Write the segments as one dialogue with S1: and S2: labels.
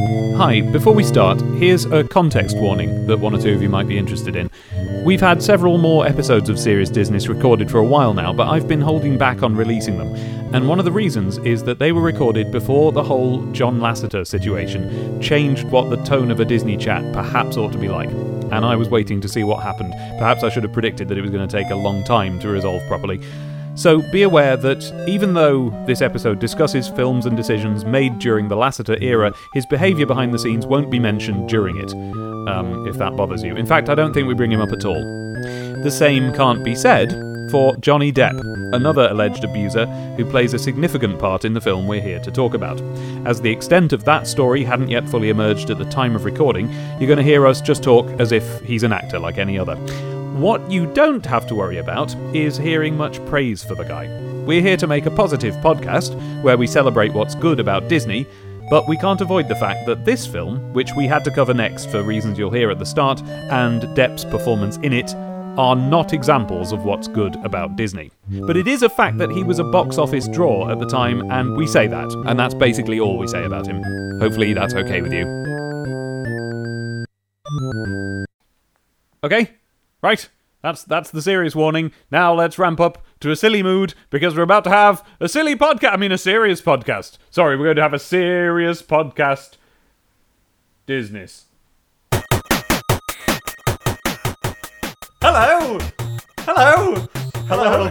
S1: Hi, before we start, here's a context warning that one or two of you might be interested in. We've had several more episodes of Serious Disney recorded for a while now, but I've been holding back on releasing them. And one of the reasons is that they were recorded before the whole John Lasseter situation changed what the tone of a Disney chat perhaps ought to be like. And I was waiting to see what happened. Perhaps I should have predicted that it was going to take a long time to resolve properly. So be aware that even though this episode discusses films and decisions made during the Lasseter era, his behaviour behind the scenes won't be mentioned during it, um, if that bothers you. In fact, I don't think we bring him up at all. The same can't be said for Johnny Depp, another alleged abuser who plays a significant part in the film we're here to talk about. As the extent of that story hadn't yet fully emerged at the time of recording, you're going to hear us just talk as if he's an actor like any other. What you don't have to worry about is hearing much praise for the guy. We're here to make a positive podcast where we celebrate what's good about Disney, but we can't avoid the fact that this film, which we had to cover next for reasons you'll hear at the start, and Depp's performance in it, are not examples of what's good about Disney. But it is a fact that he was a box office draw at the time, and we say that, and that's basically all we say about him. Hopefully, that's okay with you. Okay? Right. That's that's the serious warning. Now let's ramp up to a silly mood because we're about to have a silly podcast. I mean, a serious podcast. Sorry, we're going to have a serious podcast. Business.
S2: Hello! Hello! Hello!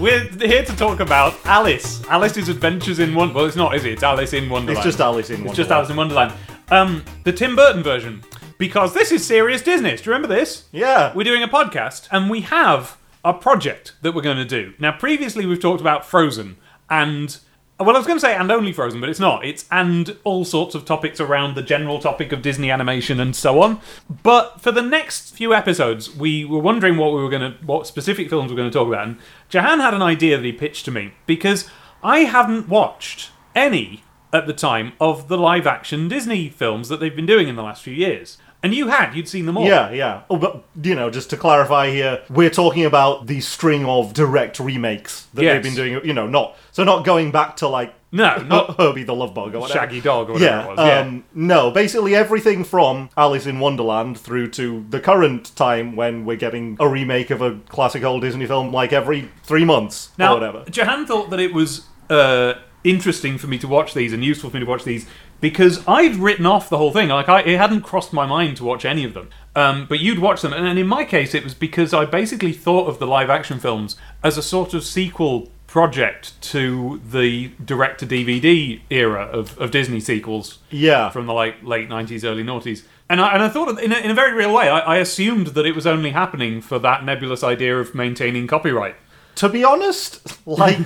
S1: We're here to talk about Alice. Alice's Adventures in Wonderland. Well, it's not, is it? It's Alice in Wonderland.
S2: It's just Alice in
S1: It's just Alice in Wonderland. Um, the Tim Burton version. Because this is serious Disney. Do you remember this?
S2: Yeah.
S1: We're doing a podcast and we have a project that we're going to do. Now, previously we've talked about Frozen and. Well, I was going to say and only Frozen, but it's not. It's and all sorts of topics around the general topic of Disney animation and so on. But for the next few episodes, we were wondering what we were going to, what specific films we we're going to talk about. And Jahan had an idea that he pitched to me because I haven't watched any at the time of the live action Disney films that they've been doing in the last few years. And you had, you'd seen them all.
S2: yeah, yeah. Oh, but, you know, just to clarify here, we're talking about the string of direct remakes that
S1: Yes.
S2: they've been doing, you know, not. So not going back to, like,
S1: No, not
S2: Herbie the Love Bug or whatever.
S1: Shaggy Dog or whatever
S2: Yeah,
S1: it was. Yeah.
S2: um, no, basically everything from Alice in Wonderland through to the current time when we're getting a remake of a classic old Disney film like every three months
S1: now,
S2: or whatever.
S1: Jahan thought that it was uh, interesting for me to watch these and useful for me to watch these because I'd written off the whole thing. Like, I, it hadn't crossed my mind to watch any of them. Um, but you'd watch them, and, and in my case, it was because I basically thought of the live action films as a sort of sequel project to the direct to DVD era of, of Disney sequels.
S2: Yeah.
S1: from the like late nineties, early noughties. And I, and I thought of- in a, in a very real way, I, I assumed that it was only happening for that nebulous idea of maintaining copyright.
S2: to be honest, like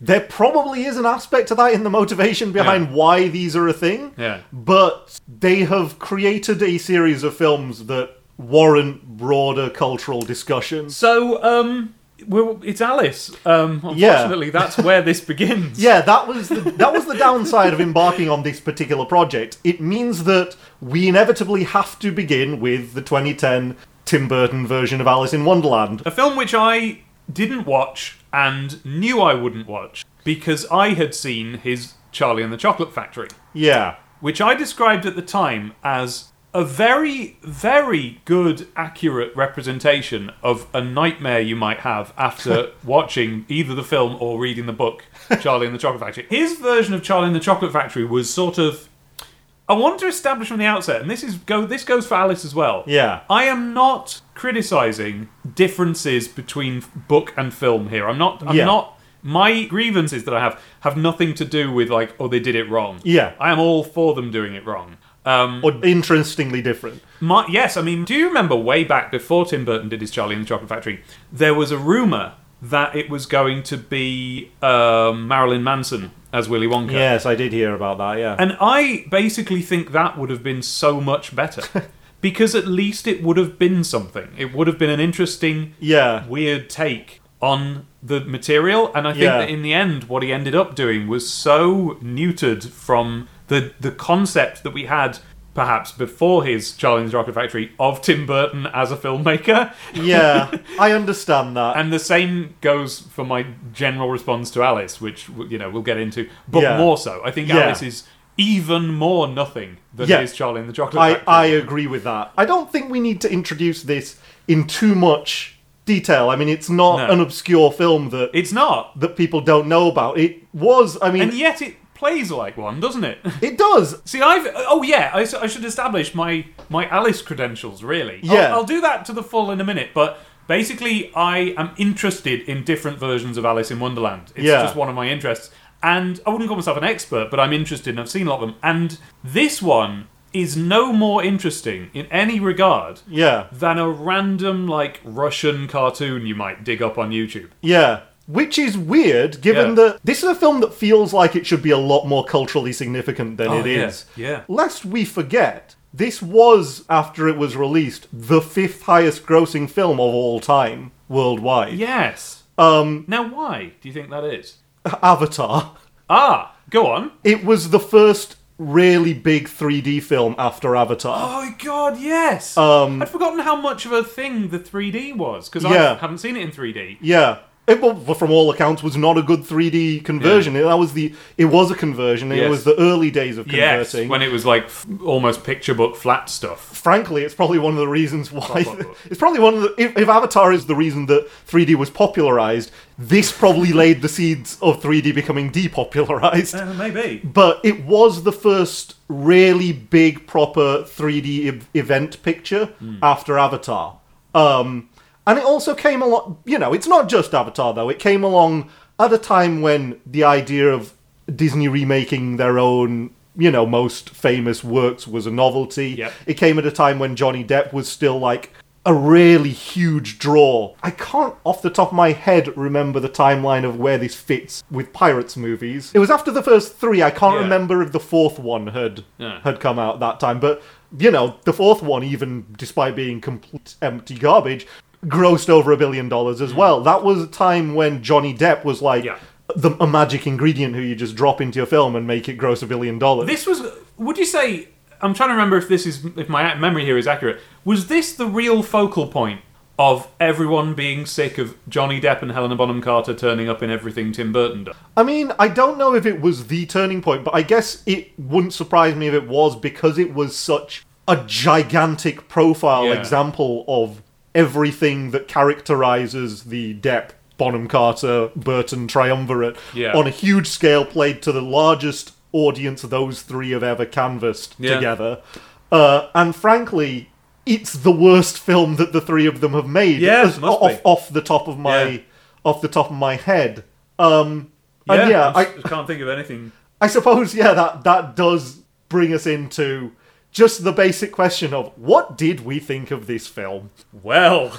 S2: there probably is an aspect to that in the motivation behind
S1: Yeah.
S2: why these are a thing.
S1: Yeah.
S2: But they have created a series of films that warrant broader cultural discussions.
S1: So, um, well, it's Alice. Um, unfortunately, that's where this begins.
S2: Yeah, that was the, that was the downside of embarking on this particular project. It means that we inevitably have to begin with the 2010 Tim Burton version of Alice in Wonderland.
S1: A film which I didn't watch and knew I wouldn't watch because I had seen his Charlie and the Chocolate Factory.
S2: Yeah.
S1: which I described at the time as a very, very good, accurate representation of a nightmare you might have after watching either the film or reading the book, Charlie and the Chocolate Factory. His version of Charlie and the Chocolate Factory was sort of. I want to establish from the outset, and this is go. This goes for Alice as well.
S2: Yeah.
S1: I am not criticizing differences between book and film here. I'm not. I'm
S2: Yeah.
S1: not. My grievances that I have have nothing to do with like, oh, they did it wrong.
S2: Yeah.
S1: I am all for them doing it wrong. Um,
S2: Or interestingly different.
S1: my, yes, I mean, do you remember way back before Tim Burton did his Charlie and the Chocolate Factory? There was a rumor that it was going to be um, Marilyn Manson as Willy Wonka.
S2: Yes, I did hear about that, yeah.
S1: And I basically think that would have been so much better. because at least it would have been something. It would have been an interesting,
S2: yeah.
S1: weird take on the material. And I think
S2: Yeah.
S1: that in the end, what he ended up doing was so neutered from the, the concept that we had perhaps before his Charlie and the Chocolate Factory, of Tim Burton as a filmmaker.
S2: Yeah, I understand that.
S1: And the same goes for my general response to Alice, which w- you know we'll get into, but
S2: Yeah.
S1: more so. I think
S2: Yeah.
S1: Alice is even more nothing than
S2: Yeah.
S1: his Charlie and the Chocolate
S2: I,
S1: Factory.
S2: I agree with that. I don't think we need to introduce this in too much detail. I mean, it's not
S1: No.
S2: an obscure film that
S1: it's not,
S2: that people don't know about. It was, I mean,
S1: and yet it plays like one, doesn't it?
S2: it does.
S1: See, I've oh yeah, I, s- I should establish my my Alice credentials. Really, I'll-
S2: Yeah.
S1: I'll, do that to the full in a minute. But basically, I am interested in different versions of Alice in Wonderland. It's
S2: Yeah.
S1: just one of my interests, and I wouldn't call myself an expert, but I'm interested, and I've seen a lot of them. And this one is no more interesting in any regard
S2: Yeah,
S1: than a random like Russian cartoon you might dig up on YouTube.
S2: yeah. Which is weird, given
S1: Yeah.
S2: that this is a film that feels like it should be a lot more culturally significant than
S1: Oh,
S2: it
S1: yeah,
S2: is.
S1: yeah.
S2: Lest we forget, this was, after it was released, the fifth highest grossing film of all time worldwide.
S1: Yes.
S2: Um,
S1: Now, why do you think that is?
S2: Avatar.
S1: Ah, go on.
S2: It was the first really big 3D film after Avatar.
S1: Oh my god, yes!
S2: Um,
S1: I'd forgotten how much of a thing the 3D was because
S2: Yeah.
S1: I haven't seen it in 3D.
S2: Yeah. It, well, from all accounts, was not a good 3D conversion. That was the it was a conversion. and It
S1: Yes.
S2: was the early days of
S1: Yes,
S2: converting.
S1: when it was like f- almost picture book flat stuff.
S2: Frankly, it's probably one of the reasons why.
S1: blah, blah.
S2: It's probably one of the if, if Avatar is the reason that 3D was popularized. This probably laid the seeds of 3D becoming depopularized.
S1: Uh, maybe.
S2: but it was the first really big proper 3D ev- event picture after Avatar. Um, and it also came along, you know, it's not just Avatar though, it came along at a time when the idea of Disney remaking their own, you know, most famous works was a novelty.
S1: Yep.
S2: It came at a time when Johnny Depp was still like a really huge draw. I can't off the top of my head remember the timeline of where this fits with pirates movies. It was after the first 3. I can't
S1: Yeah.
S2: remember if the fourth one had
S1: Yeah.
S2: had come out that time, but you know, the fourth one even despite being complete empty garbage grossed over a billion dollars as well. That was a time when Johnny Depp was like
S1: Yeah.
S2: the a magic ingredient who you just drop into your film and make it gross a billion dollars.
S1: This was. Would you say? I'm trying to remember if this is if my memory here is accurate. Was this the real focal point of everyone being sick of Johnny Depp and Helena Bonham Carter turning up in everything Tim Burton does?
S2: I mean, I don't know if it was the turning point, but I guess it wouldn't surprise me if it was because it was such a gigantic profile
S1: Yeah.
S2: example of everything that characterizes the Depp, Bonham Carter, Burton triumvirate
S1: Yeah.
S2: on a huge scale, played to the largest audience those three have ever canvassed
S1: Yeah.
S2: together. Uh, and frankly, it's the worst film that the three of them have made.
S1: Yeah,
S2: as-
S1: must be.
S2: off, off the top of my
S1: Yeah.
S2: off the top of my head. Um, and yeah, I,
S1: can't think of anything.
S2: I suppose yeah that that does bring us into just the basic question of what did we think of this film?
S1: Well,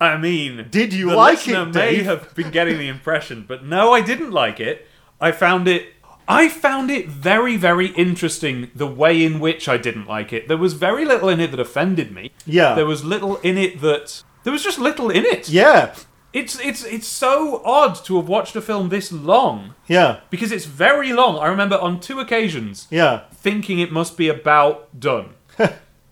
S1: I mean,
S2: Did you
S1: the
S2: like
S1: listener
S2: it,
S1: May
S2: Dave?
S1: have been getting the impression, but no, I didn't like it. I found it. I found it very, very interesting the way in which I didn't like it. There was very little in it that offended me.
S2: Yeah.
S1: There was little in it that there was just little in it.
S2: Yeah,
S1: It's it's it's so odd to have watched a film this long
S2: yeah,
S1: because it's very long. I remember on two occasions
S2: yeah,
S1: thinking it must be about done.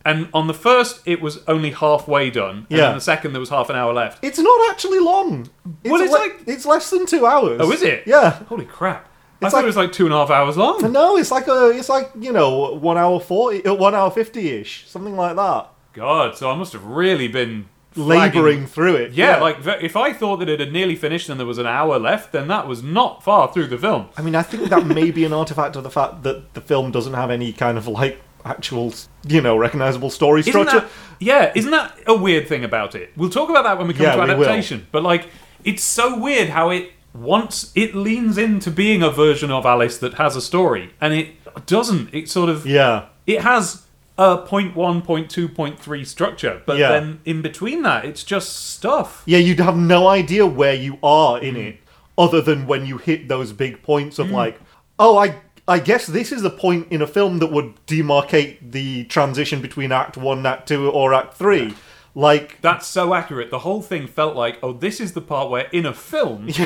S1: and on the first, it was only halfway done. And
S2: Yeah.
S1: on the second, there was half an hour left.
S2: it's not actually long. It's
S1: Well, it's
S2: le-
S1: like-
S2: it's less than two hours.
S1: Oh, is it?
S2: Yeah.
S1: Holy crap. I
S2: It's
S1: thought
S2: like-
S1: it was like two and a half hours long.
S2: No, it's like a it's like you know one hour forty, uh, one hour fifty ish, something like that.
S1: God, so I must have really been flagging-
S2: Laboring through it.
S1: Yeah, like ve- if I thought that it had nearly finished and there was an hour left, then that was not far through the film.
S2: I mean, I think that may be an artifact of the fact that the film doesn't have any kind of like actual, you know, recognizable story
S1: Isn't
S2: structure.
S1: that, yeah, isn't that a weird thing about it? We'll talk about that when we come
S2: Yeah,
S1: to
S2: we will.
S1: adaptation. But like, it's so weird how it once it leans into being a version of Alice that has a story, and it doesn't. It sort of
S2: Yeah,
S1: it has a point one, point two, point three structure, but
S2: Yeah.
S1: then in between that, it's just stuff.
S2: yeah, you'd have no idea where you are in
S1: Mm.
S2: it, other than when you hit those big points of like, oh, I, I guess this is the point in a film that would demarcate the transition between Act One, Act Two, or Act Three. Like,
S1: That's so accurate. The whole thing felt like, oh, this is the part where in a film
S2: if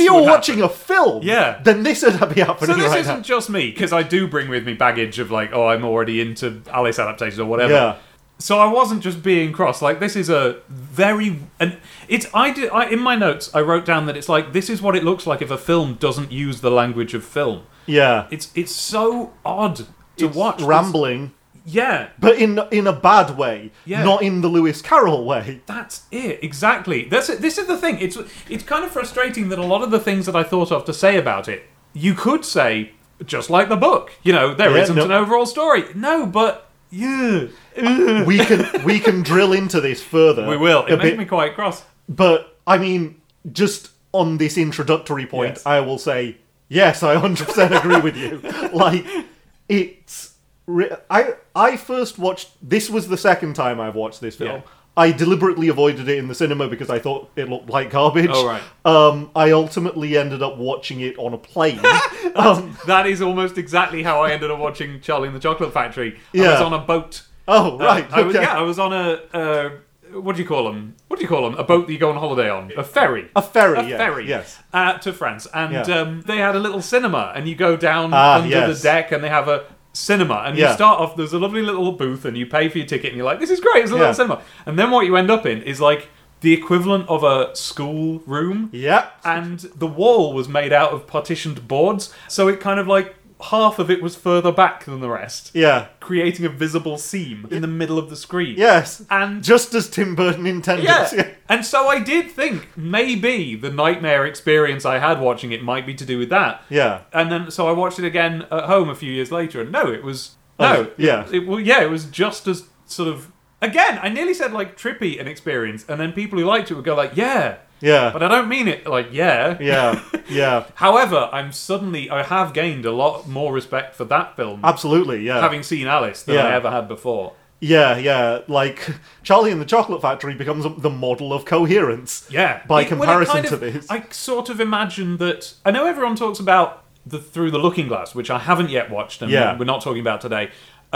S2: you were
S1: would
S2: watching a film,
S1: Yeah.
S2: then this would be happening
S1: So this
S2: right
S1: isn't
S2: now.
S1: just me because I do bring with me baggage of like, oh, I'm already into Alice adaptations or whatever.
S2: Yeah.
S1: So I wasn't just being cross. Like this is a very and it's I did I, in my notes I wrote down that it's like this is what it looks like if a film doesn't use the language of film.
S2: Yeah,
S1: It's it's so odd to watch. This-
S2: rambling,
S1: Yeah,
S2: but in in a bad way,
S1: Yeah.
S2: not in the Lewis Carroll way.
S1: That's it, exactly. That's it. This is the thing. It's it's kind of frustrating that a lot of the things that I thought of to say about it, you could say just like the book. You know, there
S2: Yeah,
S1: not
S2: no-
S1: an overall story. No, but yeah,
S2: we can we can drill into this further.
S1: we will.
S2: a
S1: It made
S2: bit,
S1: me quite cross.
S2: But I mean, just on this introductory point,
S1: Yes.
S2: I will say yes. I hundred percent agree with you. Like it's. Re- I I first watched this was the second time I've watched this film.
S1: Yeah.
S2: I deliberately avoided it in the cinema because I thought it looked like garbage.
S1: Oh, right.
S2: Um, I ultimately ended up watching it on a plane. um,
S1: That is almost exactly how I ended up watching Charlie and the Chocolate Factory. I
S2: Yeah.
S1: was on a boat.
S2: oh
S1: Uh,
S2: right,
S1: I was,
S2: okay.
S1: yeah, I was on a. Uh, what do you call them? What do you call them? A boat that you go on holiday on? A ferry.
S2: a ferry.
S1: a
S2: yes,
S1: ferry
S2: Yes.
S1: uh, to France, and
S2: Yeah.
S1: um, they had a little cinema, and you go down
S2: Ah,
S1: under
S2: yes.
S1: the deck, and they have a cinema, and you
S2: Yeah.
S1: start off. There's a lovely little booth, and you pay for your ticket, and you're like, "This is great! It's a
S2: Yeah.
S1: little cinema." And then what you end up in is like the equivalent of a school room,
S2: Yeah.
S1: and the wall was made out of partitioned boards, so it kind of like half of it was further back than the rest,
S2: Yeah.
S1: creating a visible seam in the middle of the screen.
S2: Yes.
S1: and
S2: just as Tim Burton intended.
S1: yeah. And so I did think maybe the nightmare experience I had watching it might be to do with that.
S2: Yeah.
S1: And then so I watched it again at home a few years later and no, it was no.
S2: Oh, yeah.
S1: It, well yeah, it was just as sort of again, I nearly said like trippy an experience and then people who liked it would go like, "Yeah."
S2: Yeah.
S1: But I don't mean it like, "Yeah."
S2: yeah. Yeah.
S1: However, I'm suddenly I have gained a lot more respect for that film
S2: Absolutely. Yeah.
S1: having seen Alice than I
S2: Yeah.
S1: ever had before.
S2: yeah. Yeah. Like Charlie and the Chocolate Factory becomes the model of coherence.
S1: Yeah.
S2: By
S1: It- well, it
S2: comparison
S1: kind
S2: to
S1: of-
S2: this.
S1: I sort of imagine that. I know everyone talks about the Through the Looking Glass, which I haven't yet watched, and
S2: Yeah.
S1: we're not talking about today.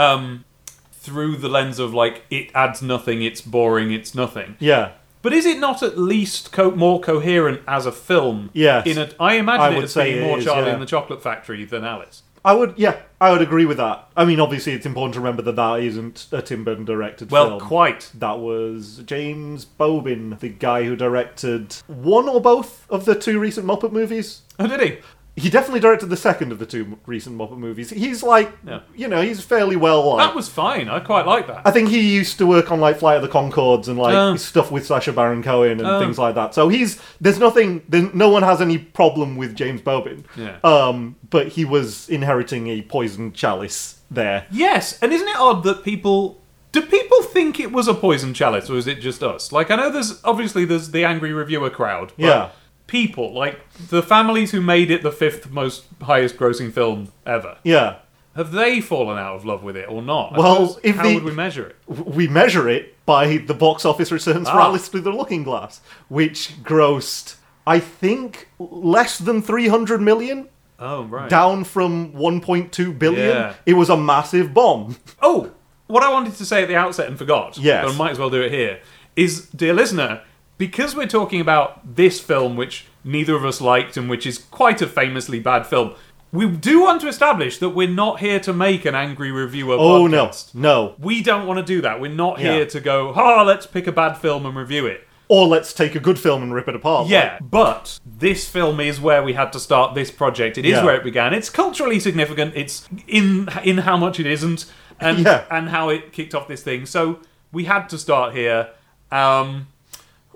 S1: Um, through the lens of like it adds nothing, it's boring, it's nothing.
S2: yeah.
S1: But is it not at least co- more coherent as a film?
S2: Yes.
S1: In a, I imagine
S2: I
S1: it
S2: would
S1: as
S2: say
S1: being
S2: it
S1: more
S2: is,
S1: Charlie
S2: yeah.
S1: and the Chocolate Factory than Alice.
S2: I would. Yeah. I would agree with that. I mean, obviously, it's important to remember that that isn't a Tim Burton directed
S1: Well,
S2: film.
S1: quite.
S2: that was James Bobin, the guy who directed one or both of the two recent Muppet movies.
S1: Oh, did he?
S2: He definitely directed the second of the two m- recent Muppet movies. He's like,
S1: Yeah.
S2: you know, he's fairly well liked.
S1: That was fine. I quite like that.
S2: I think he used to work on like Flight of the Concords and like
S1: Oh.
S2: stuff with Sasha Baron Cohen and
S1: Oh.
S2: things like that. So he's there's nothing there, no one has any problem with James Bobin.
S1: Yeah.
S2: Um but he was inheriting a poisoned chalice there.
S1: Yes, and isn't it odd that people do people think it was a poison chalice or is it just us? Like I know there's obviously there's the angry reviewer crowd, but
S2: Yeah.
S1: people like the families who made it the fifth most highest grossing film ever.
S2: Yeah.
S1: Have they fallen out of love with it or not? I
S2: Well,
S1: suppose-
S2: if
S1: how
S2: the-
S1: would we measure it?
S2: W- We measure it by the box office returns for
S1: Ah.
S2: Alice Through the Looking Glass, which grossed I think less than 300 million
S1: Oh right.
S2: down from 1.2 billion.
S1: Yeah.
S2: It was a massive bomb.
S1: Oh, what I wanted to say at the outset and forgot,
S2: Yes.
S1: but I might as well do it here, is, dear listener, because we're talking about this film, which neither of us liked and which is quite a famously bad film, we do want to establish that we're not here to make an angry reviewer
S2: Oh
S1: podcast.
S2: no. No.
S1: We don't want to do that. We're not
S2: Yeah.
S1: here to go, oh, let's pick a bad film and review it.
S2: Or let's take a good film and rip it apart.
S1: Yeah, but this film is where we had to start this project. It is
S2: Yeah.
S1: where it began. It's culturally significant. It's in in how much it isn't, and
S2: Yeah.
S1: and how it kicked off this thing. So we had to start here. Um,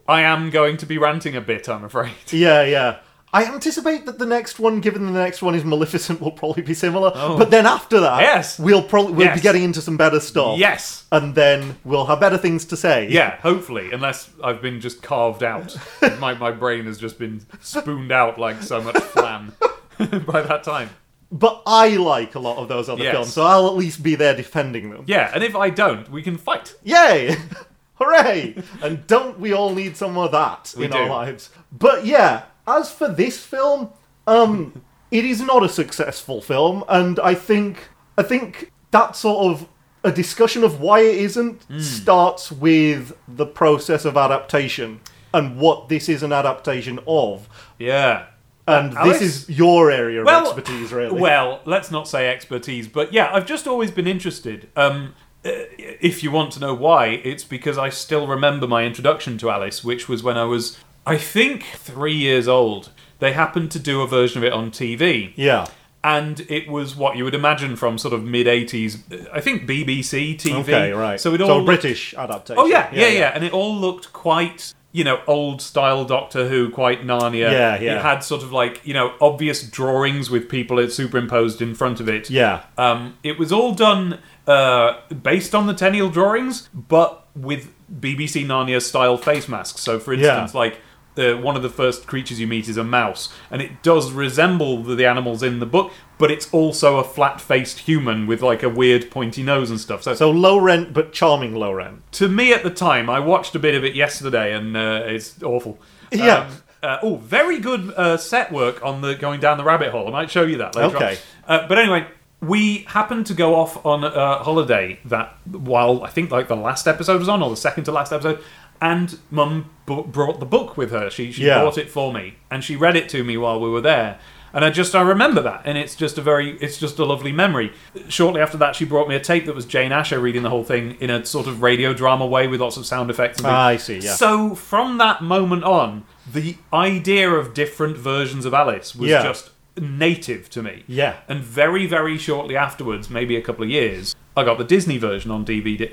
S1: I am going to be ranting a bit. I'm afraid.
S2: Yeah, yeah. I anticipate that the next one, given the next one is Maleficent, will probably be similar. But then after that,
S1: Oh. Yes.
S2: we'll probably we'll
S1: Yes.
S2: be getting into some better stuff.
S1: Yes.
S2: and then we'll have better things to say.
S1: Yeah, hopefully, unless I've been just carved out. my my brain has just been spooned out like so much flan by that time.
S2: But I like a lot of those other
S1: Yes.
S2: films, so I'll at least be there defending them.
S1: Yeah, and if I don't, we can fight.
S2: Yay! Hooray! and don't we all need some of that in
S1: do.
S2: our lives? But yeah, as for this film, um, it is not a successful film, and I think I think that sort of a
S1: Hmm.
S2: discussion of why it isn't starts with the process of adaptation and what this is an adaptation of.
S1: Yeah.
S2: And
S1: Uh, Alex?
S2: this is your area of expertise, really.
S1: Well, let's not say expertise, but yeah, I've just always been interested. Um, uh, if you want to know why, it's because I still remember my introduction to Alice, which was when I was, I think, three years old. They happened to do a version of it on TV.
S2: yeah.
S1: And it was what you would imagine from sort of mid 80s, uh, I think BBC TV.
S2: Okay, right.
S1: So it all
S2: so a
S1: looked-
S2: British adaptation.
S1: Oh yeah, yeah, yeah, And it all looked quite, you know, old style Doctor Who, quite Narnia.
S2: Yeah, yeah.
S1: It had sort of like, you know, obvious drawings with people it superimposed in front of it.
S2: Yeah.
S1: Um, it was all done uh, based on the Tenniel drawings, but with BBC Narnia style face masks. So, for
S2: Yeah.
S1: instance, like uh, one of the first creatures you meet is a mouse, and it does resemble the, the animals in the book, but it's also a flat faced human with like a weird pointy nose and stuff.
S2: So low rent, but charming low rent.
S1: to me at the time, I watched a bit of it yesterday, and uh, it's awful.
S2: Yeah.
S1: Um, uh, oh, very good uh, set work on the going down the rabbit hole. I might show you that later. on.
S2: Okay.
S1: Uh, but anyway, we happened to go off on a holiday that while I think like the last episode was on, or the second to last episode, and Mum b- brought the book with her. She she
S2: Yeah.
S1: bought it for me, and she read it to me while we were there. And I just I remember that, and it's just a very it's just a lovely memory. Shortly after that, she brought me a tape that was Jane Asher reading the whole thing in a sort of radio drama way with lots of sound effects. And things.
S2: Ah, I see, yeah.
S1: So from that moment on, the idea of different versions of Alice was
S2: Yeah.
S1: just native to me.
S2: Yeah.
S1: And very, very shortly afterwards, maybe a couple of years, I got the Disney version on DVD,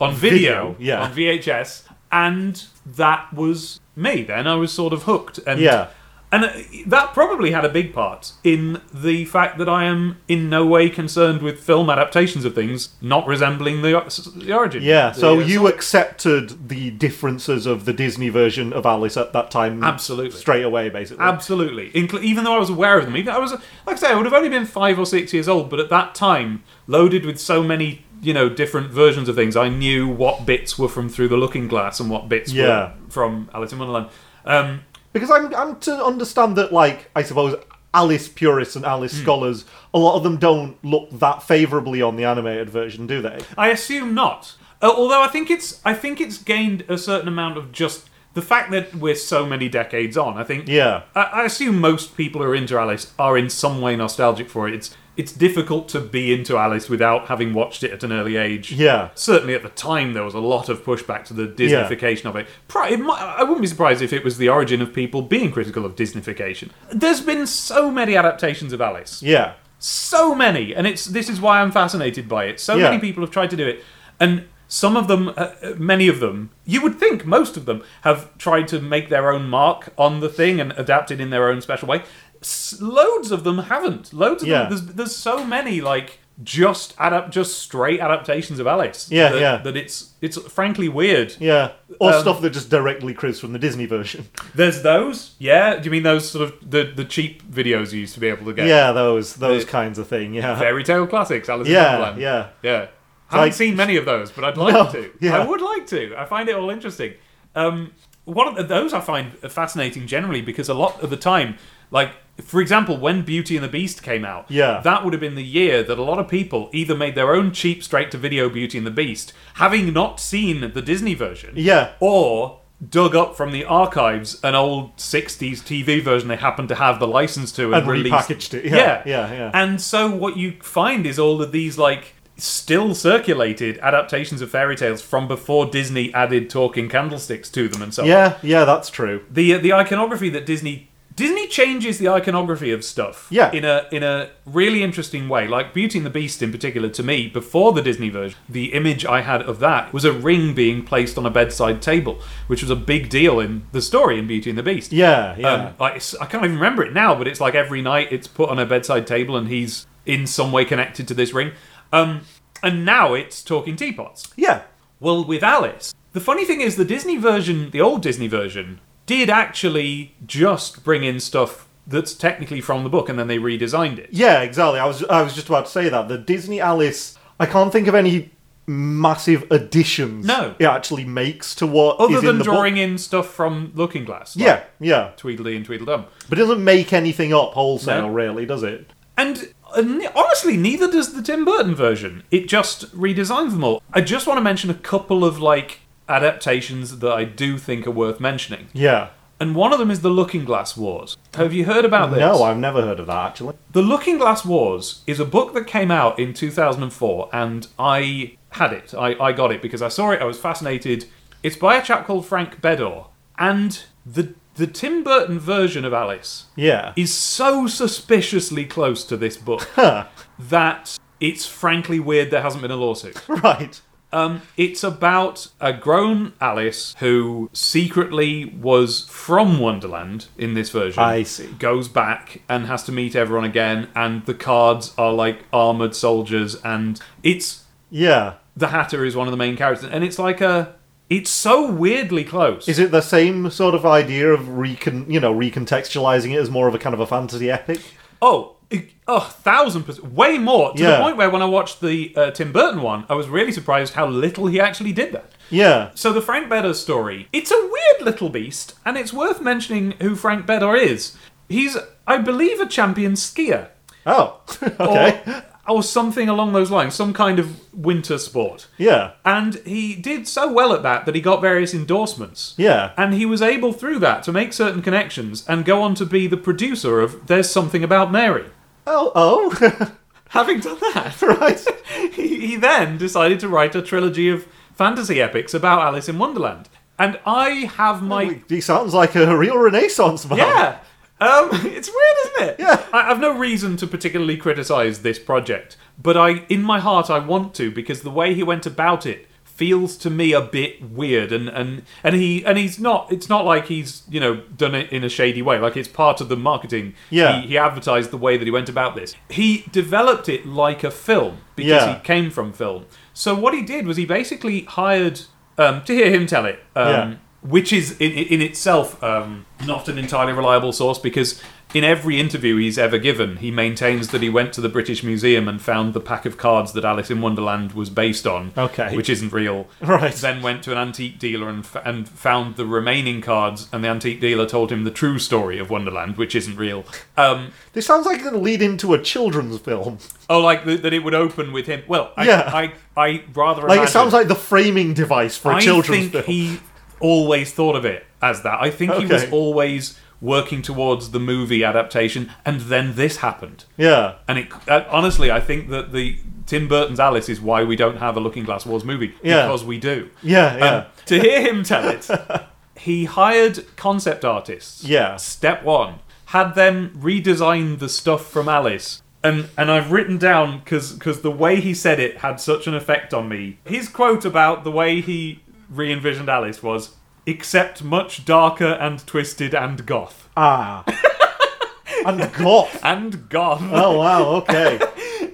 S1: on video,
S2: Video, yeah.
S1: on VHS, and that was me. Then I was sort of hooked, and
S2: Yeah.
S1: and uh, that probably had a big part in the fact that I am in no way concerned with film adaptations of things not resembling the, uh, the origin.
S2: Yeah,
S1: The,
S2: so
S1: uh,
S2: you accepted the differences of the Disney version of Alice at that time
S1: Absolutely.
S2: straight away, basically.
S1: Absolutely. Incl- even though I was aware of them, even I was, like I say, I would have only been five or six years old, but at that time, loaded with so many, you know, different versions of things, I knew what bits were from Through the Looking Glass and what bits
S2: Yeah.
S1: were from Alice in Wonderland. Um,
S2: because I'm, I'm to understand that, like, I suppose Alice purists and Alice scholars, a lot of them don't look that favourably on the animated version, do they?
S1: I assume not. Uh, although I think it's, I think it's gained a certain amount of just the fact that we're so many decades on. I think,
S2: Yeah.
S1: I, I assume most people who are into Alice are in some way nostalgic for it. It's it's difficult to be into Alice without having watched it at an early age.
S2: Yeah.
S1: Certainly at the time, there was a lot of pushback to the Disneyfication of it. Pri- it might, I wouldn't be surprised if it was the origin of people being critical of Disneyfication. There's been so many adaptations of Alice
S2: Yeah.
S1: so many and it's this is why i'm fascinated by it so
S2: Yeah.
S1: many people have tried to do it and some of them uh, uh, many of them you would think most of them have tried to make their own mark on the thing and adapt it in their own special way S- loads of them haven't loads of
S2: Yeah.
S1: them there's, there's so many like just adapt just straight adaptations of alice
S2: Yeah,
S1: that,
S2: yeah.
S1: that it's it's frankly weird
S2: Yeah. Or
S1: Um,
S2: stuff that just directly cribs from the Disney version.
S1: there's those yeah do you mean those sort of the the cheap videos you used to be able to get
S2: Yeah, those those
S1: The-
S2: kinds of thing, yeah.
S1: fairy tale classics alice in
S2: Yeah,
S1: Wonderland.
S2: yeah.
S1: Yeah.
S2: Like-
S1: Haven't seen many of those, but I'd like
S2: No,
S1: to.
S2: yeah.
S1: I would like to. I find it all interesting. Um, one of the, those I find fascinating generally because a lot of the time, like for example, when Beauty and the Beast came out,
S2: Yeah.
S1: that would have been the year that a lot of people either made their own cheap straight-to-video Beauty and the Beast, having not seen the Disney version,
S2: Yeah.
S1: or dug up from the archives an old 60s TV version they happened to have the license to and,
S2: And
S1: released.
S2: repackaged it. Yeah,
S1: yeah.
S2: yeah, yeah.
S1: And so what you find is all of these like still circulated adaptations of fairy tales from before Disney added talking candlesticks to them and so on.
S2: Yeah, yeah, that's true.
S1: The the iconography that Disney Disney changes the iconography of stuff
S2: Yeah.
S1: in a in a really interesting way. Like Beauty and the Beast in particular to me before the Disney version, the image I had of that was a ring being placed on a bedside table, which was a big deal in the story in Beauty and the Beast.
S2: Yeah, yeah.
S1: Um, like, it's- I can't even remember it now, but it's like every night it's put on a bedside table and he's in some way connected to this ring. Um, and now it's talking teapots.
S2: yeah.
S1: Well, with Alice, the funny thing is the Disney version, the old Disney version, did actually just bring in stuff that's technically from the book and then they redesigned it.
S2: Yeah, exactly. I was I was just about to say that the Disney Alice. I can't think of any massive additions.
S1: No.
S2: it actually makes to what
S1: Other
S2: is in
S1: than
S2: the book.
S1: drawing in stuff from Looking Glass. like
S2: Yeah, yeah,
S1: Tweedledee and Tweedledum.
S2: but it doesn't make anything up wholesale,
S1: No.
S2: really, does it?
S1: And uh, ne- honestly, neither does the Tim Burton version. It just redesigns them all. I just want to mention a couple of like adaptations that I do think are worth mentioning.
S2: Yeah.
S1: And one of them is The Looking Glass Wars. Have you heard about this?
S2: No, I've never heard of that actually.
S1: The Looking Glass Wars is a book that came out in 2004, and I had it. I, I got it because I saw it, I was fascinated. It's by a chap called Frank Bedore, and the, the Tim Burton version of Alice
S2: Yeah.
S1: is so suspiciously close to this book
S2: Huh.
S1: that it's frankly weird there hasn't been a lawsuit.
S2: Right.
S1: Um, it's about a grown Alice who secretly was from Wonderland in this version.
S2: I see.
S1: Goes back and has to meet everyone again, and the cards are like armored soldiers, and it's
S2: Yeah.
S1: the Hatter is one of the main characters, and it's like a. It's so weirdly close.
S2: Is it the same sort of idea of recon, you know, recontextualizing it as more of a kind of a fantasy epic?
S1: Oh, it- oh, thousand percent, way more to
S2: Yeah.
S1: the point where when I watched the uh, Tim Burton one, I was really surprised how little he actually did that.
S2: Yeah.
S1: So the Frank Bedore story, it's a weird little beast, and it's worth mentioning who Frank Bedore is. He's, I believe, a champion skier.
S2: Oh.
S1: Or,
S2: okay.
S1: or something along those lines, some kind of winter sport.
S2: Yeah.
S1: And he did so well at that that he got various endorsements.
S2: Yeah.
S1: And he was able through that to make certain connections and go on to be the producer of There's Something About Mary.
S2: Oh. Oh.
S1: Having done that,
S2: right.
S1: he, he then decided to write a trilogy of fantasy epics about Alice in Wonderland. And I
S2: Oh
S1: have my
S2: He sounds like a real Renaissance man.
S1: Yeah. Um, it's weird, isn't it?
S2: Yeah.
S1: I, I've no reason to particularly criticise this project, but I, in my heart, I want to because the way he went about it feels to me a bit weird, and and and he and he's not. It's not like he's you know done it in a shady way. Like it's part of the marketing.
S2: Yeah.
S1: He, he advertised the way that he went about this. He developed it like a film because
S2: Yeah.
S1: he came from film. So what he did was he basically hired um, to hear him tell it. Um,
S2: Yeah.
S1: which is in, in itself um, not an entirely reliable source because in every interview he's ever given, he maintains that he went to the British Museum and found the pack of cards that Alice in Wonderland was based on,
S2: Okay.
S1: which isn't real.
S2: Right.
S1: Then went to an antique dealer and, f- and found the remaining cards, and the antique dealer told him the true story of Wonderland, which isn't real. Um,
S2: This sounds like it'll lead into a children's film.
S1: oh, like th- that it would open with him. Well, I,
S2: Yeah.
S1: I, I, rather
S2: Like it
S1: imagine-
S2: sounds like the framing device for a
S1: I
S2: children's
S1: think
S2: film.
S1: he always thought of it as that. I think he was
S2: Okay.
S1: always working towards the movie adaptation, and then this happened.
S2: Yeah.
S1: And it uh, honestly, I think that the Tim Burton's Alice is why we don't have a Looking Glass Wars movie
S2: Yeah.
S1: because we do.
S2: Yeah. Yeah.
S1: Um, to hear him tell it, he hired concept artists.
S2: Yeah.
S1: Step one had them redesign the stuff from Alice. And, and I've written down because the way he said it had such an effect on me. His quote about the way he re envisioned Alice was, except much darker and twisted and goth.
S2: ah. and goth.
S1: And goth.
S2: Oh wow. Okay.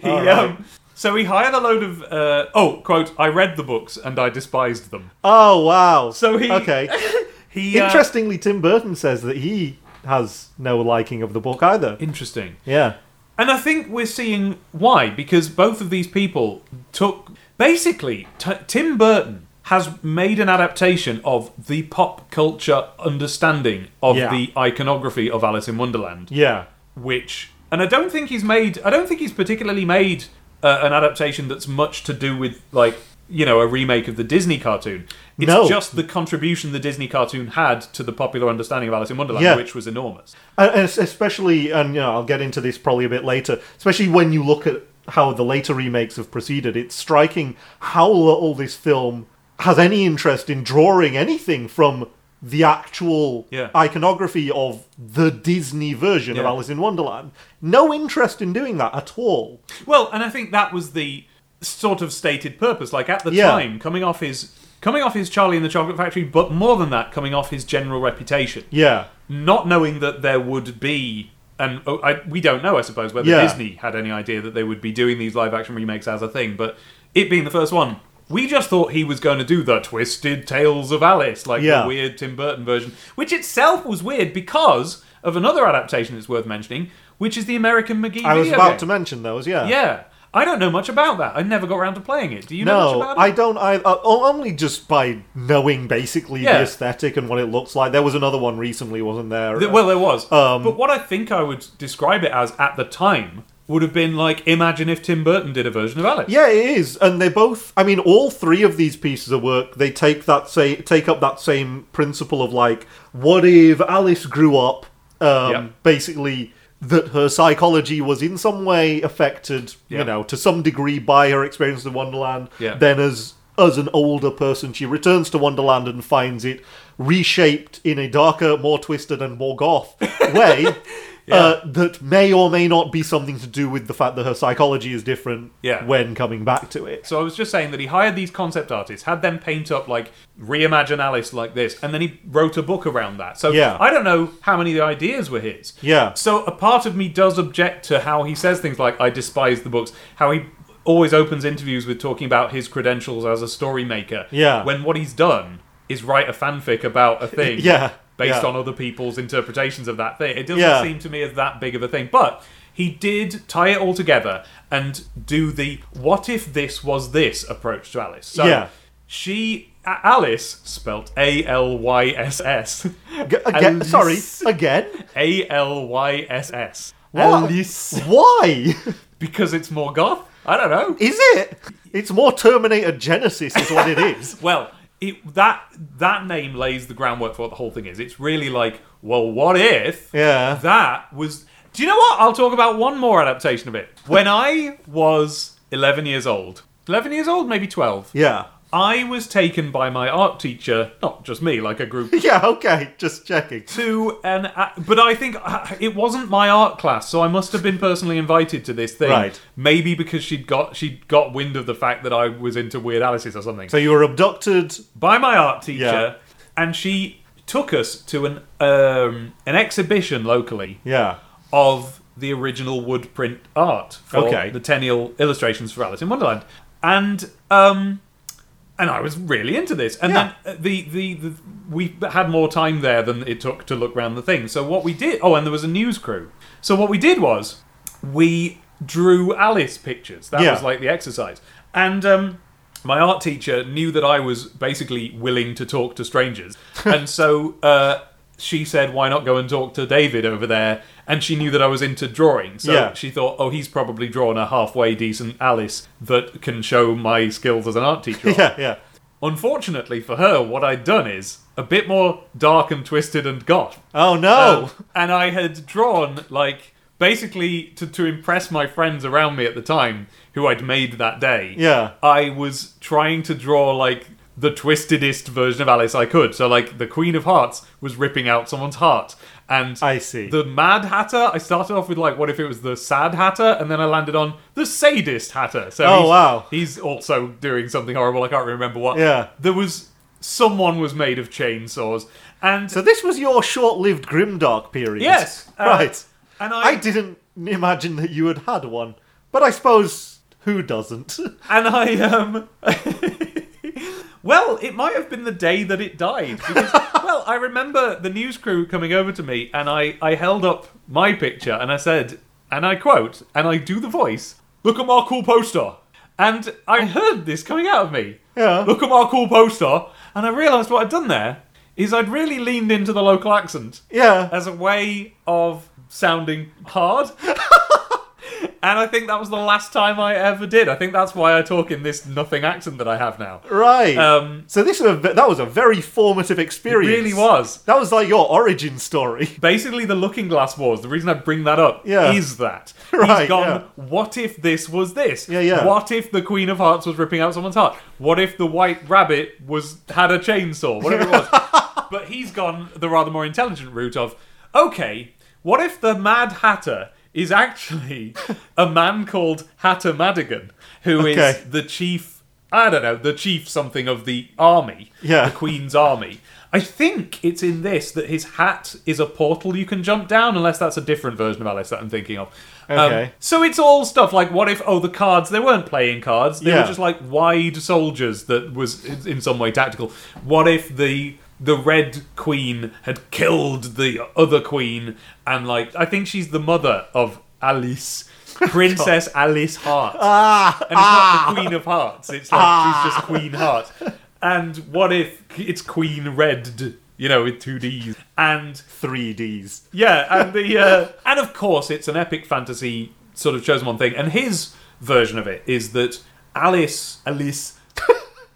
S1: He,
S2: All right.
S1: um, so he hired a load of. Uh, oh, quote, I read the books and I despised them.
S2: Oh wow.
S1: So he-
S2: Okay.
S1: He, uh,
S2: Interestingly, Tim Burton says that he has no liking of the book either.
S1: Interesting.
S2: Yeah.
S1: And I think we're seeing why, because both of these people took. Basically, t- Tim Burton has made an adaptation of the pop culture understanding of
S2: Yeah.
S1: the iconography of Alice in Wonderland,
S2: Yeah.
S1: which. And I don't think he's made. I don't think he's particularly made uh, an adaptation that's much to do with, like, you know, a remake of the Disney cartoon. It's
S2: No.
S1: just the contribution the Disney cartoon had to the popular understanding of Alice in Wonderland,
S2: Yeah.
S1: which was enormous.
S2: And- and Uh, es- especially, and you know, I'll get into this probably a bit later. Especially when you look at how the later remakes have proceeded, it's striking how little this film has any interest in drawing anything from the actual
S1: Yeah.
S2: iconography of the Disney version of
S1: Yeah.
S2: Alice in Wonderland. No interest in doing that at all.
S1: Well, and I think that was the sort of stated purpose. Like at the
S2: Yeah.
S1: time, coming off his coming off his Charlie and the Chocolate Factory, but more than that, coming off his general reputation,
S2: Yeah.
S1: not knowing that there would be. And oh, I, we don't know, I suppose, whether
S2: Yeah.
S1: Disney had any idea that they would be doing these live action remakes as a thing. But it being the first one, we just thought he was going to do the Twisted Tales of Alice, like
S2: Yeah.
S1: the weird Tim Burton version, which itself was weird because of another adaptation that's worth mentioning, which is the American McGee.
S2: I was
S1: video
S2: about
S1: game.
S2: to mention those. Yeah.
S1: Yeah. I don't know much about that. I never got around to playing it. Do you know
S2: No,
S1: much about
S2: I
S1: it?
S2: don't. I uh, o- only just by knowing basically
S1: Yeah.
S2: the aesthetic and what it looks like. There was another one recently, wasn't there? Um,
S1: Th- well, there was. but what I think I would describe it as at the time would have been like, imagine if Tim Burton did a version of Alice.
S2: Yeah, it is, and they both. I mean, all three of these pieces of work they take that say take up that same principle of like, what if Alice grew up? Um,
S1: Yeah.
S2: Basically, that her psychology was in some way affected,
S1: Yeah.
S2: you know, to some degree by her experience in Wonderland.
S1: Yeah.
S2: Then, as as an older person, she returns to Wonderland and finds it reshaped in a darker, more twisted, and more goth way. Uh, that may or may not be something to do with the fact that her psychology is different
S1: Yeah.
S2: when coming back to it.
S1: So I was just saying that he hired these concept artists, had them paint up like reimagine Alice like this, and then he wrote a book around that. So
S2: Yeah.
S1: I don't know how many of the ideas were his.
S2: Yeah.
S1: So a part of me does object to how he says things like I despise the books, how he always opens interviews with talking about his credentials as a story maker.
S2: Yeah.
S1: When what he's done is write a fanfic about a thing.
S2: Yeah,
S1: Based
S2: yeah.
S1: on other people's interpretations of that thing. It doesn't
S2: Yeah.
S1: seem to me as that big of a thing. But he did tie it all together and do the what if this was this approach to Alice. So
S2: Yeah.
S1: she A- Alice spelt A L Y S S.
S2: G- again,
S1: Alice.
S2: sorry, again?
S1: A L Y S S.
S2: What?
S1: Alice.
S2: Why?
S1: Because it's more goth? I don't know.
S2: Is it? It's more Terminator Genesis, is what it is.
S1: Well, it, that that name lays the groundwork for what the whole thing is. It's really like, well, what if
S2: Yeah.
S1: that was? Do you know what? I'll talk about one more adaptation of it. When I was 11 years old, 11 years old, maybe 12,
S2: Yeah.
S1: I was taken by my art teacher, not just me, like a group
S2: Yeah, okay, just checking.
S1: to an a but i think uh, it wasn't my art class so i must have been personally invited to this thing
S2: Right.
S1: maybe because she'd got she'd got wind of the fact that i was into weird alice's or something
S2: So you were abducted.
S1: by my art teacher
S2: Yeah.
S1: and she took us to an um, an exhibition locally
S2: Yeah.
S1: of the original wood print art for
S2: Okay.
S1: the Tenniel illustrations for Alice in Wonderland, and um, and I was really into this. And
S2: Yeah.
S1: then uh, the, the the we had more time there than it took to look round the thing. So what we did, oh, and there was a news crew. So what we did was we drew Alice pictures. That
S2: Yeah.
S1: was like the exercise, and. Um, my art teacher knew that I was basically willing to talk to strangers, and so uh, she said, "Why not go and talk to David over there?" And she knew that I was into drawing, so
S2: Yeah.
S1: she thought, "Oh, he's probably drawn a halfway decent Alice that can show my skills as an art teacher." on."
S2: Yeah, yeah.
S1: Unfortunately for her, what I'd done is a bit more dark and twisted and goth.
S2: Oh no!
S1: Um, and I had drawn like basically to, to impress my friends around me at the time who I'd made that day.
S2: Yeah.
S1: I was trying to draw like the twistedest version of Alice I could. So like the Queen of Hearts was ripping out someone's heart and
S2: I see.
S1: The Mad Hatter, I started off with like what if it was the Sad Hatter and then I landed on the Sadist Hatter. So
S2: Oh,
S1: he's-
S2: wow.
S1: He's also doing something horrible. I can't remember what.
S2: Yeah.
S1: There was someone was made of chainsaws and
S2: so this was your short-lived Grimdark period.
S1: Yes, uh,
S2: right.
S1: and I,
S2: I didn't imagine that you had had one, but I suppose who doesn't?
S1: and I um well, it might have been the day that it died because well, I remember the news crew coming over to me and I I held up my picture and I said and I quote and I do the voice, look at my cool poster. And I heard this coming out of me.
S2: Yeah.
S1: Look at my cool poster and I realized what I'd done there is I'd really leaned into the local accent
S2: yeah.
S1: as a way of sounding hard. and I think that was the last time I ever did. I think that's why I talk in this nothing accent that I have now.
S2: Right.
S1: Um,
S2: so this was a, that was a very formative experience.
S1: It really was.
S2: That was like your origin story.
S1: Basically, the Looking Glass Wars, the reason I bring that up
S2: Yeah.
S1: is that. He's
S2: Right,
S1: gone, what if this was this?
S2: Yeah, yeah.
S1: What if the Queen of Hearts was ripping out someone's heart? What if the White Rabbit was had a chainsaw? Whatever it was. but he's gone the rather more intelligent route of, okay, what if the Mad Hatter is actually a man called Hatter Madigan, who is
S2: Okay.
S1: the chief, I don't know, the chief something of the army,
S2: Yeah.
S1: the Queen's army. I think it's in this that his hat is a portal you can jump down, unless that's a different version of Alice that I'm thinking of. Um,
S2: Okay.
S1: so it's all stuff like what if, oh, the cards, they weren't playing cards, they were
S2: Yeah.
S1: just like wide soldiers that was in- in some way tactical. What if the. The Red Queen had killed the other queen, and like I think she's the mother of Alice, Princess Alice Hart
S2: Ah,
S1: and it's not the Queen of Hearts. It's like she's just Queen Heart. And what if it's Queen Red? You know, with two D's. And
S2: three Ds.
S1: yeah, and the uh, and of course it's an epic fantasy sort of chosen one thing, and his version of it is that Alice, Alice,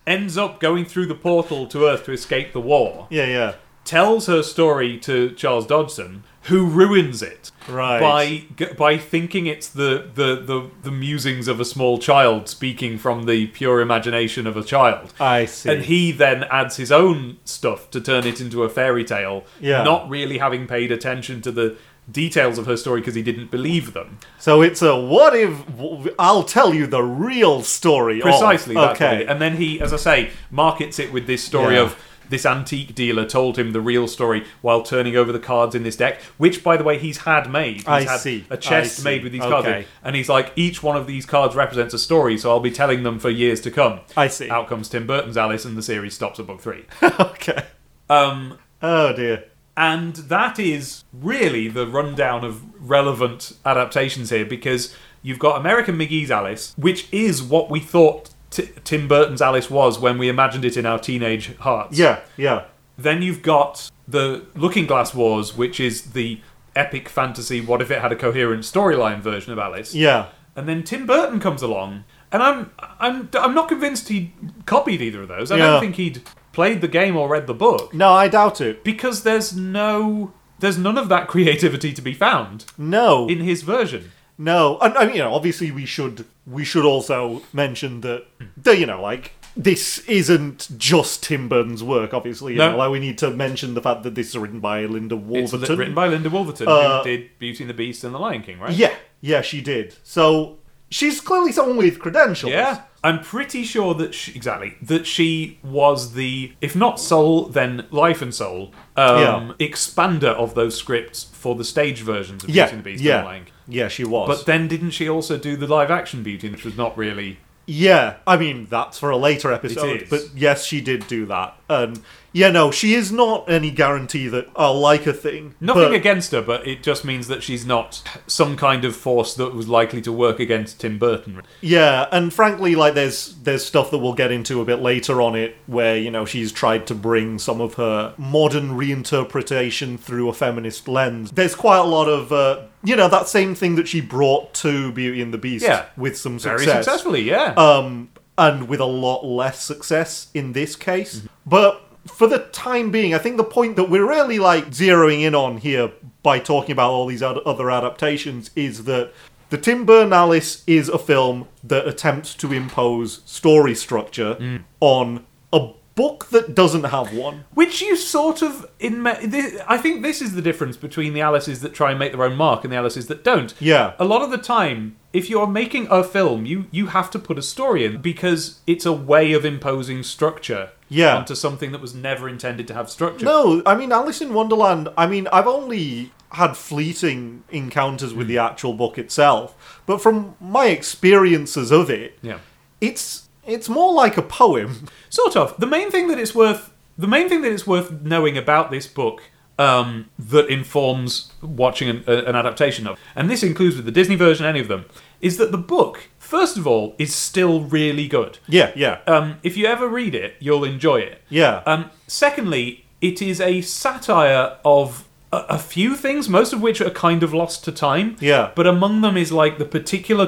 S1: ends up going through the portal to Earth to escape the war,
S2: Yeah, yeah.
S1: tells her story to Charles Dodson, who ruins it
S2: Right.
S1: by g- by thinking it's the, the the the musings of a small child speaking from the pure imagination of a child.
S2: I see.
S1: And he then adds his own stuff to turn it into a fairy tale,
S2: Yeah.
S1: not really having paid attention to the details of her story because he didn't believe them.
S2: so it's a what if w- I'll tell you the real story. of-
S1: Precisely. that's what
S2: Oh, okay.
S1: he- and then he, as I say, markets it with this story
S2: Yeah.
S1: of this antique dealer told him the real story while turning over the cards in this deck, which, by the way, he's had made. He's
S2: I
S1: had
S2: see,
S1: a
S2: I
S1: chest
S2: see,
S1: made with these cards. in.
S2: okay.
S1: And he's like, each one of these cards represents a story, so I'll be telling them for years to come.
S2: I see.
S1: Out comes Tim Burton's Alice, and the series stops at book three.
S2: okay.
S1: Um,
S2: Oh dear.
S1: and that is really the rundown of relevant adaptations here because you've got American McGee's Alice, which is what we thought T- Tim Burton's Alice was when we imagined it in our teenage hearts.
S2: Yeah, yeah.
S1: Then you've got the Looking Glass Wars, which is the epic fantasy, what if it had a coherent storyline version of Alice.
S2: Yeah.
S1: And then Tim Burton comes along, and I'm I'm I'm not convinced he copied either of those. I
S2: Yeah.
S1: don't think he'd played the game or read the book
S2: No, I doubt it.
S1: because there's no there's none of that creativity to be found
S2: No.
S1: in his version.
S2: No, and, and you know, obviously we should we should also mention that, that you know, like this isn't just Tim Burton's work. Obviously, you
S1: No.
S2: know, like we need to mention the fact that this is written by Linda
S1: It's li-
S2: Wolverton.
S1: written by Linda Wolverton,
S2: Uh,
S1: who did Beauty and the Beast and The Lion King, right?
S2: yeah, yeah, she did. So she's clearly someone with credentials.
S1: Yeah. I'm pretty sure that she, exactly that she was the if not soul then life and soul um, expander of those scripts for the stage versions of
S2: yeah,
S1: Beauty and the Beast and
S2: yeah,
S1: The Lion King.
S2: yeah. She was.
S1: But then didn't she also do the live action Beauty, which was not really
S2: Yeah, I mean that's for a later episode,
S1: is.
S2: but yes, she did do that. And yeah, no, she is not any guarantee that I'll like a thing.
S1: Nothing
S2: but-
S1: against her, but it just means that she's not some kind of force that was likely to work against Tim Burton.
S2: Yeah, and frankly, like there's there's stuff that we'll get into a bit later on it where you know she's tried to bring some of her modern reinterpretation through a feminist lens. There's quite a lot of uh, you know that same thing that she brought to Beauty and the Beast
S1: Yeah.
S2: with some
S1: Very
S2: success,
S1: successfully, yeah.
S2: um, and with a lot less success in this case. But for the time being, I think the point that we're really like zeroing in on here by talking about all these ad- other adaptations is that the Tim Burton Alice is a film that attempts to impose story structure on a book that doesn't have one.
S1: Which you sort of in. This, I think this is the difference between the Alices that try and make their own mark and the Alices that don't.
S2: Yeah.
S1: A lot of the time, if you're making a film, you you have to put a story in because it's a way of imposing structure
S2: Yeah.
S1: onto something that was never intended to have structure.
S2: No, I mean Alice in Wonderland. I mean, I've only had fleeting encounters with
S1: Hmm.
S2: the actual book itself, but from my experiences of it,
S1: Yeah.
S2: it's it's more like a poem.
S1: Sort of. The main thing that it's worth the main thing that it's worth knowing about this book um, that informs watching an, a- an adaptation of, and this includes with the Disney version, any of them, is that the book, first of all, is still really good.
S2: Yeah, yeah,
S1: Um, if you ever read it, you'll enjoy it.
S2: yeah,
S1: Um, secondly, it is a satire of a, a few things, most of which are kind of lost to time.
S2: Yeah.
S1: But among them is like the particular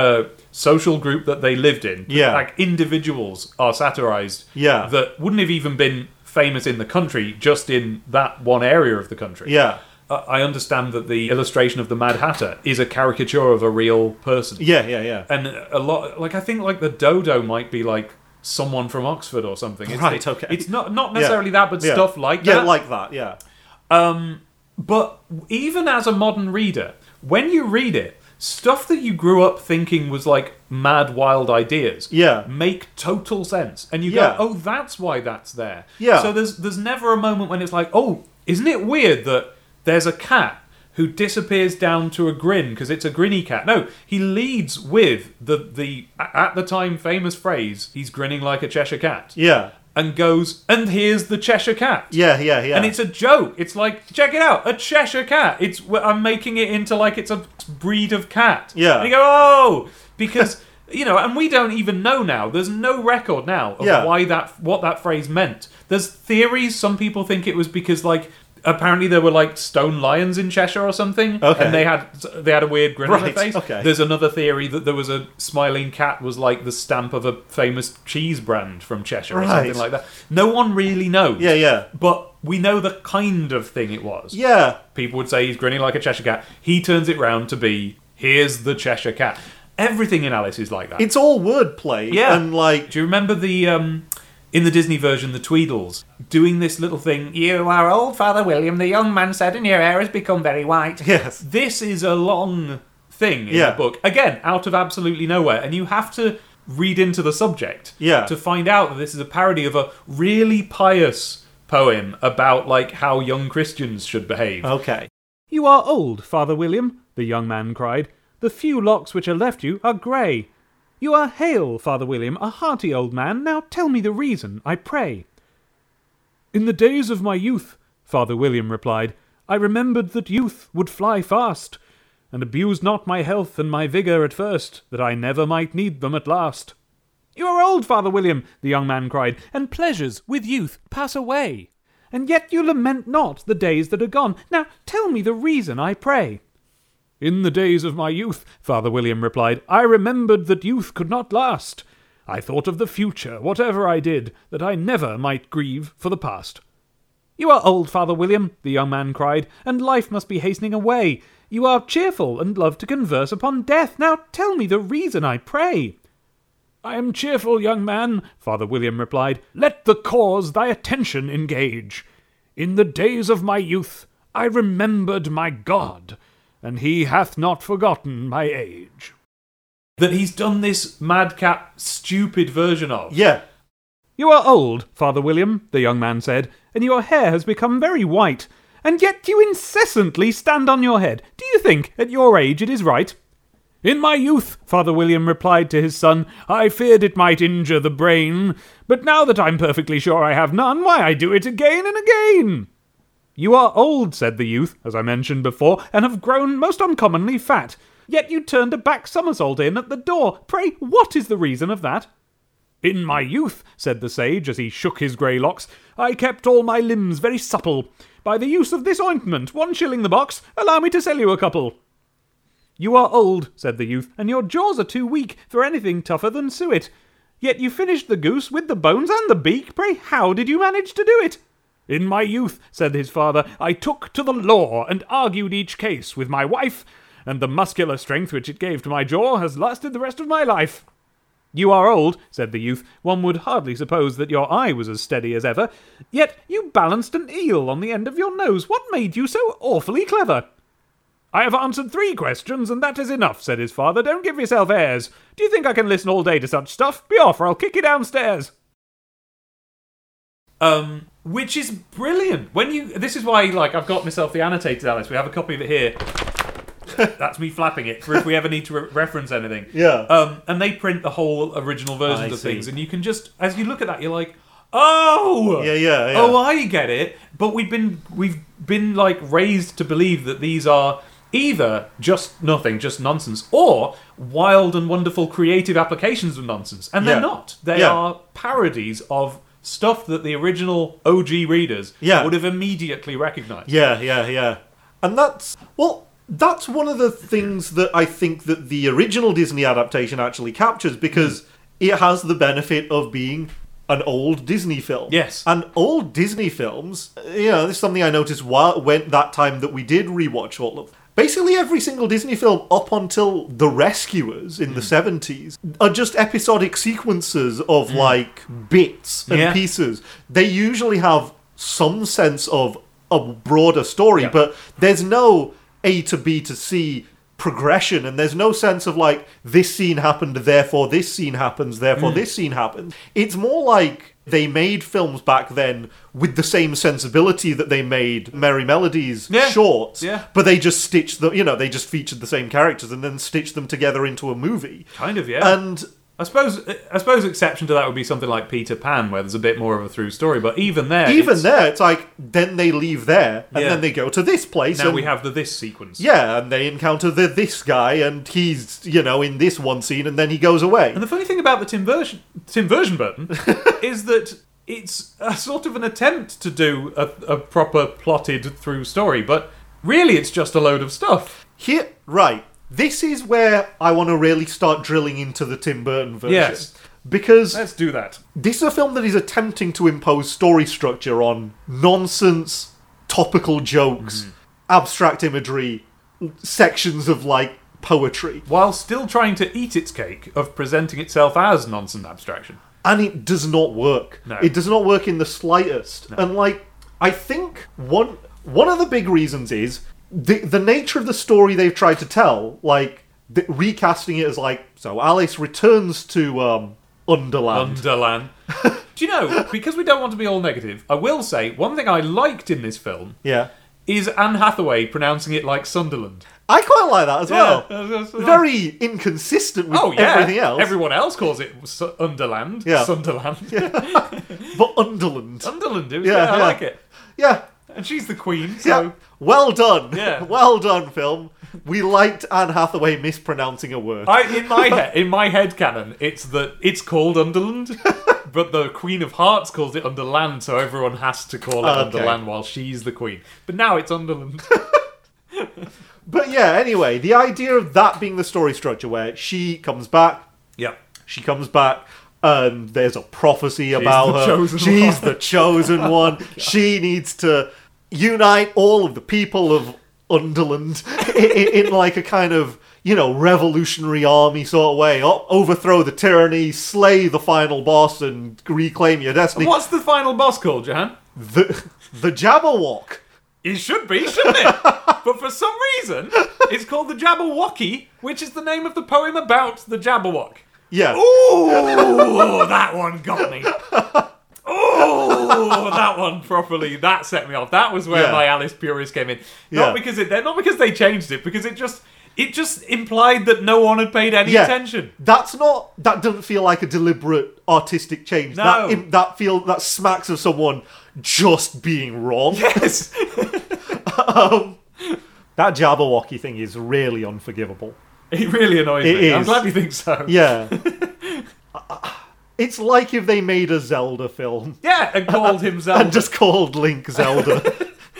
S1: uh, social group that they lived in.
S2: Yeah.
S1: Like individuals are satirized.
S2: Yeah.
S1: That wouldn't have even been famous in the country, just in that one area of the country.
S2: yeah,
S1: I I understand that the illustration of the Mad Hatter is a caricature of a real person
S2: yeah, yeah, yeah.
S1: and a lot like I think like the dodo might be like someone from Oxford or something. It's
S2: Right,
S1: the-
S2: okay.
S1: It's not not
S2: Yeah.
S1: necessarily that, but
S2: Yeah.
S1: stuff like
S2: yeah,
S1: that.
S2: like that. Yeah,
S1: um, but even as a modern reader, when you read it, stuff that you grew up thinking was like mad, wild ideas.
S2: Yeah.
S1: make total sense, and you
S2: Yeah.
S1: go, "Oh, that's why that's there."
S2: Yeah.
S1: So there's there's never a moment when it's like, "Oh, isn't it weird that there's a cat." Who disappears down to a grin because it's a grinny cat? No, he leads with the the a- at the time famous phrase. He's grinning like a Cheshire cat,
S2: yeah,
S1: and goes, and here's the Cheshire cat.
S2: yeah, yeah, yeah.
S1: And it's a joke. It's like, check it out, a Cheshire cat. It's well, I'm making it into like it's a breed of cat.
S2: Yeah.
S1: And you go, oh, because you know, and we don't even know now. There's no record now of
S2: Yeah.
S1: why that what that phrase meant. There's theories. Some people think it was because like apparently there were like stone lions in Cheshire or something,
S2: Okay.
S1: and they had they had a weird grin on their
S2: Right,
S1: face.
S2: okay.
S1: There's another theory that there was a smiling cat was like the stamp of a famous cheese brand from Cheshire or something
S2: Right.
S1: like that. No one really knows.
S2: Yeah, yeah.
S1: But we know the kind of thing it was.
S2: Yeah.
S1: People would say he's grinning like a Cheshire cat. He turns it round to be here's the Cheshire cat. Everything in Alice is like that.
S2: It's all wordplay.
S1: Yeah.
S2: And like
S1: Do you remember the um, in the Disney version, the Tweedles doing this little thing? You are old, Father William. The young man said, and your hair has become very white.
S2: Yes.
S1: This is a long thing in
S2: Yeah.
S1: the book. Again, out of absolutely nowhere, and you have to read into the subject
S2: Yeah.
S1: to find out that this is a parody of a really pious poem about like how young Christians should behave.
S2: Okay.
S1: You are old, Father William, the young man cried. The few locks which are left you are grey. You are hale, Father William, a hearty old man. Now tell me the reason, I pray. In the days of my youth, Father William replied, I remembered that youth would fly fast, and abused not my health and my vigour at first, that I never might need them at last. You are old, Father William, the young man cried, and pleasures with youth pass away. And yet you lament not the days that are gone. Now tell me the reason, I pray. In the days of my youth, Father William replied, I remembered that youth could not last. I thought of the future, whatever I did, that I never might grieve for the past. You are old, Father William, the young man cried, and life must be hastening away. You are cheerful, and love to converse upon death. Now tell me the reason, I pray. I am cheerful, young man, Father William replied. Let the cause thy attention engage. In the days of my youth I remembered my God, and he hath not forgotten my age. That he's done this madcap, stupid version of.
S2: Yeah.
S1: You are old, Father William, the young man said, and your hair has become very white, and yet you incessantly stand on your head. Do you think, at your age, it is right? In my youth, Father William replied to his son, I feared it might injure the brain, but now that I'm perfectly sure I have none, why I do it again and again. You are old, said the youth, as I mentioned before, and have grown most uncommonly fat. Yet you turned a back somersault in at the door. Pray, what is the reason of that? In my youth, said the sage as he shook his grey locks, I kept all my limbs very supple. By the use of this ointment, one shilling the box, allow me to sell you a couple. You are old, said the youth, and your jaws are too weak for anything tougher than suet. Yet you finished the goose with the bones and the beak. Pray, how did you manage to do it? In my youth, said his father, I took to the law and argued each case with my wife, and the muscular strength which it gave to my jaw has lasted the rest of my life. You are old, said the youth. One would hardly suppose that your eye was as steady as ever. Yet you balanced an eel on the end of your nose. What made you so awfully clever? I have answered three questions, and that is enough, said his father. Don't give yourself airs. Do you think I can listen all day to such stuff? Be off, or I'll kick you downstairs. Um, which is brilliant. When you, this is why, like, I've got myself the annotated Alice. We have a copy of it here. That's me flapping it for if we ever need to re- reference anything.
S2: Yeah.
S1: Um, and they print the whole original versions
S2: I
S1: of
S2: see.
S1: things, and you can just, as you look at that, you're like, oh,
S2: Yeah, yeah, yeah.
S1: oh, I get it. But we've been we've been like raised to believe that these are either just nothing, just nonsense, or wild and wonderful creative applications of nonsense, and
S2: Yeah.
S1: they're not. They
S2: Yeah.
S1: are parodies of stuff that the original OG readers
S2: Yeah.
S1: would have immediately recognised.
S2: Yeah, yeah, yeah. And that's well, that's one of the things that I think that the original Disney adaptation actually captures
S1: Hmm.
S2: because it has the benefit of being an old Disney film.
S1: Yes.
S2: And old Disney films, you know, this is something I noticed while when that time that we did rewatch all of. Basically, every single Disney film up until The Rescuers in the
S1: Hmm.
S2: 70s are just episodic sequences of like bits and
S1: Hmm. Yeah.
S2: pieces. They usually have some sense of a broader story,
S1: Yeah.
S2: but there's no A to B to C progression, and there's no sense of like this scene happened, therefore this scene happens,
S1: Mm.
S2: therefore this scene happens. It's more like they made films back then with the same sensibility that they made Merry Melodies
S1: Yeah.
S2: shorts,
S1: Yeah.
S2: but they just stitched them, you know, they just featured the same characters and then stitched them together into a movie.
S1: Kind of, yeah.
S2: And
S1: I suppose I suppose exception to that would be something like Peter Pan, where there's a bit more of a through story. But even there,
S2: even
S1: it's-
S2: there, it's like then they leave there and
S1: Yeah.
S2: then they go to this place.
S1: now
S2: and,
S1: we have the this sequence.
S2: yeah, and they encounter the this guy, and he's you know in this one scene, and then he goes away.
S1: And the funny thing about the Tim version, Tim version Burton, is that it's a sort of an attempt to do a, a proper plotted through story, but really it's just a load of stuff.
S2: Here, right. This is where I want to really start drilling into the Tim Burton version.
S1: Yes.
S2: Because
S1: Let's do that.
S2: this is a film that is attempting to impose story structure on nonsense, topical jokes,
S1: Mm-hmm.
S2: abstract imagery, sections of like poetry.
S1: While still trying to eat its cake of presenting itself as nonsense abstraction.
S2: and it does not work.
S1: No.
S2: It does not work in the slightest. And like, I think one one of the big reasons is the the nature of the story they've tried to tell, like the, recasting it as like so Alice returns to um, Underland.
S1: Underland. do you know, because we don't want to be all negative, I will say one thing I liked in this film
S2: yeah,
S1: is Anne Hathaway pronouncing it like Sunderland.
S2: I quite like that as well.
S1: that's- that's- that's-
S2: Very inconsistent with
S1: Oh yeah.
S2: everything else,
S1: Everyone else calls it Su- Underland.
S2: Yeah.
S1: Sunderland.
S2: but Underland.
S1: Sunderland. It was,
S2: Yeah,
S1: yeah, I
S2: yeah.
S1: like it.
S2: Yeah,
S1: And she's the queen, so
S2: yeah. Well done.
S1: Yeah.
S2: well done, film. We liked Anne Hathaway mispronouncing a word.
S1: I, in my head, in my head canon, it's that it's called Underland, but the Queen of Hearts calls it Underland, so everyone has to call it
S2: Oh, Okay.
S1: Underland while she's the queen. But now it's Underland.
S2: But yeah, anyway, the idea of that being the story structure where she comes back,
S1: yeah.
S2: she comes back, and there's a prophecy about
S1: the
S2: her.
S1: chosen
S2: She's
S1: one.
S2: the chosen one. She needs to unite all of the people of Underland in, in like a kind of, you know, revolutionary army sort of way. O- Overthrow the tyranny, slay the final boss, and reclaim your destiny.
S1: What's the final boss called, Johan?
S2: The, the Jabberwock.
S1: It should be, shouldn't it? but for some reason, it's called the Jabberwocky, which is the name of the poem about the Jabberwock.
S2: Yeah.
S1: Ooh, that one got me. Ooh, that one properly. That set me off. That was where
S2: Yeah.
S1: my Alice Purist came in. Not
S2: Yeah.
S1: because it, not because they changed it, because it just, it just implied that no one had paid any
S2: Yeah.
S1: attention.
S2: That's not. That doesn't feel like a deliberate artistic change.
S1: No.
S2: That im- that feel that smacks of someone just being wrong.
S1: Yes.
S2: That Jabberwocky thing is really unforgivable.
S1: it really annoys
S2: It
S1: me. I'm
S2: is.
S1: glad you think so.
S2: Yeah. it's like if they made a Zelda film
S1: Yeah, and called himself.
S2: and just called Link Zelda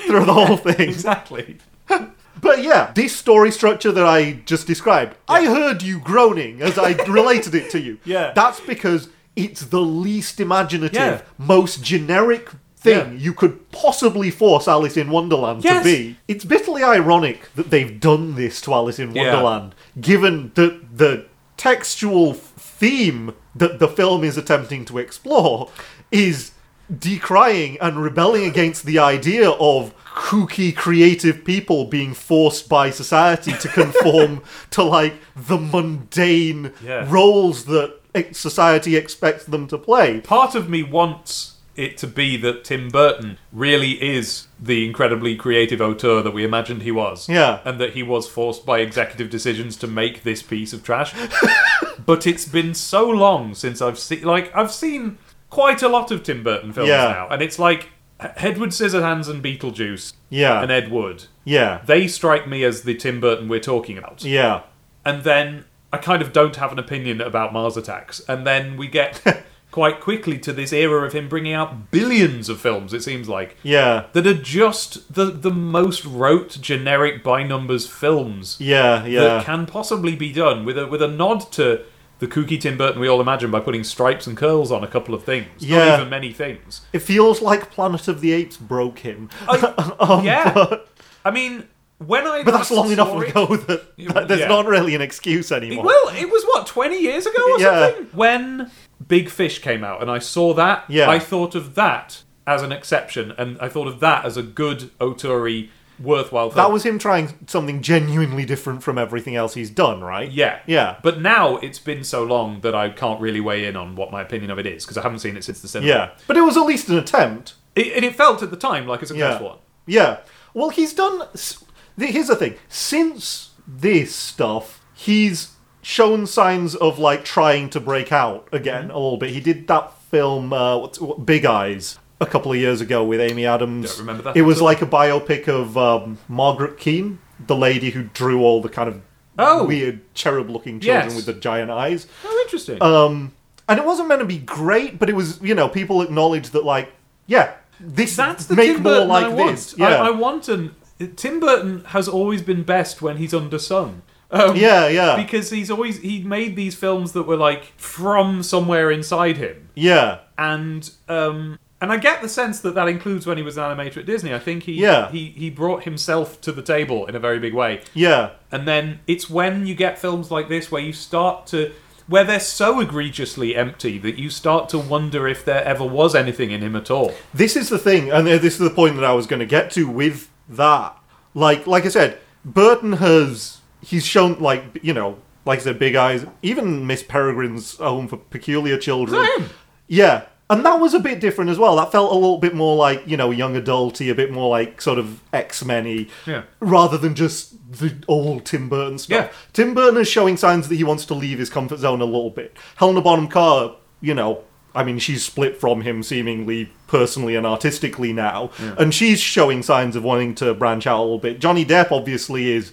S2: through the whole thing.
S1: exactly.
S2: But yeah, this story structure that I just described, I heard you groaning as I related it to you.
S1: Yeah.
S2: That's because it's the least imaginative,
S1: Yeah.
S2: most generic thing
S1: Yeah.
S2: you could possibly force Alice in Wonderland
S1: Yes.
S2: to be. It's bitterly ironic that they've done this to Alice in
S1: Yeah.
S2: Wonderland, given that the textual theme that the film is attempting to explore is decrying and rebelling against the idea of kooky creative people being forced by society to conform to like the mundane
S1: Yeah.
S2: roles that ex- society expects them to play.
S1: part of me wants it to be that Tim Burton really is the incredibly creative auteur that we imagined he was.
S2: Yeah.
S1: And that he was forced by executive decisions to make this piece of trash. but it's been so long since I've seen like I've seen quite a lot of Tim Burton films
S2: Yeah.
S1: now and it's like H- Edward Scissorhands and Beetlejuice
S2: Yeah.
S1: and Ed Wood.
S2: Yeah.
S1: They strike me as the Tim Burton we're talking about
S2: Yeah.
S1: and then I kind of don't have an opinion about Mars Attacks. And then we get quite quickly to this era of him bringing out billions of films, it seems like,
S2: Yeah.
S1: that are just the, the most rote, generic, by numbers films
S2: Yeah.
S1: that
S2: Yeah.
S1: can possibly be done with a, with a nod to the kooky Tim Burton we all imagine by putting stripes and curls on a couple of things.
S2: Yeah.
S1: Not even many things.
S2: It feels like Planet of the Apes broke him.
S1: I- yeah. I mean, when I.
S2: Oh, But that's long enough
S1: ago.
S2: ago that, that there's
S1: Yeah.
S2: not really an excuse anymore.
S1: Well, it was what twenty years ago or
S2: Yeah.
S1: something when Big Fish came out, and I saw that.
S2: Yeah.
S1: I thought of that as an exception, and I thought of that as a good Otori, worthwhile film.
S2: That was him trying something genuinely different from everything else he's done, right?
S1: yeah,
S2: Yeah.
S1: But now it's been so long that I can't really weigh in on what my opinion of it is because I haven't seen it since the cinema.
S2: Yeah. But it was at least an attempt.
S1: it, and it felt at the time like a
S2: Yeah.
S1: successful one.
S2: Yeah. Well, he's done. s- th- Here's the thing. Since this stuff, he's shown signs of like trying to break out again
S1: Mm-hmm.
S2: a little bit. He did that film, uh, what's, what, Big Eyes, a couple of years ago with Amy Adams.
S1: Don't remember that
S2: It was
S1: at all.
S2: like a biopic of um, Margaret Keane, the lady who drew all the kind of
S1: Oh.
S2: weird cherub-looking children
S1: Yes.
S2: with the giant eyes.
S1: Oh, interesting.
S2: Um, and it wasn't meant to be great, but it was you know people acknowledged that like yeah this
S1: That's the
S2: make
S1: Tim
S2: more
S1: Burton
S2: like
S1: I want.
S2: this
S1: I,
S2: yeah
S1: I want an. Tim Burton has always been best when he's undersung. Um,
S2: yeah yeah
S1: Because he's always he made these films that were like from somewhere inside him,
S2: yeah
S1: and um, and I get the sense that that includes when he was an animator at Disney. I think he
S2: Yeah.
S1: he he brought himself to the table in a very big way.
S2: yeah
S1: And then it's when you get films like this where you start to where they're so egregiously empty that you start to wonder if there ever was anything in him at all.
S2: this is the thing, and uh, this is the point that I was going to get to with that. Like, like I said, Burton has he's shown like you know, like I said, Big Eyes, even Miss Peregrine's Home for Peculiar Children.
S1: Is that him?
S2: Yeah, and that was a bit different as well. That felt a little bit more like you know, young adulty, a bit more like sort of X Men-y,
S1: Yeah.
S2: rather than just the old Tim Burton stuff.
S1: Yeah.
S2: Tim Burton is showing signs that he wants to leave his comfort zone a little bit. Helena Bonham Carter, you know, I mean, she's split from him seemingly personally and artistically now, and she's showing signs of wanting to branch out a little bit. Johnny Depp obviously is,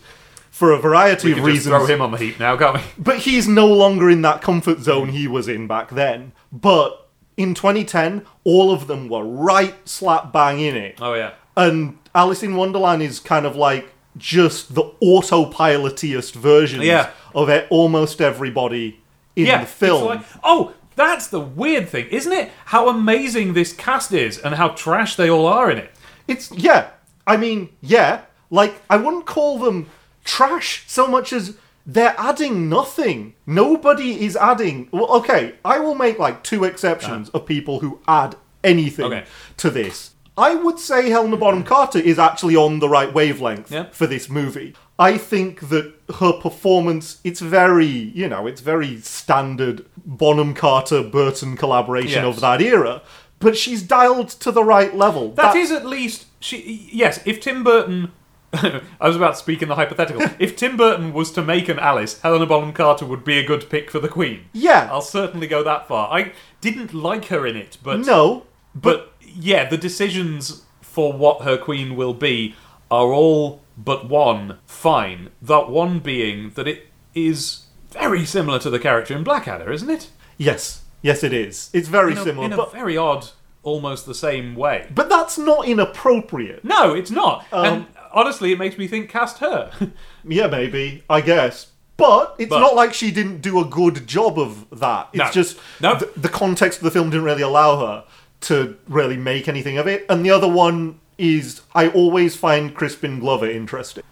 S2: for a variety
S1: You
S2: of
S1: can just
S2: reasons,
S1: throw him on the heap now, can't we?
S2: but he's no longer in that comfort zone he was in back then. But in 2010, all of them were right slap bang in it.
S1: Oh yeah.
S2: And Alice in Wonderland is kind of like just the autopilotiest versions
S1: Yeah.
S2: of it, almost everybody in
S1: yeah,
S2: the film.
S1: it's like- oh, that's the weird thing, isn't it? How amazing this cast is and how trash they all are in it.
S2: It's yeah. I mean, yeah. Like I wouldn't call them trash so much as they're adding nothing. Nobody is adding. Well, okay, I will make like two exceptions of people who add anything
S1: Uh-huh. Okay.
S2: to this. I would say Helena Bonham Carter is actually on the right wavelength
S1: Yeah.
S2: for this movie. I think that her performance it's very, you know, it's very standard Bonham Carter Burton collaboration
S1: Yes.
S2: of that era, but she's dialed to the right level.
S1: that is at least she. Yes, if Tim Burton. I was about to speak in the hypothetical. if Tim Burton was to make an Alice, Helena Bonham Carter would be a good pick for the Queen.
S2: Yeah.
S1: I'll certainly go that far. I didn't like her in it, but
S2: No,
S1: but yeah, the decisions for what her queen will be are all but one fine. That one being that it is very similar to the character in Blackadder, isn't it?
S2: yes, yes, it is. It's very
S1: In a,
S2: similar,
S1: in a
S2: but
S1: very odd, almost the same way.
S2: but that's not inappropriate.
S1: No, it's not.
S2: Um,
S1: and honestly, it makes me think cast her.
S2: Yeah, maybe I guess, but it's
S1: But-
S2: not like she didn't do a good job of that. It's
S1: No.
S2: just
S1: No.
S2: th- the context of the film didn't really allow her to really make anything of it. And the other one is I always find Crispin Glover interesting.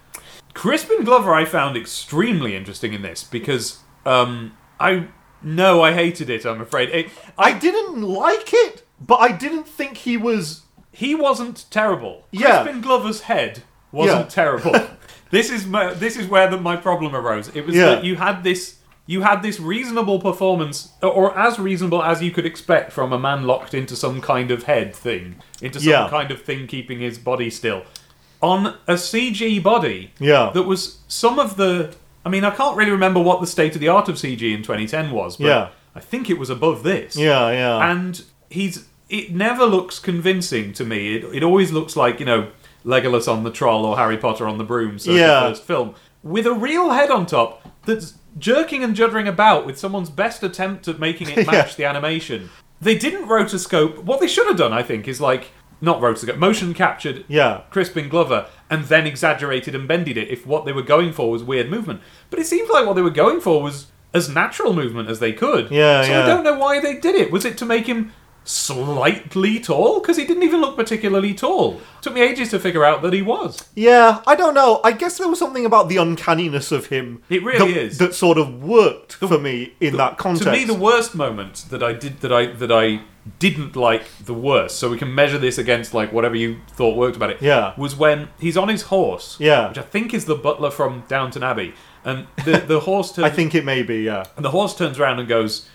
S1: Crispin Glover, I found extremely interesting in this because um, I no, I hated it. I'm afraid it, I
S2: I didn't like it, but I didn't think he was.
S1: he wasn't terrible.
S2: Yeah.
S1: Crispin Glover's head wasn't
S2: Yeah.
S1: terrible. this is my, this is where the, my problem arose. It was
S2: Yeah.
S1: that you had this you had this reasonable performance, or as reasonable as you could expect from a man locked into some kind of head thing, into some
S2: Yeah.
S1: kind of thing keeping his body still, on a CG body
S2: Yeah.
S1: that was some of the. I mean, I can't really remember what the state of the art of CG in 2010 was, but
S2: Yeah.
S1: I think it was above this
S2: Yeah, yeah,
S1: and he's it never looks convincing to me. It, it always looks like you know Legolas on the troll or Harry Potter on the broom. So
S2: Yeah.
S1: the first film with a real head on top that's jerking and juddering about with someone's best attempt at making it match the animation. They didn't rotoscope. What they should have done, I think, is like not rotoscope, motion captured
S2: yeah.
S1: Crispin Glover and then exaggerated and bended it if what they were going for was weird movement. But it seems like what they were going for was as natural movement as they could.
S2: Yeah,
S1: so
S2: yeah.
S1: I don't know why they did it. Was it to make him slightly tall? Because he didn't even look particularly tall. Took me ages to figure out that he was.
S2: Yeah, I don't know. I guess there was something about the uncanniness of him.
S1: It really
S2: that,
S1: is.
S2: that sort of worked for me in that context.
S1: To me, the worst moment that I did that I that I didn't like the worst. So we can measure this against like whatever you thought worked about it.
S2: Yeah.
S1: was when he's on his horse.
S2: Yeah.
S1: which I think is the butler from Downton Abbey, and the the horse turns.
S2: I think it may be. Yeah,
S1: And the horse turns around and goes,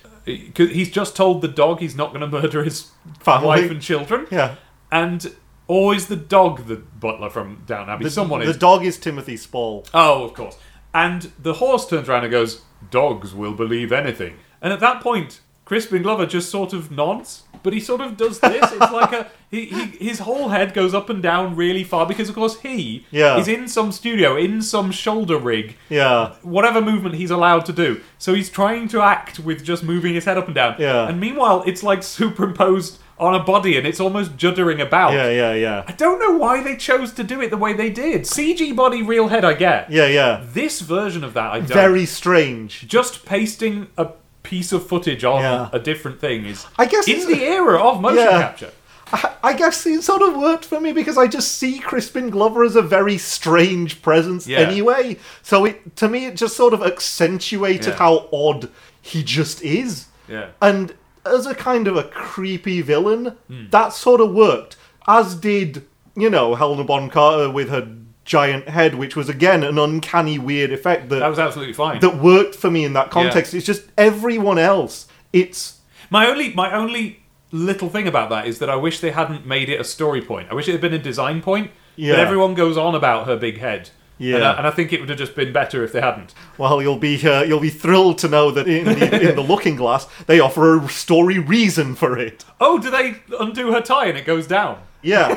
S1: 'cause he's just told the dog he's not going to murder his
S2: Family.
S1: wife and children.
S2: yeah.
S1: And always the dog, the butler from Down Abbey. Someone
S2: the
S1: is.
S2: dog is Timothy Spall.
S1: oh, of course. And the horse turns around and goes, dogs will believe anything. And at that point, Crispin Glover just sort of nods, but he sort of does this. It's like a he, he, his whole head goes up and down really far because, of course, he
S2: Yeah.
S1: is in some studio in some shoulder rig,
S2: Yeah.
S1: whatever movement he's allowed to do. So he's trying to act with just moving his head up and down.
S2: Yeah.
S1: And meanwhile, it's like superimposed on a body, and it's almost juddering about.
S2: Yeah, yeah, yeah.
S1: I don't know why they chose to do it the way they did. CG body, real head, I get.
S2: Yeah, yeah.
S1: This version of that, I don't.
S2: Very strange.
S1: Just pasting a piece of footage on
S2: Yeah.
S1: a different thing is.
S2: I guess
S1: in
S2: it's-
S1: the era of motion
S2: Yeah.
S1: capture.
S2: I, I guess it sort of worked for me because I just see Crispin Glover as a very strange presence
S1: Yeah.
S2: anyway. So it to me it just sort of accentuated
S1: Yeah.
S2: how odd he just is.
S1: Yeah.
S2: And as a kind of a creepy villain,
S1: Hmm.
S2: that sort of worked. As did, you know, Helena Bonham Carter with her giant head, which was again an uncanny weird effect that
S1: That was absolutely fine.
S2: that worked for me in that context. It's just everyone else. It's
S1: My only my only little thing about that is that I wish they hadn't made it a story point. I wish it had been a design point.
S2: Yeah.
S1: But everyone goes on about her big head. And
S2: Yeah.
S1: I, and I think it would have just been better if they hadn't.
S2: Well, you'll be uh, you'll be thrilled to know that in the, in the Looking Glass they offer a story reason for it.
S1: Oh, do they undo her tie and it goes down?
S2: Yeah,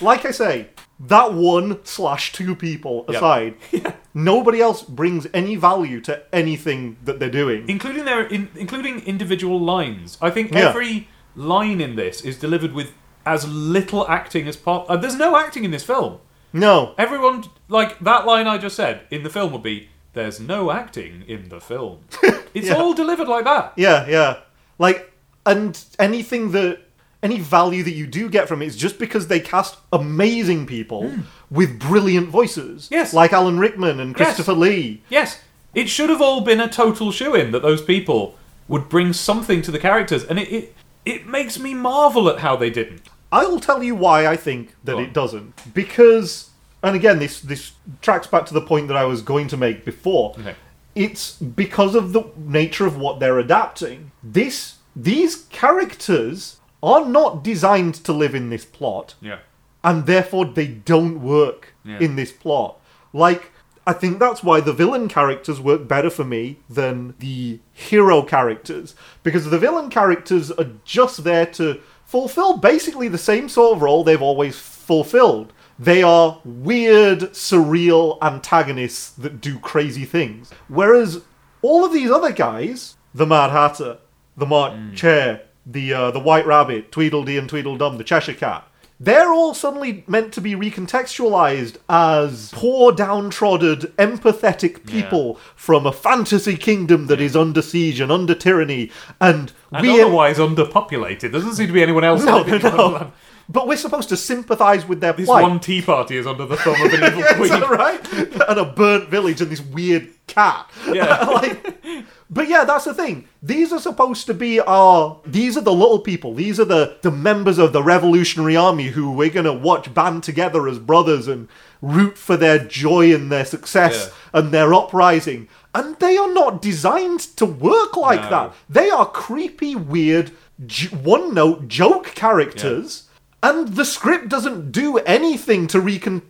S2: like I say, that one slash two people aside, nobody else brings any value to anything that they're doing.
S1: including their in, including individual lines. I think
S2: Yeah.
S1: every line in this is delivered with as little acting as possible. Uh, there's no acting in this film.
S2: No,
S1: Everyone like that line I just said in the film would be there's no acting in the film. It's
S2: Yeah.
S1: all delivered like that.
S2: yeah, yeah, like and anything that any value that you do get from it is just because they cast amazing people with brilliant voices.
S1: Hmm. Yes.
S2: like Alan Rickman and
S1: Yes.
S2: Christopher Lee.
S1: Yes, it should have all been a total shoe-in that those people would bring something to the characters, and it it, it makes me marvel at how they didn't.
S2: I'll tell you why I think that
S1: Go on.
S2: it doesn't. Because, and again, this this tracks back to the point that I was going to make before.
S1: Okay.
S2: It's because of the nature of what they're adapting. This these characters are not designed to live in this plot
S1: Yeah.
S2: and therefore they don't work
S1: Yeah.
S2: in this plot. Like, I think that's why the villain characters work better for me than the hero characters, because the villain characters are just there to fulfill basically the same sort of role they've always fulfilled. They are weird, surreal antagonists that do crazy things. Whereas all of these other guys, the Mad Hatter, the Mark Chair, the uh, the White Rabbit, Tweedledee and Tweedledum, the Cheshire Cat, they're all suddenly meant to be recontextualized as poor, downtrodden, empathetic people from a fantasy kingdom that is under siege and under tyranny, and,
S1: And
S2: we.
S1: otherwise underpopulated. There doesn't seem to be anyone else.
S2: no,
S1: living on that.
S2: no. But we're supposed to sympathize with their
S1: This
S2: plight.
S1: one tea party is under the thumb of an evil
S2: Is
S1: queen.
S2: that right? and a burnt village and this weird cat.
S1: Yeah.
S2: like, but yeah, that's the thing. These are supposed to be our. These are the little people. These are the the members of the Revolutionary Army who we're gonna watch band together as brothers and root for their joy and their success and their uprising. And they are not designed to work like
S1: No.
S2: that. They are creepy, weird, j- one-note joke characters. And the script doesn't do anything to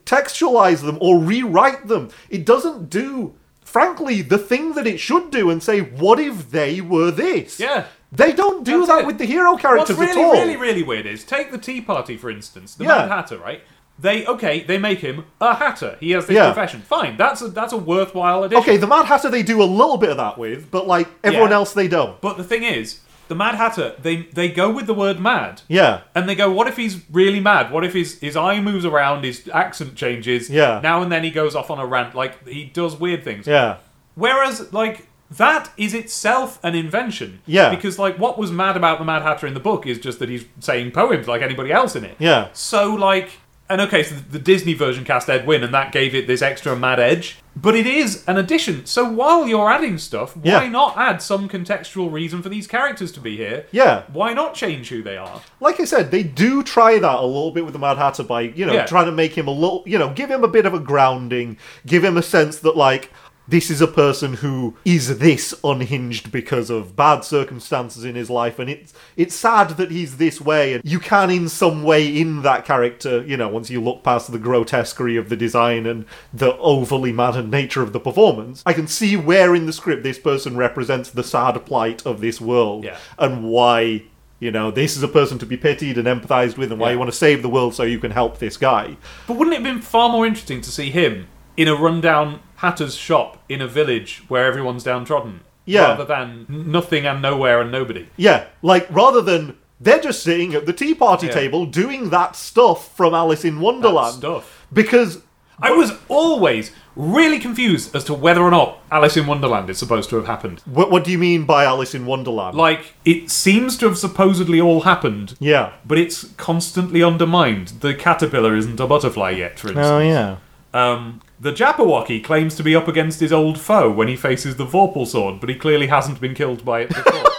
S2: recontextualize them or rewrite them. It doesn't do, frankly, the thing that it should do and say, what if they were this?
S1: Yeah.
S2: They don't do
S1: That's
S2: that
S1: it.
S2: with the hero
S1: What's
S2: characters
S1: really,
S2: at all.
S1: really, really weird is take the Tea Party for instance, the
S2: Yeah.
S1: Mad Hatter, right? They okay, they make him a hatter. He has this
S2: Yeah.
S1: profession. Fine, that's a that's a worthwhile addition.
S2: okay, the Mad Hatter they do a little bit of that with, but like everyone
S1: Yeah.
S2: else they don't.
S1: but the thing is, the Mad Hatter, they they go with the word mad.
S2: Yeah.
S1: And they go, what if he's really mad? What if his his eye moves around, his accent changes?
S2: Yeah.
S1: Now and then he goes off on a rant, like he does weird things.
S2: Yeah.
S1: Whereas, like, that is itself an invention.
S2: Yeah.
S1: Because, like, what was mad about the Mad Hatter in the book is just that he's saying poems like anybody else in it.
S2: Yeah.
S1: So, like, and okay, so the Disney version cast Ed Wynn, and that gave it this extra mad edge. But it is an addition. So while you're adding stuff, why
S2: Yeah.
S1: not add some contextual reason for these characters to be here?
S2: Yeah.
S1: Why not change who they are?
S2: like I said, they do try that a little bit with the Mad Hatter by, you know,
S1: Yeah.
S2: trying to make him a little, you know, give him a bit of a grounding, give him a sense that, like, this is a person who is this unhinged because of bad circumstances in his life and it's it's sad that he's this way and you can in some way in that character you know once you look past the grotesquerie of the design and the overly maddened nature of the performance i can see where in the script this person represents the sad plight of this world
S1: Yeah.
S2: and why you know this is a person to be pitied and empathized with and why
S1: Yeah.
S2: you want to save the world so you can help this guy
S1: But wouldn't it have been far more interesting to see him in a rundown hatter's shop in a village where everyone's downtrodden?
S2: Yeah.
S1: Rather than nothing and nowhere and nobody.
S2: Yeah, like rather than they're just sitting at the tea party
S1: Yeah.
S2: table doing that stuff from Alice in Wonderland.
S1: stuff.
S2: Because
S1: I was always really confused as to whether or not Alice in Wonderland is supposed to have happened.
S2: what, what do you mean by Alice in Wonderland?
S1: Like, it seems to have supposedly all happened,
S2: yeah.
S1: but it's constantly undermined. The caterpillar isn't a butterfly yet, for instance.
S2: yeah.
S1: Um, the Jabberwocky claims to be up against his old foe when he faces the Vorpal Sword, but he clearly hasn't been killed by it before.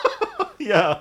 S2: Yeah.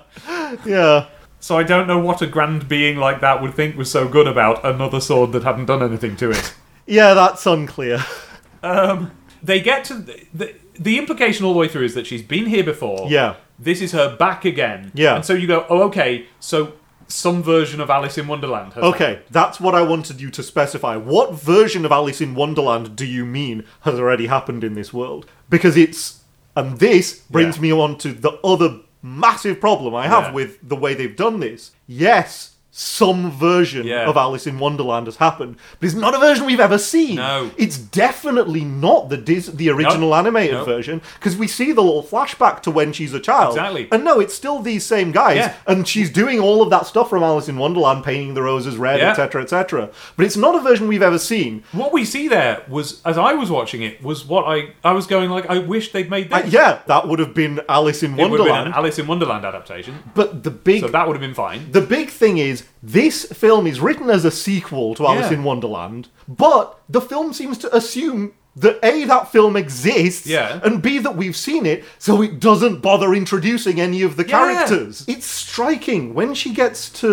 S2: Yeah.
S1: so I don't know what a grand being like that would think was so good about another sword that hadn't done anything to it.
S2: Yeah, that's unclear.
S1: Um, they get to the, the the implication all the way through is that she's been here before.
S2: Yeah.
S1: This is her back again.
S2: Yeah.
S1: And so you go, oh, okay, so some version of Alice in Wonderland. Has
S2: Okay, that's what I wanted you to specify. What version of Alice in Wonderland do you mean has already happened in this world? Because it's. And this brings
S1: Yeah.
S2: me on to the other massive problem I have
S1: Yeah.
S2: with the way they've done this. Yes, some version
S1: Yeah.
S2: of Alice in Wonderland has happened, but it's not a version we've ever seen.
S1: No.
S2: It's definitely not the Dis- the original animated
S1: Nope.
S2: version, because we see the little flashback to when she's a child.
S1: Exactly.
S2: And no, it's still these same guys,
S1: Yeah.
S2: and she's doing all of that stuff from Alice in Wonderland, painting the roses red
S1: Yeah.
S2: etc., etc. But it's not a version we've ever seen.
S1: What we see there was, as I was watching it, was what I I was going like, I wish they'd made
S2: Uh,
S1: this.
S2: yeah, that would have been Alice in
S1: It would have been an
S2: Wonderland.
S1: Alice in Wonderland adaptation,
S2: But the big,
S1: so that would have been fine.
S2: the big thing is this film is written as a sequel to Alice
S1: Yeah.
S2: in Wonderland, but the film seems to assume that a that film exists,
S1: Yeah.
S2: and b that we've seen it, so it doesn't bother introducing any of the
S1: Yeah.
S2: characters. It's striking when she gets to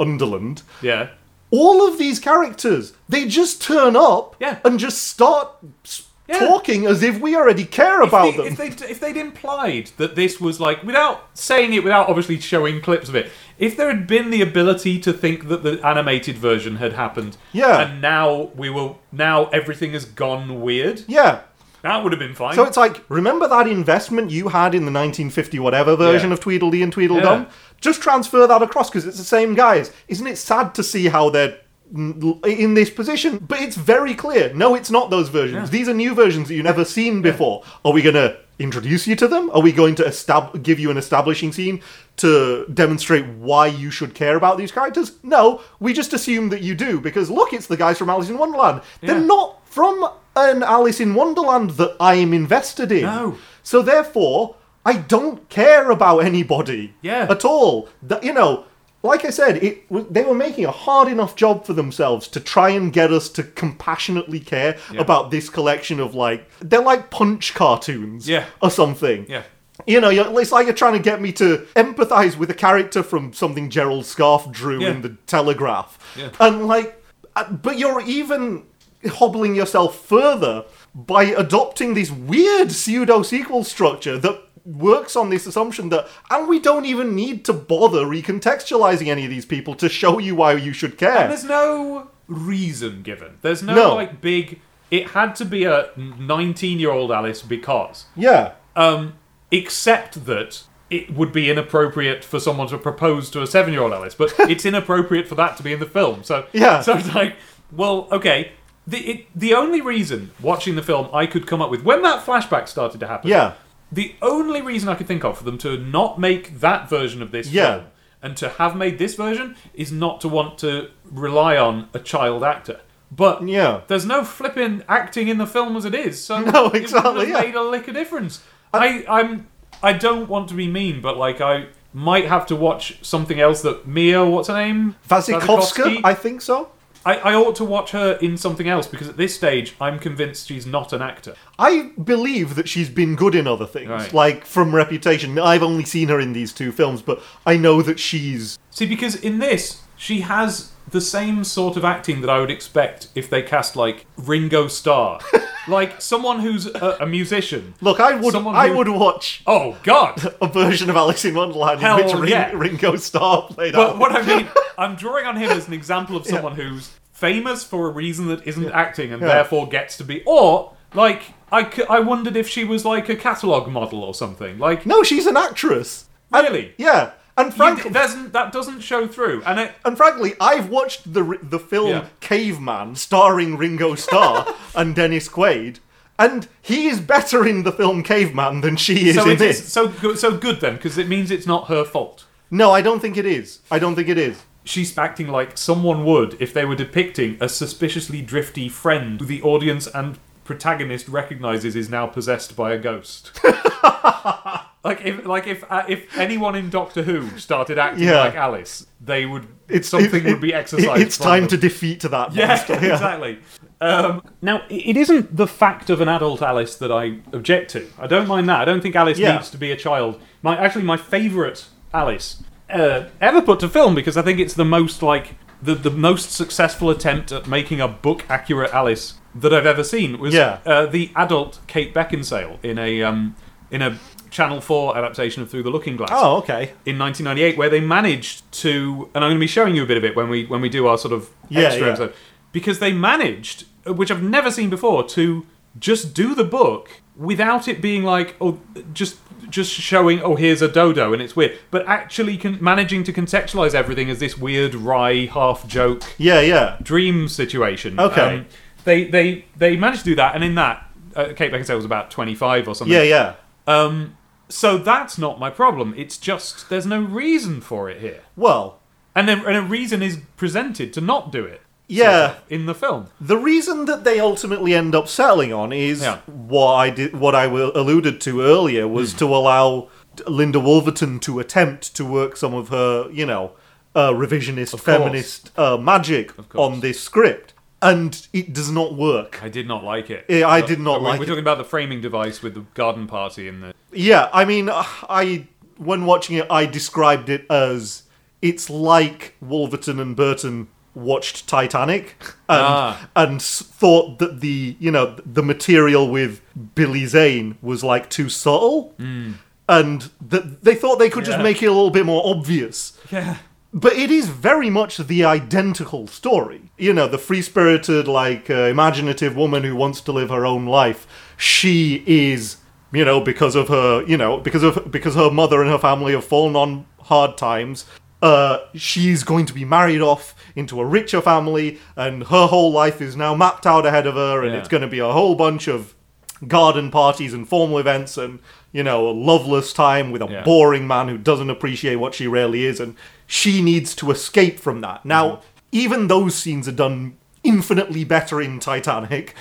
S2: Underland.
S1: Yeah.
S2: all of these characters they just turn up
S1: Yeah.
S2: and just start s
S1: Yeah.
S2: talking as if we already care about
S1: if they, If,
S2: them
S1: they, if they'd implied that this was like, without saying it, without obviously showing clips of it, if there had been the ability to think that the animated version had happened,
S2: Yeah.
S1: and now we were, now everything has gone weird,
S2: yeah
S1: that would have been fine.
S2: so it's like remember that investment you had in the 1950 whatever version
S1: Yeah.
S2: of tweedledee and tweedledum
S1: Yeah.
S2: just transfer that across because it's the same guys isn't it sad to see how they're mm, in this position but it's very clear no it's not those versions these are new versions that you've never seen before are we gonna introduce you to them are we going to estab- give you an establishing scene to demonstrate why you should care about these characters no we just assume that you do because look it's the guys from alice in wonderland they're
S1: Yeah.
S2: not from an alice in wonderland that i am invested in
S1: No.
S2: so therefore, I don't care about anybody.
S1: Yeah.
S2: At all. That you know, like I said, it w- they were making a hard enough job for themselves to try and get us to compassionately care about this collection of like they're like punch cartoons.
S1: Yeah.
S2: Or something.
S1: yeah.
S2: You know, you're, it's like you're trying to get me to empathize with a character from something Gerald Scarfe drew
S1: Yeah.
S2: in The Telegraph.
S1: Yeah.
S2: And, like, uh, but you're even hobbling yourself further by adopting this weird pseudo sequel structure that works on this assumption that, and we don't even need to bother recontextualizing any of these people to show you why you should care.
S1: And there's no reason given. There's no,
S2: No.
S1: like big. It had to be a 19 year old Alice because.
S2: yeah.
S1: Um, except that it would be inappropriate for someone to propose to a seven year old Alice, but it's inappropriate for that to be in the film. So
S2: Yeah.
S1: so it's like, well, okay. The it, the only reason watching the film I could come up with when that flashback started to happen,
S2: Yeah.
S1: the only reason I could think of for them to not make that version of this
S2: Yeah.
S1: film and to have made this version is not to want to rely on a child actor. But
S2: Yeah.
S1: there's no flipping acting in the film as it is, so
S2: No,
S1: it wouldn't
S2: Oh, exactly,
S1: have
S2: yeah.
S1: made a lick of difference. I, I'm I don't want to be mean, but like I might have to watch something else that Mia, what's her name,
S2: Vasikovska,
S1: Vasikovsky?
S2: I think so.
S1: I, I ought to watch her in something else because at this stage I'm convinced she's not an actor.
S2: I believe that she's been good in other things,
S1: Right.
S2: like from Reputation. I've only seen her in these two films, but I know that she's
S1: See, because in this She has the same sort of acting that I would expect if they cast like Ringo Starr, like someone who's a, a musician.
S2: Look, I would
S1: Someone
S2: I
S1: who-
S2: would watch
S1: Oh God!
S2: a version of Alice in Wonderland
S1: Hell
S2: in which Ring-
S1: yeah.
S2: Ringo Starr played
S1: But
S2: Alice.
S1: what I mean, I'm drawing on him as an example of someone who's famous for a reason that isn't acting and
S2: Yeah.
S1: therefore gets to be, or like I, c- I wondered if she was like a catalog model or something. Like
S2: No, she's an actress.
S1: really,
S2: Yeah, and
S1: You-
S2: frankly,
S1: there's- that doesn't show through, and it,
S2: and frankly, I've watched the the film
S1: Yeah.
S2: Caveman starring Ringo Starr and Dennis Quaid, and he is better in the film Caveman than she is
S1: so
S2: in
S1: it
S2: this.
S1: is so good, so good then because it means it's not her fault.
S2: No, I don't think it is. I don't think it is.
S1: she's acting like someone would if they were depicting a suspiciously drifty friend who the audience and protagonist recognizes is now possessed by a ghost. like if like if uh, if anyone in Doctor Who started acting
S2: Yeah.
S1: like Alice, they would something
S2: it- it-
S1: would be exercised.
S2: it- it's
S1: from
S2: time
S1: them.
S2: to defeat that
S1: Yeah,
S2: monster. Yeah.
S1: exactly. Um, now, i- it isn't the fact of an adult Alice that I object to. I don't mind that. I don't think Alice
S2: Yeah.
S1: needs to be a child. My actually, my favourite Alice uh, ever put to film because I think it's the most like the the most successful attempt at making a book accurate Alice that I've ever seen was
S2: Yeah.
S1: uh, the adult Kate Beckinsale in a um, in a Channel Four adaptation of Through the Looking Glass
S2: Oh, okay.
S1: in 1998 where they managed to and I'm going to be showing you a bit of it when we when we do our sort of
S2: Yeah,
S1: extra
S2: yeah.
S1: episode because they managed which I've never seen before to just do the book without it being like oh just just showing oh here's a dodo and it's weird but actually con- managing to contextualize everything as this weird wry half joke
S2: Yeah, yeah.
S1: dream situation. Um,
S2: Okay.
S1: they they they managed to do that and in that uh, Kate Beckinsale was about 25 or something.
S2: Yeah, yeah.
S1: Um, so that's not my problem. It's just there's no reason for it here,
S2: Well,
S1: and then and a reason is presented to not do it.
S2: Yeah.
S1: sort of, in the film.
S2: the reason that they ultimately end up settling on is
S1: Yeah.
S2: what I did, what I will- alluded to earlier was to allow Linda Wolverton to attempt to work some of her, you know, uh, revisionist
S1: course.
S2: feminist uh, magic
S1: course.
S2: on this script, and it does not work.
S1: I did not like it.
S2: Yeah, I did not
S1: we're,
S2: like
S1: We're
S2: it.
S1: talking about the framing device with the garden party and the.
S2: Yeah, I mean, uh, I when watching it, I described it as it's like Wolverton and Burton watched Titanic and
S1: Ah.
S2: and s- thought that the you know the material with Billy Zane was like too subtle, and that they thought they could just
S1: Hmm. Yeah.
S2: make it a little bit more obvious.
S1: Yeah.
S2: But it is very much the identical story. You know, the free spirited, like, uh, imaginative woman who wants to live her own life. She is, you know, because of her, you know, because of because her mother and her family have fallen on hard times. Uh, she's going to be married off into a richer family, and her whole life is now mapped out ahead of her, and
S1: Yeah.
S2: it's going to be a whole bunch of garden parties and formal events, and you know, a loveless time with a
S1: Yeah.
S2: boy boring man who doesn't appreciate what she really is, and she needs to escape from that. Now,
S1: Mm-hmm.
S2: even those scenes are done infinitely better in Titanic.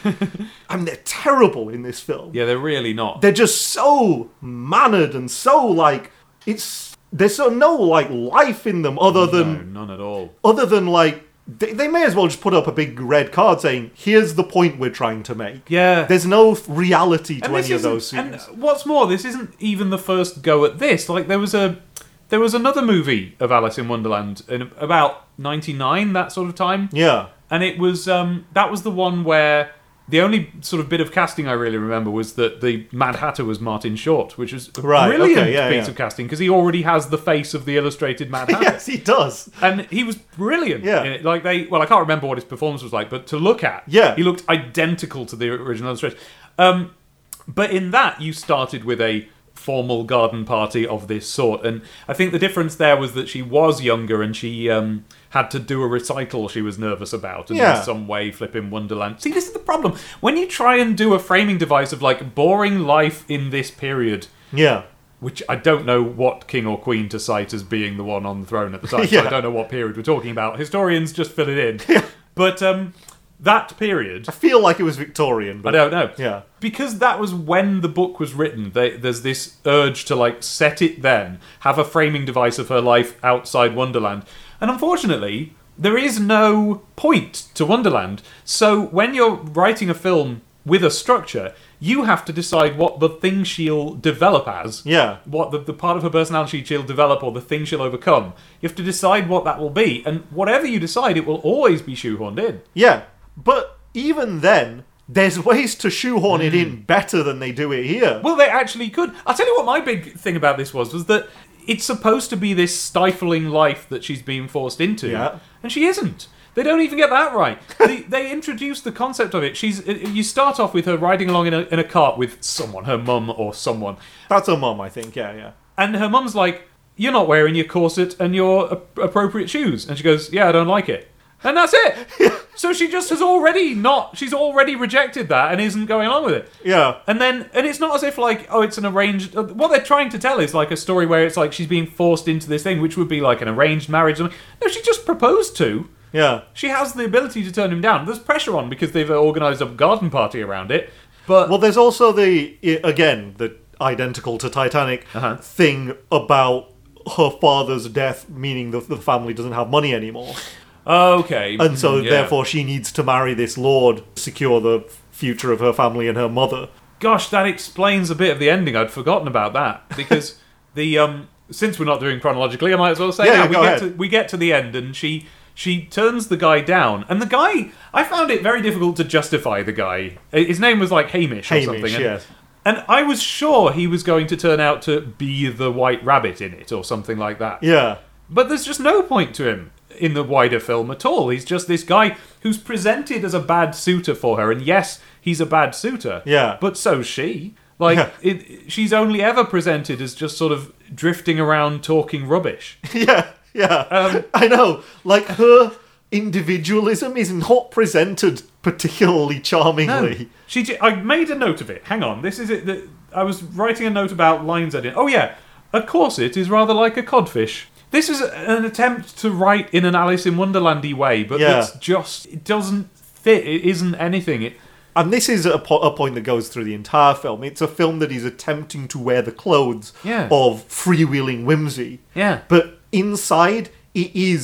S2: I mean, they're terrible in this film.
S1: Yeah, they're really not.
S2: They're just so mannered and so like it's there's so no like life in them other than
S1: no, none at all.
S2: other than like they, they may as well just put up a big red card saying here's the point we're trying to make.
S1: Yeah.
S2: There's no reality to any of
S1: isn't-
S2: those scenes.
S1: And what's more, this isn't even the first go at this. Like there was a there was another movie of Alice in Wonderland in about 99 that sort of time.
S2: yeah.
S1: and it was um, that was the one where the only sort of bit of casting I really remember was that the Mad Hatter was Martin Short, which was a
S2: Right,
S1: brilliant
S2: okay, yeah,
S1: piece
S2: yeah.
S1: of casting because he already has the face of the illustrated Mad Hatter,
S2: Yes, he does.
S1: and he was brilliant.
S2: Yeah.
S1: in it. like they well, I can't remember what his performance was like, but to look at,
S2: Yeah.
S1: he looked identical to the original illustration. Um, but in that, you started with a formal garden party of this sort, and I think the difference there was that she was younger and she um, had to do a recital she was nervous about, and
S2: Yeah.
S1: in some way flipping Wonderland. See, this is the problem when you try and do a framing device of like boring life in this period.
S2: Yeah.
S1: Which I don't know what king or queen to cite as being the one on the throne at the time. so
S2: Yeah.
S1: I don't know what period we're talking about. Historians just fill it in. But um, that period,
S2: I feel like it was Victorian,
S1: I
S2: but
S1: don't know
S2: yeah,
S1: because that was when the book was written they, there's this urge to like set it then have a framing device of her life outside wonderland and unfortunately there is no point to wonderland so when you're writing a film with a structure you have to decide what the thing she'll develop as.
S2: Yeah.
S1: What the, the part of her personality she'll develop or the thing she'll overcome. You have to decide what that will be, and whatever you decide, it will always be shoehorned in.
S2: Yeah, but even then, there's ways to shoehorn it
S1: Mm.
S2: in better than they do it here.
S1: Well, they actually could. I'll tell you what my big thing about this was was that it's supposed to be this stifling life that she's being forced into,
S2: Yeah.
S1: and she isn't. They don't even get that right. they, they introduce the concept of it. She's uh, you start off with her riding along in a, in a cart with someone, her mum or someone,
S2: That's a mum, I think. Yeah, yeah.
S1: and her mum's like, "You're not wearing your corset and your ap- appropriate shoes," and she goes, "Yeah, I don't like it." And that's it. so she just has already not. She's already rejected that and isn't going along with it.
S2: Yeah.
S1: And then, and it's not as if like, oh, it's an arranged. uh, What they're trying to tell is like a story where it's like she's being forced into this thing, which would be like an arranged marriage. or something. No, she just proposed to.
S2: Yeah.
S1: She has the ability to turn him down. There's pressure on because they've organised a garden party around it. But
S2: Well, there's also the i- again the identical to Titanic
S1: Uh-huh.
S2: thing about her father's death, meaning the, the family doesn't have money anymore,
S1: okay,
S2: and so
S1: Mm, yeah.
S2: therefore she needs to marry this lord, secure the f- future of her family and her mother.
S1: gosh, that explains a bit of the ending. I'd forgotten about that because the um, since we're not doing chronologically, I might as well say
S2: Yeah,
S1: now
S2: yeah,
S1: we
S2: go
S1: get
S2: ahead.
S1: to we get to the end and she she turns the guy down and the guy I found it very difficult to justify the guy. His name was like Hamish,
S2: Hamish,
S1: or something. and-
S2: yes.
S1: And I was sure he was going to turn out to be the White Rabbit in it or something like that.
S2: Yeah,
S1: But there's just no point to him in the wider film at all. He's just this guy who's presented as a bad suitor for her, and yes, he's a bad suitor.
S2: Yeah.
S1: But so's she. Like,
S2: Yeah.
S1: it, she's only ever presented as just sort of drifting around talking rubbish.
S2: yeah, yeah.
S1: Um,
S2: I know. Like her individualism is not presented particularly charmingly.
S1: She. j- I made a note of it. Hang on. This is it. That I was writing a note about lines I did. Oh yeah, a corset is rather like a codfish. This is a- an attempt to write in an Alice in Wonderlandy way, but
S2: Yeah.
S1: it's just it doesn't fit. It isn't anything. It
S2: And this is a, po- a point that goes through the entire film. It's a film that is attempting to wear the clothes
S1: Yeah.
S2: of freewheeling whimsy.
S1: Yeah.
S2: But inside, it is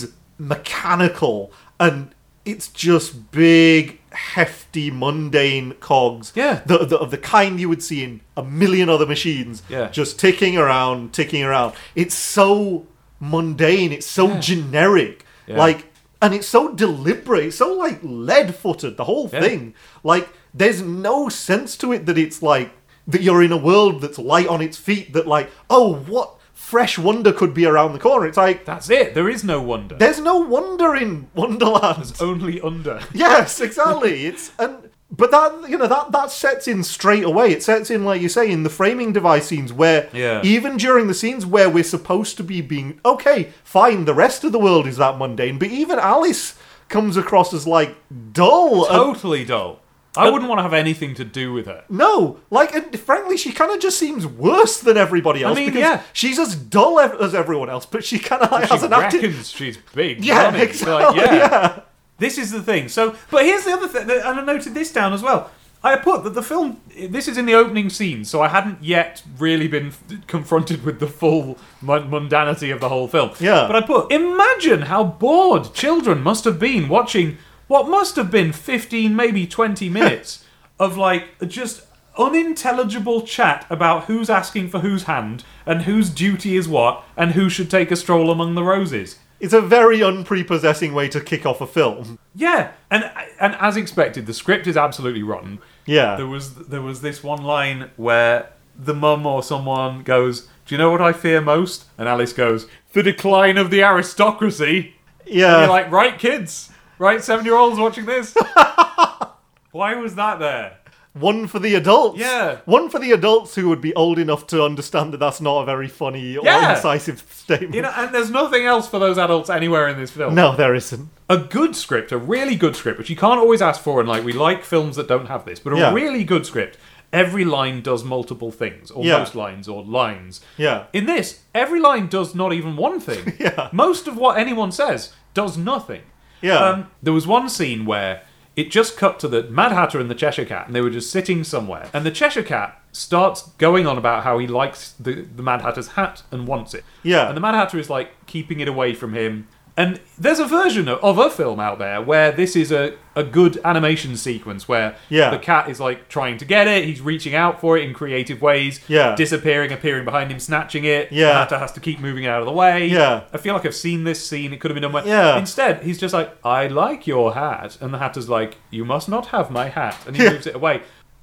S2: mechanical and it's just big, hefty, mundane cogs.
S1: Yeah.
S2: The, the, of the kind you would see in a million other machines.
S1: Yeah.
S2: Just ticking around, ticking around. It's so mundane, it's so generic.
S1: Yeah.
S2: Like, and it's so deliberate, it's so like lead footed, the whole
S1: Yeah.
S2: thing. Like, there's no sense to it that it's like that you're in a world that's light on its feet. That like, oh, what fresh wonder could be around the corner? It's like
S1: that's it. There is no wonder.
S2: there's no wonder in Wonderland.
S1: It's only under.
S2: yes, exactly. It's and but that you know that that sets in straight away. It sets in like you say in the framing device scenes where
S1: Yeah.
S2: even during the scenes where we're supposed to be being okay, fine. The rest of the world is that mundane, but even Alice comes across as like dull and
S1: Totally dull. I wouldn't want to have anything to do with her.
S2: No, like, and frankly, she kind of just seems worse than everybody else.
S1: mean,
S2: because
S1: yeah.
S2: she's as dull ev- as everyone else, but she kind of like,
S1: She
S2: has an active.
S1: reckons she's big.
S2: Yeah,
S1: running. Like,
S2: exactly,
S1: yeah.
S2: yeah.
S1: This is the thing. So, but here's the other thing, and I noted this down as well. I put that the film. This is in the opening scene, so I hadn't yet really been confronted with the full mun- mundanity of the whole film.
S2: Yeah.
S1: But I put, imagine how bored children must have been watching what must have been 15, maybe 20 minutes of like just unintelligible chat about who's asking for whose hand and whose duty is what and who should take a stroll among the roses.
S2: It's a very unprepossessing way to kick off a film.
S1: Yeah, and and as expected, the script is absolutely rotten.
S2: Yeah.
S1: There was there was this one line where the mum or someone goes, "Do you know what I fear most?" And Alice goes, "The decline of the aristocracy." And
S2: Yeah.
S1: you're like, "Right, kids, right, seven-year-olds watching this." Why was that there?
S2: one for the adults.
S1: Yeah.
S2: One for the adults who would be old enough to understand that that's not a very funny or
S1: Yeah.
S2: incisive statement.
S1: You know, and there's nothing else for those adults anywhere in this film.
S2: no, there isn't.
S1: a good script, a really good script, which you can't always ask for, and like we like films that don't have this, but a
S2: Yeah.
S1: really good script, every line does multiple things, or
S2: Yeah.
S1: most lines, or lines.
S2: Yeah.
S1: In this, every line does not even one thing.
S2: Yeah.
S1: Most of what anyone says does nothing. Um,
S2: Yeah.
S1: there was one scene where it just cut to the Mad Hatter and the Cheshire Cat, and they were just sitting somewhere, and the Cheshire Cat starts going on about how he likes the, the Mad Hatter's hat and wants it.
S2: Yeah.
S1: And the Mad Hatter is like keeping it away from him And there's a version of, of a film out there where this is a, a good animation sequence where
S2: Yeah.
S1: the cat is like trying to get it, he's reaching out for it in creative ways,
S2: Yeah.
S1: disappearing, appearing behind him, snatching it.
S2: Yeah.
S1: The actor has to keep moving it out of the way.
S2: Yeah.
S1: I feel like I've seen this scene, it could have been done well.
S2: Yeah.
S1: Instead, he's just like, I like your hat. And the hatter's like, You must not have my hat. And he
S2: Yeah.
S1: moves it away.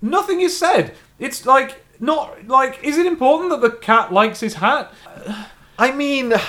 S1: Nothing is said. It's like, not like, is it important that the cat likes his hat?
S2: I mean,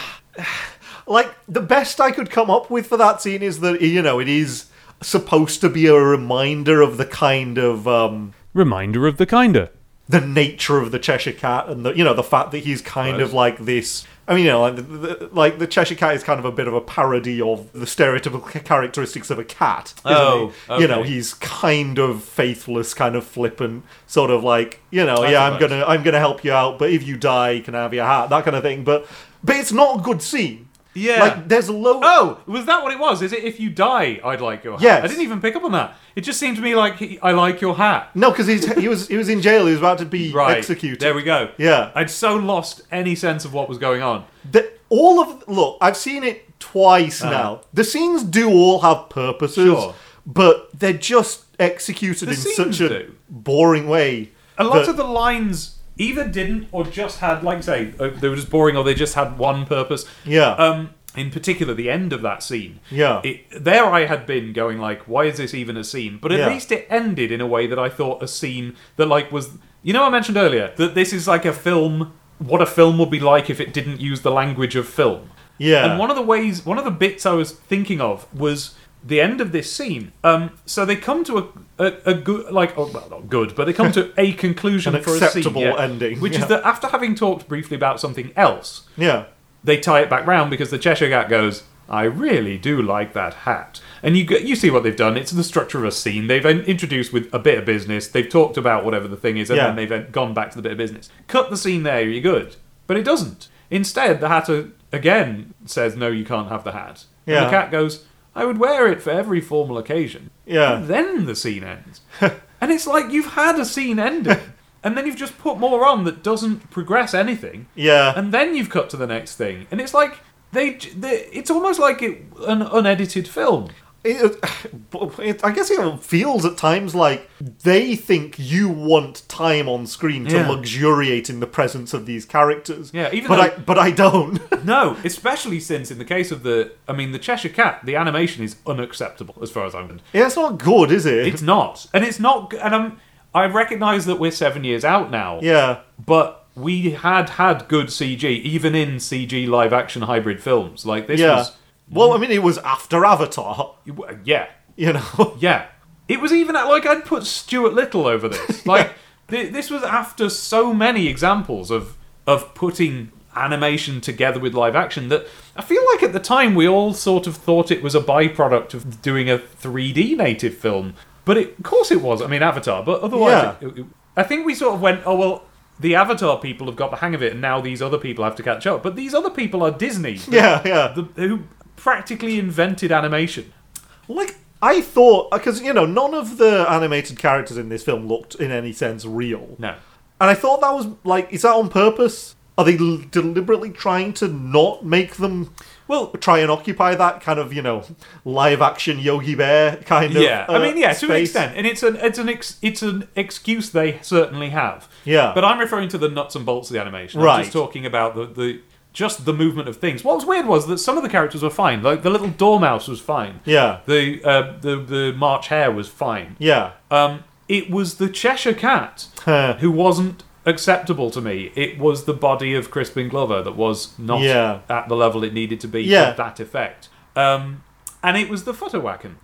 S2: like the best I could come up with for that scene is that you know it is supposed to be a reminder of the kind of um,
S1: Reminder of the kinder.
S2: the nature of the Cheshire Cat and the you know the fact that he's kind of like this. I mean, you know, like the, the, like the Cheshire Cat is kind of a bit of a parody of the stereotypical ca- characteristics of a cat. Isn't
S1: Oh,
S2: he? you know,
S1: okay.
S2: he's kind of faithless, kind of flippant, sort of like you know,
S1: I
S2: yeah, I'm
S1: suppose.
S2: gonna I'm gonna help you out, but if you die, can I have your hat, that kind of thing. But but it's not a good scene.
S1: Yeah.
S2: like there's low.
S1: Oh, was that what it was? Is it if you die, I'd like your hat?
S2: Yes.
S1: I didn't even pick up on that. It just seemed to me like he, I like your hat.
S2: No, because he was he was in jail. He was about to be
S1: Right.
S2: executed.
S1: There we go.
S2: Yeah.
S1: I'd so lost any sense of what was going on.
S2: The, all of look, I've seen it twice now. The scenes do all have purposes,
S1: Uh-huh. Sure.
S2: but they're just executed
S1: The
S2: in such
S1: scenes
S2: a
S1: do.
S2: boring way.
S1: A lot
S2: that-
S1: of the lines either didn't or just had, like I say, uh, they were just boring or they just had one purpose.
S2: Yeah.
S1: Um, in particular, the end of that scene.
S2: Yeah.
S1: It, there I had been going like, why is this even a scene? But at
S2: Yeah.
S1: least it ended in a way that I thought a scene that like was, you know, I mentioned earlier that this is like a film. What a film would be like if it didn't use the language of film.
S2: Yeah.
S1: And one of the ways, one of the bits I was thinking of was the end of this scene. Um, so they come to a, a, a good, like, oh, well, not good, but they come to a conclusion
S2: An
S1: for
S2: acceptable
S1: a scene, yeah,
S2: ending,
S1: which
S2: yeah.
S1: is that after having talked briefly about something else,
S2: yeah,
S1: they tie it back round because the Cheshire Cat goes, "I really do like that hat." And you go- you see what they've done. It's the structure of a scene. They've in- introduced with a bit of business. They've talked about whatever the thing is, and
S2: Yeah.
S1: then they've uh, gone back to the bit of business. Cut the scene there. You're good. But it doesn't. Instead, the Hatter again says, "No, you can't have the hat." And
S2: Yeah.
S1: the cat goes, "I would wear it for every formal occasion."
S2: Yeah.
S1: And then the scene ends. and it's like you've had a scene ending, and then you've just put more on that doesn't progress anything
S2: yeah,
S1: and then you've cut to the next thing, and it's like they, they it's almost like it, an unedited film.
S2: It- it- I guess it feels at times like they think you want time on screen to
S1: Yeah.
S2: luxuriate in the presence of these characters.
S1: Yeah, even
S2: but
S1: though-
S2: I but I don't.
S1: No, especially since in the case of the, I mean, the Cheshire Cat, the animation is unacceptable as far as I'm concerned.
S2: yeah, it's not good, is it?
S1: It's not, and it's not, g- and I'm, I recognise that we're seven years out now.
S2: yeah,
S1: but we had had good CG even in CG live action hybrid films like this.
S2: yeah.
S1: was,
S2: Well, I mean, it was after Avatar,
S1: yeah,
S2: you know.
S1: Yeah. It was even at- like I'd put Stuart Little over this. Like thi- this was after so many examples of of putting animation together with live action that I feel like at the time we all sort of thought it was a byproduct of doing a 3D native film. But it, of course it was. I mean Avatar, but otherwise
S2: Yeah.
S1: it- it- I think we sort of went, oh well the Avatar people have got the hang of it and now these other people have to catch up. But these other people are Disney.
S2: Yeah, yeah.
S1: The, who practically invented animation.
S2: Like I thought, because you know, none of the animated characters in this film looked in any sense real.
S1: No.
S2: And I thought that was like, is that on purpose? Are they l- deliberately trying to not make them
S1: Well,
S2: try and occupy that kind of you know live action Yogi Bear kind of?
S1: yeah, I
S2: uh,
S1: mean, yeah, to an
S2: space?
S1: extent, and it's an it's an ex, it's an excuse they certainly have.
S2: Yeah.
S1: but I'm referring to the nuts and bolts of the animation. I'm
S2: Right.
S1: just talking about the the just the movement of things. What was weird was that some of the characters were fine. Like the little dormouse was fine.
S2: Yeah,
S1: The uh, the the March Hare was fine.
S2: yeah,
S1: Um, it was the Cheshire Cat
S2: Huh.
S1: who wasn't acceptable to me. It was the body of Crispin Glover that was not
S2: Yeah.
S1: at the level it needed to be
S2: Yeah.
S1: for that effect. Um, and it was the Futterwacken.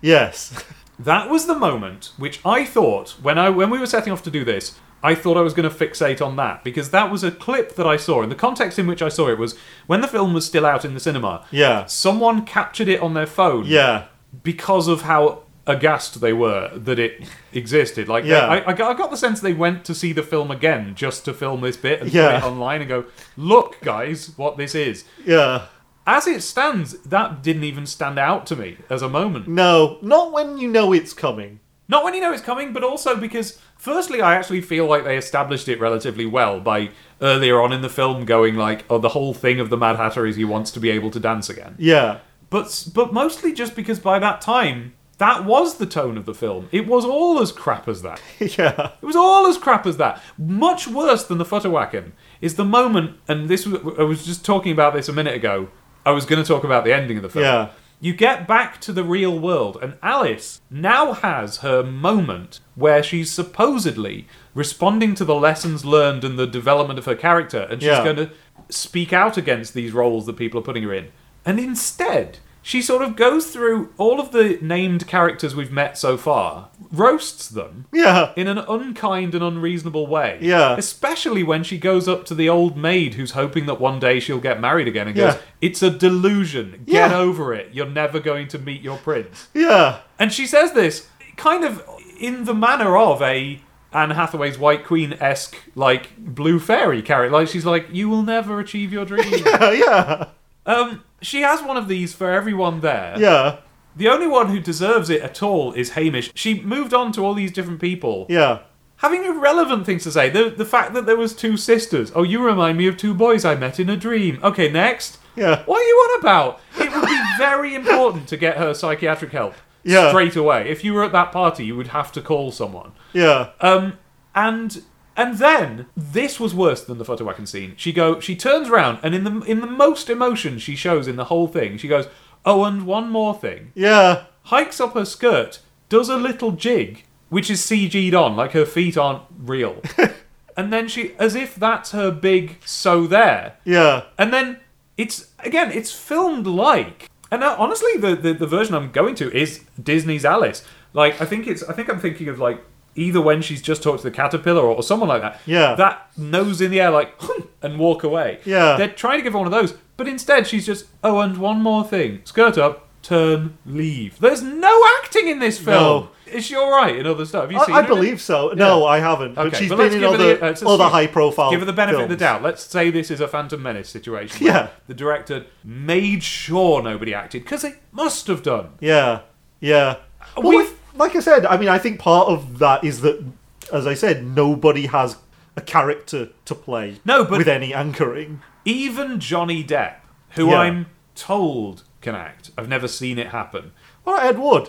S2: yes,
S1: That was the moment which I thought when I when we were setting off to do this, I thought I was going to fixate on that because that was a clip that I saw. And the context in which I saw it was when the film was still out in the cinema.
S2: Yeah.
S1: Someone captured it on their phone.
S2: yeah,
S1: Because of how aghast they were that it existed. Like,
S2: Yeah.
S1: I, I, got, I got the sense they went to see the film again just to film this bit and
S2: Yeah.
S1: put it online and go, look, guys, what this is.
S2: yeah.
S1: As it stands, that didn't even stand out to me as a moment.
S2: No, not when you know it's coming.
S1: Not when you know it's coming, but also because, firstly, I actually feel like they established it relatively well by earlier on in the film going like, "Oh, the whole thing of the Mad Hatter is he wants to be able to dance again."
S2: Yeah.
S1: But but mostly just because by that time that was the tone of the film. It was all as crap as that.
S2: Yeah.
S1: It was all as crap as that. Much worse than the Futterwacken is the moment, and this was, I was just talking about this a minute ago. I was going to talk about the ending of the film.
S2: Yeah.
S1: You get back to the real world, and Alice now has her moment where she's supposedly responding to the lessons learned and the development of her character, and she's
S2: Yeah.
S1: going to speak out against these roles that people are putting her in. And instead, she sort of goes through all of the named characters we've met so far, roasts them,
S2: Yeah.
S1: in an unkind and unreasonable way.
S2: Yeah.
S1: Especially when she goes up to the old maid who's hoping that one day she'll get married again and
S2: Yeah.
S1: goes, It's a delusion. Get
S2: Yeah.
S1: over it. You're never going to meet your prince.
S2: Yeah.
S1: And she says this kind of in the manner of a Anne Hathaway's White Queen esque, like, blue fairy character. Like, she's like, You will never achieve your dream.
S2: Yeah. Yeah.
S1: Um, she has one of these for everyone there.
S2: Yeah.
S1: The only one who deserves it at all is Hamish. She moved on to all these different people
S2: Yeah.
S1: having irrelevant things to say. The the fact that there was two sisters. Oh, you remind me of two boys I met in a dream. Okay, next.
S2: Yeah.
S1: What are you on about? It would be very important to get her psychiatric help
S2: Yeah.
S1: straight away. If you were at that party, you would have to call someone.
S2: Yeah.
S1: Um, and and then this was worse than the Photowacken scene. She go, she turns around, and in the in the most emotion she shows in the whole thing, she goes, "Oh, and one more thing."
S2: Yeah.
S1: hikes up her skirt, does a little jig, which is CG'd on, like her feet aren't real. and then she, as if that's her big so there.
S2: Yeah.
S1: And then it's, again, it's filmed like. And now, honestly, the, the, the version I'm going to is Disney's Alice. Like, I think it's, I think I'm thinking of like either when she's just talked to the caterpillar or, or someone like that.
S2: Yeah.
S1: That nose in the air, like, and walk away.
S2: Yeah.
S1: They're trying to give her one of those, but instead she's just, oh, and one more thing. Skirt up, turn, leave. There's no acting in this film. Is she all right in other stuff? Have you seen
S2: I, I
S1: her in it?
S2: believe so. No, I haven't. But
S1: Okay,
S2: she's
S1: but
S2: been
S1: let's
S2: in
S1: give her
S2: other,
S1: the- uh, so-
S2: other high profile.
S1: Give her the benefit of the
S2: films.
S1: doubt. Let's say this is a Phantom Menace situation. where
S2: Yeah.
S1: The director made sure nobody acted, because they must have done.
S2: Yeah, yeah. Well,
S1: we-
S2: like, like I said, I mean, I think part of that is that, as I said, nobody has a character to play.
S1: No, but-
S2: with any anchoring.
S1: Even Johnny Depp, who
S2: Yeah.
S1: I'm told can act, I've never seen it happen.
S2: All right, Ed Wood.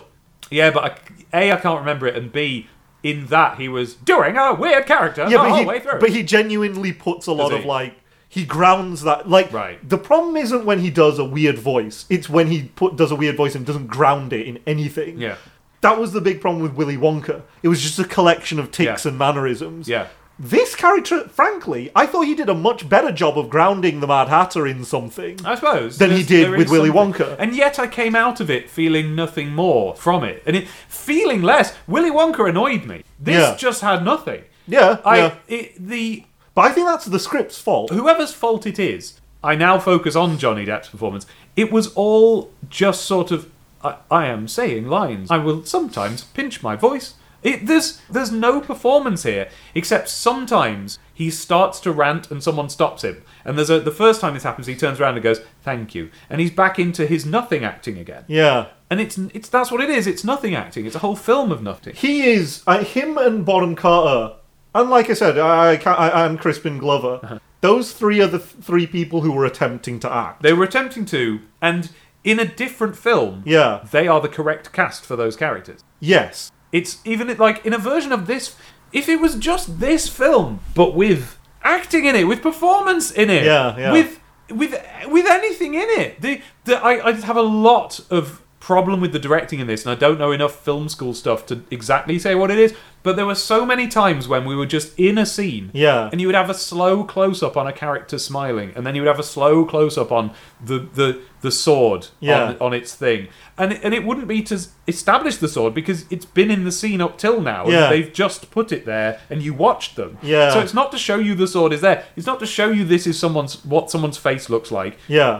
S1: Yeah, but I, A, I can't remember it, and B, in that he was doing a weird character
S2: Yeah,
S1: the
S2: but
S1: whole
S2: he,
S1: way through.
S2: but he genuinely puts a lot
S1: he?
S2: of like he grounds that like
S1: Right.
S2: the problem isn't when he does a weird voice it's when he put does a weird voice and doesn't ground it in anything
S1: Yeah.
S2: that was the big problem with willy wonka it was just a collection of ticks
S1: Yeah.
S2: and mannerisms
S1: Yeah.
S2: this character frankly i thought he did a much better job of grounding the mad hatter in something
S1: I suppose.
S2: than he
S1: There's-
S2: did
S1: there
S2: with
S1: is
S2: Willy
S1: something.
S2: Wonka.
S1: And yet I came out of it feeling nothing more from it. And it, feeling less. Willy Wonka annoyed me. This
S2: Yeah.
S1: just had nothing.
S2: yeah
S1: I
S2: yeah
S1: it, the
S2: but i think that's the script's fault
S1: whoever's fault it is, I now focus on Johnny Depp's performance. It was all just sort of I, I am saying lines. I will sometimes pinch my voice. It, there's there's no performance here except sometimes he starts to rant and someone stops him. And there's a, the first time this happens, he turns around and goes, "Thank you," and he's back into his nothing acting again.
S2: yeah
S1: And it's it's that's what it is. It's nothing acting. It's a whole film of nothing.
S2: he is uh, him and Bonham Carter, and like I said, I, I, can't- I and Crispin Glover.
S1: Uh-huh.
S2: Those three are the th- three people who were attempting to act.
S1: They were attempting to, and in a different film,
S2: Yeah.
S1: they are the correct cast for those characters.
S2: Yes.
S1: It's even like in a version of this. If it was just this film, but with acting in it, with performance in it,
S2: Yeah, yeah.
S1: with with with anything in it, the, the I, I have a lot of problem with the directing in this, and I don't know enough film school stuff to exactly say what it is. But there were so many times when we were just in a scene,
S2: Yeah.
S1: and you would have a slow close up on a character smiling, and then you would have a slow close up on the the the sword
S2: Yeah.
S1: on, on its thing, and and it wouldn't be to s- establish the sword because it's been in the scene up till now. and
S2: Yeah.
S1: they've just put it there, and you watched them.
S2: Yeah.
S1: So it's not to show you the sword is there. It's not to show you this is someone's what someone's face looks like.
S2: Yeah.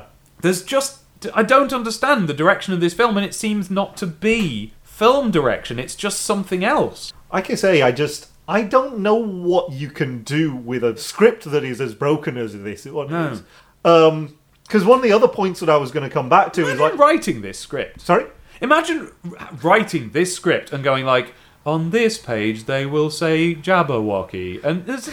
S1: There's just I don't understand the direction of this film, and it seems not to be film direction. It's just something else.
S2: Like I say, I just I don't know what you can do with a script that is as broken as this one
S1: No.
S2: is. Um, because one of the other points that I was going to come back to is
S1: Imagine
S2: like,
S1: writing this script.
S2: sorry.
S1: Imagine r- writing this script and going like, on this page they will say Jabberwocky, and it's,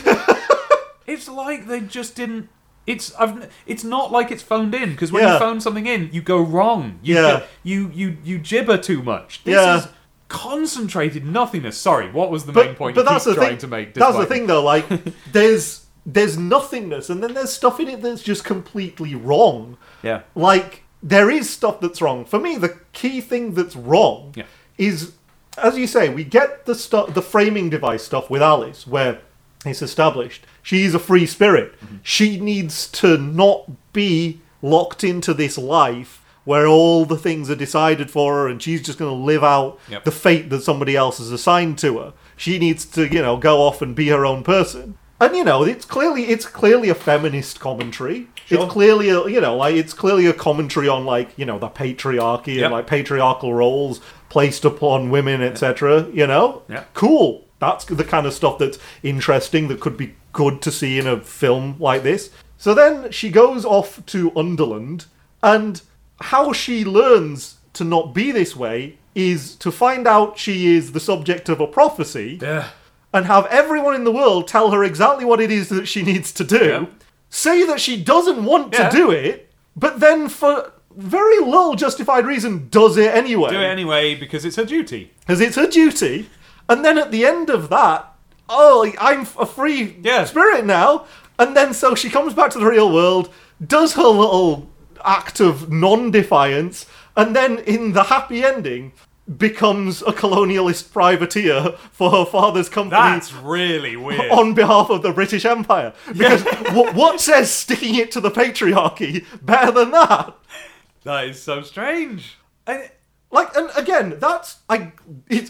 S1: it's like they just didn't. It's I've, it's not like it's phoned in because when you
S2: Yeah.
S1: phone something in, you go wrong. You
S2: Yeah.
S1: go- you you you gibber too much. This
S2: Yeah.
S1: is concentrated nothingness. Sorry, what was the main point? you keep trying to make.
S2: That's the
S1: despite-
S2: thing, though. Like, there's there's nothingness, and then there's stuff in it that's just completely wrong.
S1: Yeah.
S2: Like, there is stuff that's wrong. For me, the key thing that's wrong
S1: Yeah.
S2: is, as you say, we get the stuff, the framing device stuff with Alice, where it's established she's a free spirit.
S1: Mm-hmm.
S2: She needs to not be locked into this life. Where all the things are decided for her, and she's just going to live out
S1: Yep.
S2: the fate that somebody else has assigned to her. She needs to, you know, go off and be her own person. And you know, it's clearly it's clearly a feminist commentary.
S1: Sure.
S2: It's clearly a you know, like it's clearly a commentary on like, you know, the patriarchy
S1: Yep.
S2: and like patriarchal roles placed upon women, etc. You know?
S1: Yeah.
S2: Cool. That's the kind of stuff that's interesting that could be good to see in a film like this. So then she goes off to Underland and how she learns to not be this way is to find out she is the subject of a prophecy
S1: Yeah.
S2: and have everyone in the world tell her exactly what it is that she needs to do.
S1: Yeah.
S2: Say that she doesn't want
S1: Yeah.
S2: to do it, but then for very little justified reason does it anyway.
S1: Do it anyway because it's her duty.
S2: Because it's her duty. And then at the end of that, oh, I'm a free
S1: Yeah.
S2: spirit now. And then so she comes back to the real world, does her little act of non defiance, and then in the happy ending, becomes a colonialist privateer for her father's company
S1: That's really weird.
S2: on behalf of the British Empire. Because what, what says sticking it to the patriarchy better than that?
S1: That is so strange. And
S2: Like, and again, that's I. It's,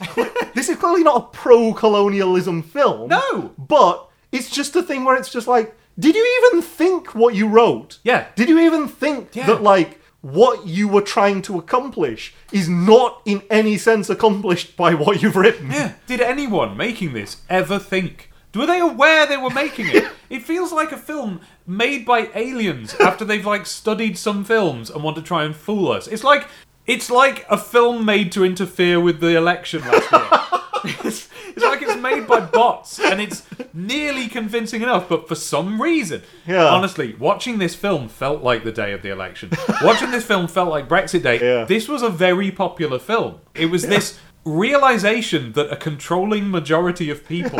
S2: this is clearly not a pro-colonialism film.
S1: No.
S2: but it's just a thing where it's just like, did you even think what you wrote?
S1: Yeah.
S2: Did you even think
S1: Yeah.
S2: that like what you were trying to accomplish is not in any sense accomplished by what you've written?
S1: yeah, did anyone making this ever think? Were they aware they were making it? It feels like a film made by aliens after they've like studied some films and want to try and fool us. It's like it's like a film made to interfere with the election last year. it's, it's like it's made by bots and it's nearly convincing enough, but for some reason,
S2: Yeah.
S1: honestly, watching this film felt like the day of the election. watching this film felt like Brexit Day.
S2: Yeah.
S1: This was a very popular film. It was this realization that a controlling majority of people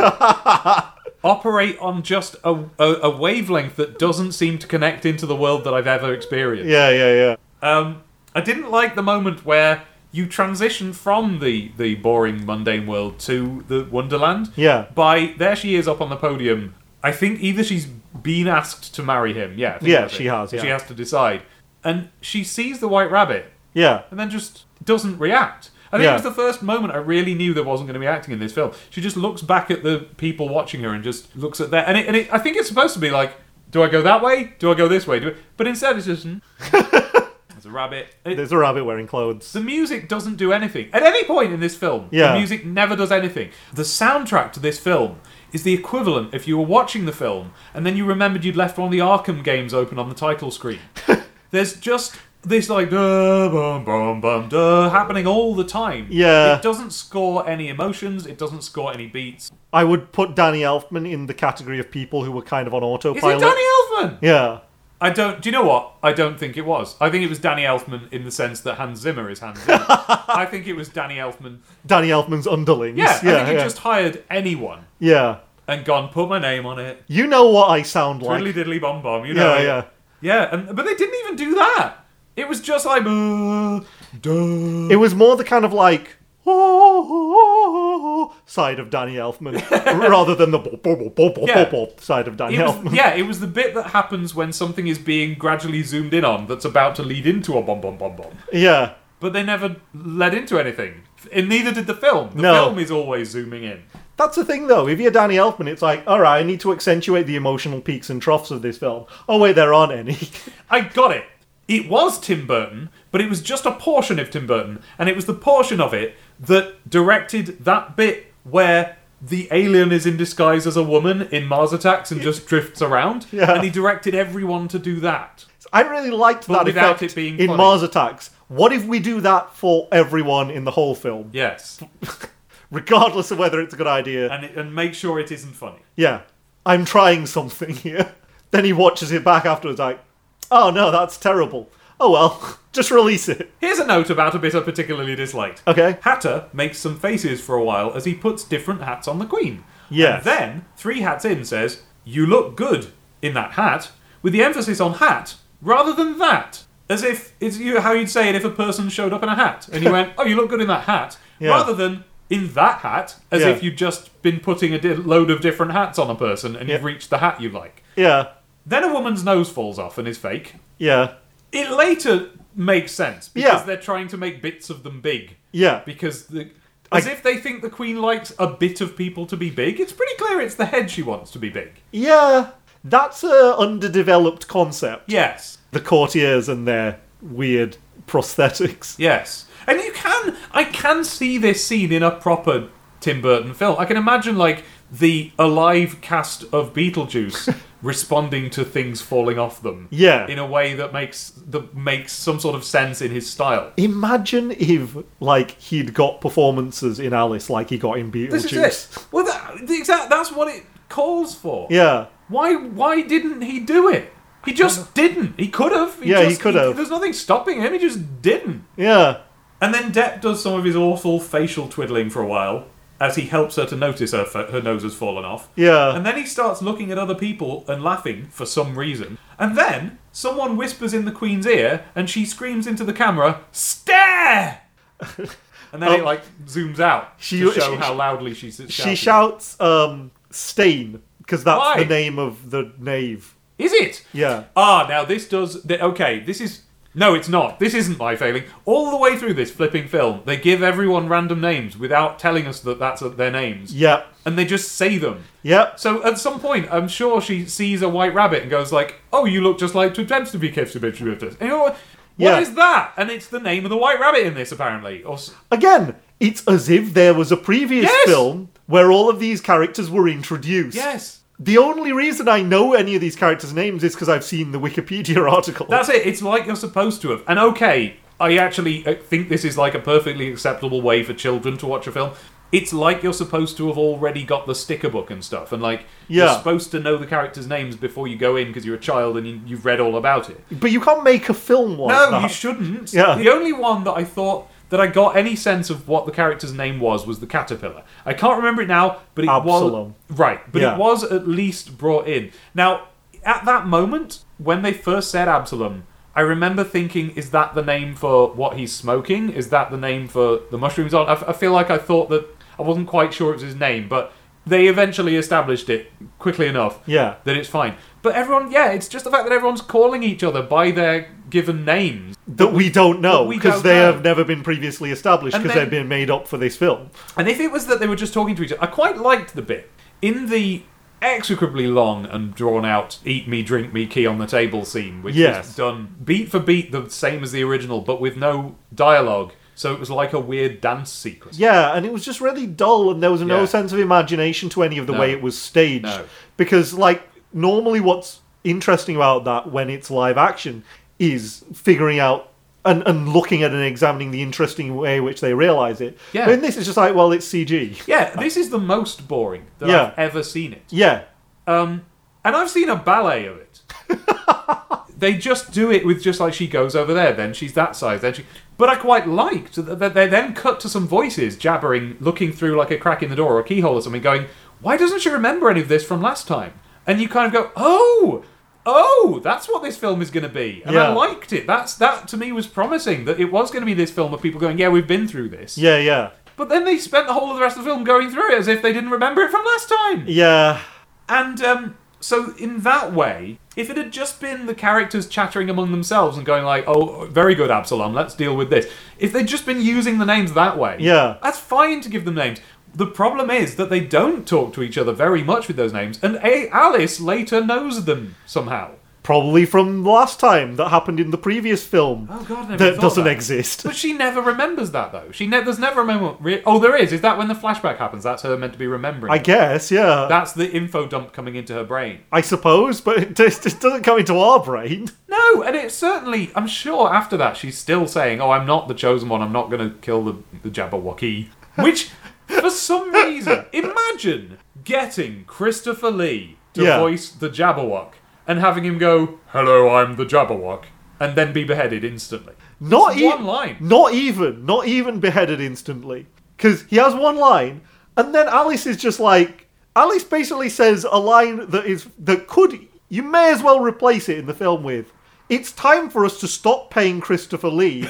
S1: operate on just a, a, a wavelength that doesn't seem to connect into the world that I've ever experienced.
S2: yeah, yeah, yeah.
S1: Um, I didn't like the moment where you transition from the, the boring, mundane world to the Wonderland.
S2: Yeah.
S1: By there she is up on the podium. I think either she's been asked to marry him. Yeah. I think
S2: Yeah,
S1: that's
S2: she
S1: it.
S2: has, yeah.
S1: She has to decide. And she sees the White Rabbit
S2: yeah.
S1: and then just doesn't react. I think it
S2: Yeah.
S1: was the first moment I really knew there wasn't going to be acting in this film. She just looks back at the people watching her and just looks at that. And, it, and it, I think it's supposed to be like, do I go that way? Do I go this way? Do I... But instead, it's just mm. there's a rabbit. It-
S2: There's a rabbit wearing clothes.
S1: the music doesn't do anything at any point in this film.
S2: Yeah.
S1: The music never does anything. The soundtrack to this film is the equivalent if you were watching the film and then you remembered you'd left one of the Arkham games open on the title screen. There's just this like duh, bum, bum, bum, duh, happening all the time.
S2: Yeah.
S1: It doesn't score any emotions. It doesn't score any beats.
S2: I would put Danny Elfman in the category of people who were kind of on
S1: Is
S2: autopilot.
S1: it Danny Elfman?
S2: Yeah.
S1: I don't. Do you know what? I don't think it was. I think it was Danny Elfman in the sense that Hans Zimmer is Hans Zimmer. I think it was Danny Elfman
S2: Danny Elfman's underlings.
S1: Yeah, I
S2: yeah,
S1: think he
S2: yeah.
S1: just hired anyone
S2: yeah.
S1: and gone, put my name on it.
S2: You know what I sound like.
S1: Diddly diddly bomb bomb, you know.
S2: yeah,
S1: it.
S2: yeah.
S1: Yeah, and, but they didn't even do that. It was just like, uh, duh.
S2: It was more the kind of like oh, side of Danny Elfman rather than the bo- bo- bo- bo- bo-
S1: Yeah.
S2: bo- bo- side of Danny
S1: It was-
S2: Elfman.
S1: yeah, it was the bit that happens when something is being gradually zoomed in on that's about to lead into a bomb bomb bomb bomb.
S2: Yeah.
S1: But they never led into anything. And neither did the film. The
S2: No.
S1: film is always zooming in.
S2: That's the thing though. If you're Danny Elfman, it's like, all right, I need to accentuate the emotional peaks and troughs of this film. Oh wait, there aren't any.
S1: I got it. It was Tim Burton, but it was just a portion of Tim Burton, and it was the portion of it that directed that bit where the alien is in disguise as a woman in Mars Attacks and just drifts around,
S2: Yeah.
S1: and he directed everyone to do that.
S2: I really liked
S1: But
S2: that
S1: without
S2: effect
S1: it being
S2: in
S1: funny.
S2: Mars Attacks. What if we do that for everyone in the whole film?
S1: Yes,
S2: regardless of whether it's a good idea.
S1: and, it, and make sure it isn't funny.
S2: yeah, I'm trying something here. Then he watches it back afterwards, like, oh no, that's terrible. Oh well, just release it.
S1: Here's a note about a bit I particularly disliked.
S2: Okay.
S1: Hatter makes some faces for a while as he puts different hats on the Queen. And
S2: Yes.
S1: then, three hats in, says, You look good in that hat, with the emphasis on hat rather than that. As if it's you, how you'd say it if a person showed up in a hat and you went, Oh, you look good in that hat,
S2: Yeah.
S1: rather than in that hat, as
S2: Yeah.
S1: if you'd just been putting a di- load of different hats on a person and you've
S2: Yeah.
S1: reached the hat you like.
S2: Yeah,
S1: Then a woman's nose falls off and is fake.
S2: yeah,
S1: It later makes sense because
S2: Yeah.
S1: they're trying to make bits of them big
S2: yeah.
S1: because the as if they think the queen likes a bit of people to be big. It's pretty clear it's the head she wants to be big.
S2: Yeah, that's a underdeveloped concept.
S1: Yes,
S2: The courtiers and their weird prosthetics.
S1: yes, and you can. I can see this scene in a proper Tim Burton film. I can imagine like the alive cast of Beetlejuice responding to things falling off them
S2: Yeah.
S1: in a way that makes that makes some sort of sense in his style.
S2: Imagine if, like, he'd got performances in Alice like he got in Beetlejuice.
S1: This is it. Well, that, the exact that's what it calls for.
S2: Yeah,
S1: Why why didn't he do it? He just didn't. He could have.
S2: Yeah, he
S1: just-
S2: could have.
S1: There's nothing stopping him. He just didn't.
S2: yeah,
S1: And then Depp does some of his awful facial twiddling for a while as he helps her to notice her fa- her nose has fallen off.
S2: yeah.
S1: And then he starts looking at other people and laughing for some reason. And then someone whispers in the Queen's ear and she screams into the camera, "Stare!" And then it
S2: Um,
S1: like zooms out
S2: she-
S1: to show
S2: she-
S1: how loudly she's shouting.
S2: she shouts, um, Stain, because that's
S1: Why?
S2: the name of the knave.
S1: Is it?
S2: Yeah.
S1: Ah, now this does. th- Okay, this is. No, it's not. This isn't my failing. All the way through this flipping film, they give everyone random names without telling us that that's uh, their names.
S2: Yep,
S1: And they just say them.
S2: yep,
S1: So at some point, I'm sure she sees a white rabbit and goes like, "Oh, you look just like to attempts to be kids to be to be- to be-" And you know what? What
S2: Yeah.
S1: is that? And it's the name of the white rabbit in this, apparently. Or s-
S2: Again, it's as if there was a previous
S1: Yes!
S2: film where all of these characters were introduced.
S1: yes,
S2: The only reason I know any of these characters' names is because I've seen the Wikipedia article.
S1: That's it. It's like you're supposed to have. And okay, I actually uh, think this is like a perfectly acceptable way for children to watch a film. It's like you're supposed to have already got the sticker book and stuff, and like you're
S2: Yeah.
S1: supposed to know the characters' names before you go in because you're a child and you, you've read all about it.
S2: but you can't make a film like
S1: no,
S2: that.
S1: you shouldn't.
S2: Yeah.
S1: The only one that I thought that I got any sense of what the character's name was was the caterpillar. I can't remember it now, but it
S2: Absalom.
S1: was right. But
S2: Yeah.
S1: it was at least brought in. Now, at that moment when they first said Absalom, I remember thinking, "Is that the name for what he's smoking? Is that the name for the mushrooms on?" I, f- I feel like I thought that I wasn't quite sure it was his name, but they eventually established it quickly enough
S2: Yeah.
S1: that it's fine. But everyone, yeah, it's just the fact that everyone's calling each other by their given names.
S2: That we don't know
S1: we don't
S2: because they
S1: know.
S2: have never been previously established
S1: And
S2: because
S1: then-
S2: they've been made up for this film.
S1: And if it was that they were just talking to each other, I quite liked the bit in the execrably long and drawn out "eat me, drink me, key on the table" scene, which was
S2: Yes.
S1: done beat for beat the same as the original, but with no dialogue. So it was like a weird dance sequence.
S2: Yeah, and it was just really dull, and there was no
S1: Yeah.
S2: sense of imagination to any of the
S1: No.
S2: way it was staged.
S1: No.
S2: Because, like, normally what's interesting about that when it's live action is figuring out and, and looking at and examining the interesting way in which they realize it.
S1: Yeah.
S2: But in this, it's just like, well, it's CG.
S1: Yeah, this is the most boring that
S2: Yeah.
S1: I've ever seen it.
S2: Yeah,
S1: Um, and I've seen a ballet of it. they just do it with just like she goes over there, then she's that size, then she. But I quite liked that that they then cut to some voices jabbering, looking through like a crack in the door or a keyhole or something, going, "Why doesn't she remember any of this from last time?" And you kind of go, "Oh." Oh, that's what this film is going to be, and I
S2: Yeah.
S1: liked it. That's that to me was promising that it was going to be this film of people going, "Yeah, we've been through this."
S2: yeah, yeah.
S1: But then they spent the whole of the rest of the film going through it as if they didn't remember it from last time.
S2: Yeah,
S1: And um, so, in that way, if it had just been the characters chattering among themselves and going like, "Oh, very good, Absalom, let's deal with this," if they'd just been using the names that way,
S2: Yeah.
S1: that's fine to give them names. The problem is that they don't talk to each other very much with those names, and A- Alice later knows them somehow.
S2: probably from last time that happened in the previous film
S1: Oh God, I never
S2: that
S1: thought
S2: doesn't
S1: that.
S2: exist.
S1: But she never remembers that though. She ne- there's never a moment. Re- oh, there is. Is that when the flashback happens? That's her meant to be remembering.
S2: I guess, yeah.
S1: that's the info dump coming into her brain.
S2: I suppose, but it just it doesn't come into our brain.
S1: No, and it certainly, I'm sure after that she's still saying, oh, I'm not the chosen one, I'm not going to kill the, the Jabberwocky. Which, For some reason, imagine getting Christopher Lee to
S2: Yeah.
S1: voice the Jabberwock and having him go, "Hello, I'm the Jabberwock," and then be beheaded instantly.
S2: Not
S1: It's
S2: e-
S1: one line.
S2: Not even. Not even beheaded instantly. Because he has one line, and then Alice is just like Alice basically says a line that is that could you may as well replace it in the film with. It's time for us to stop paying Christopher Lee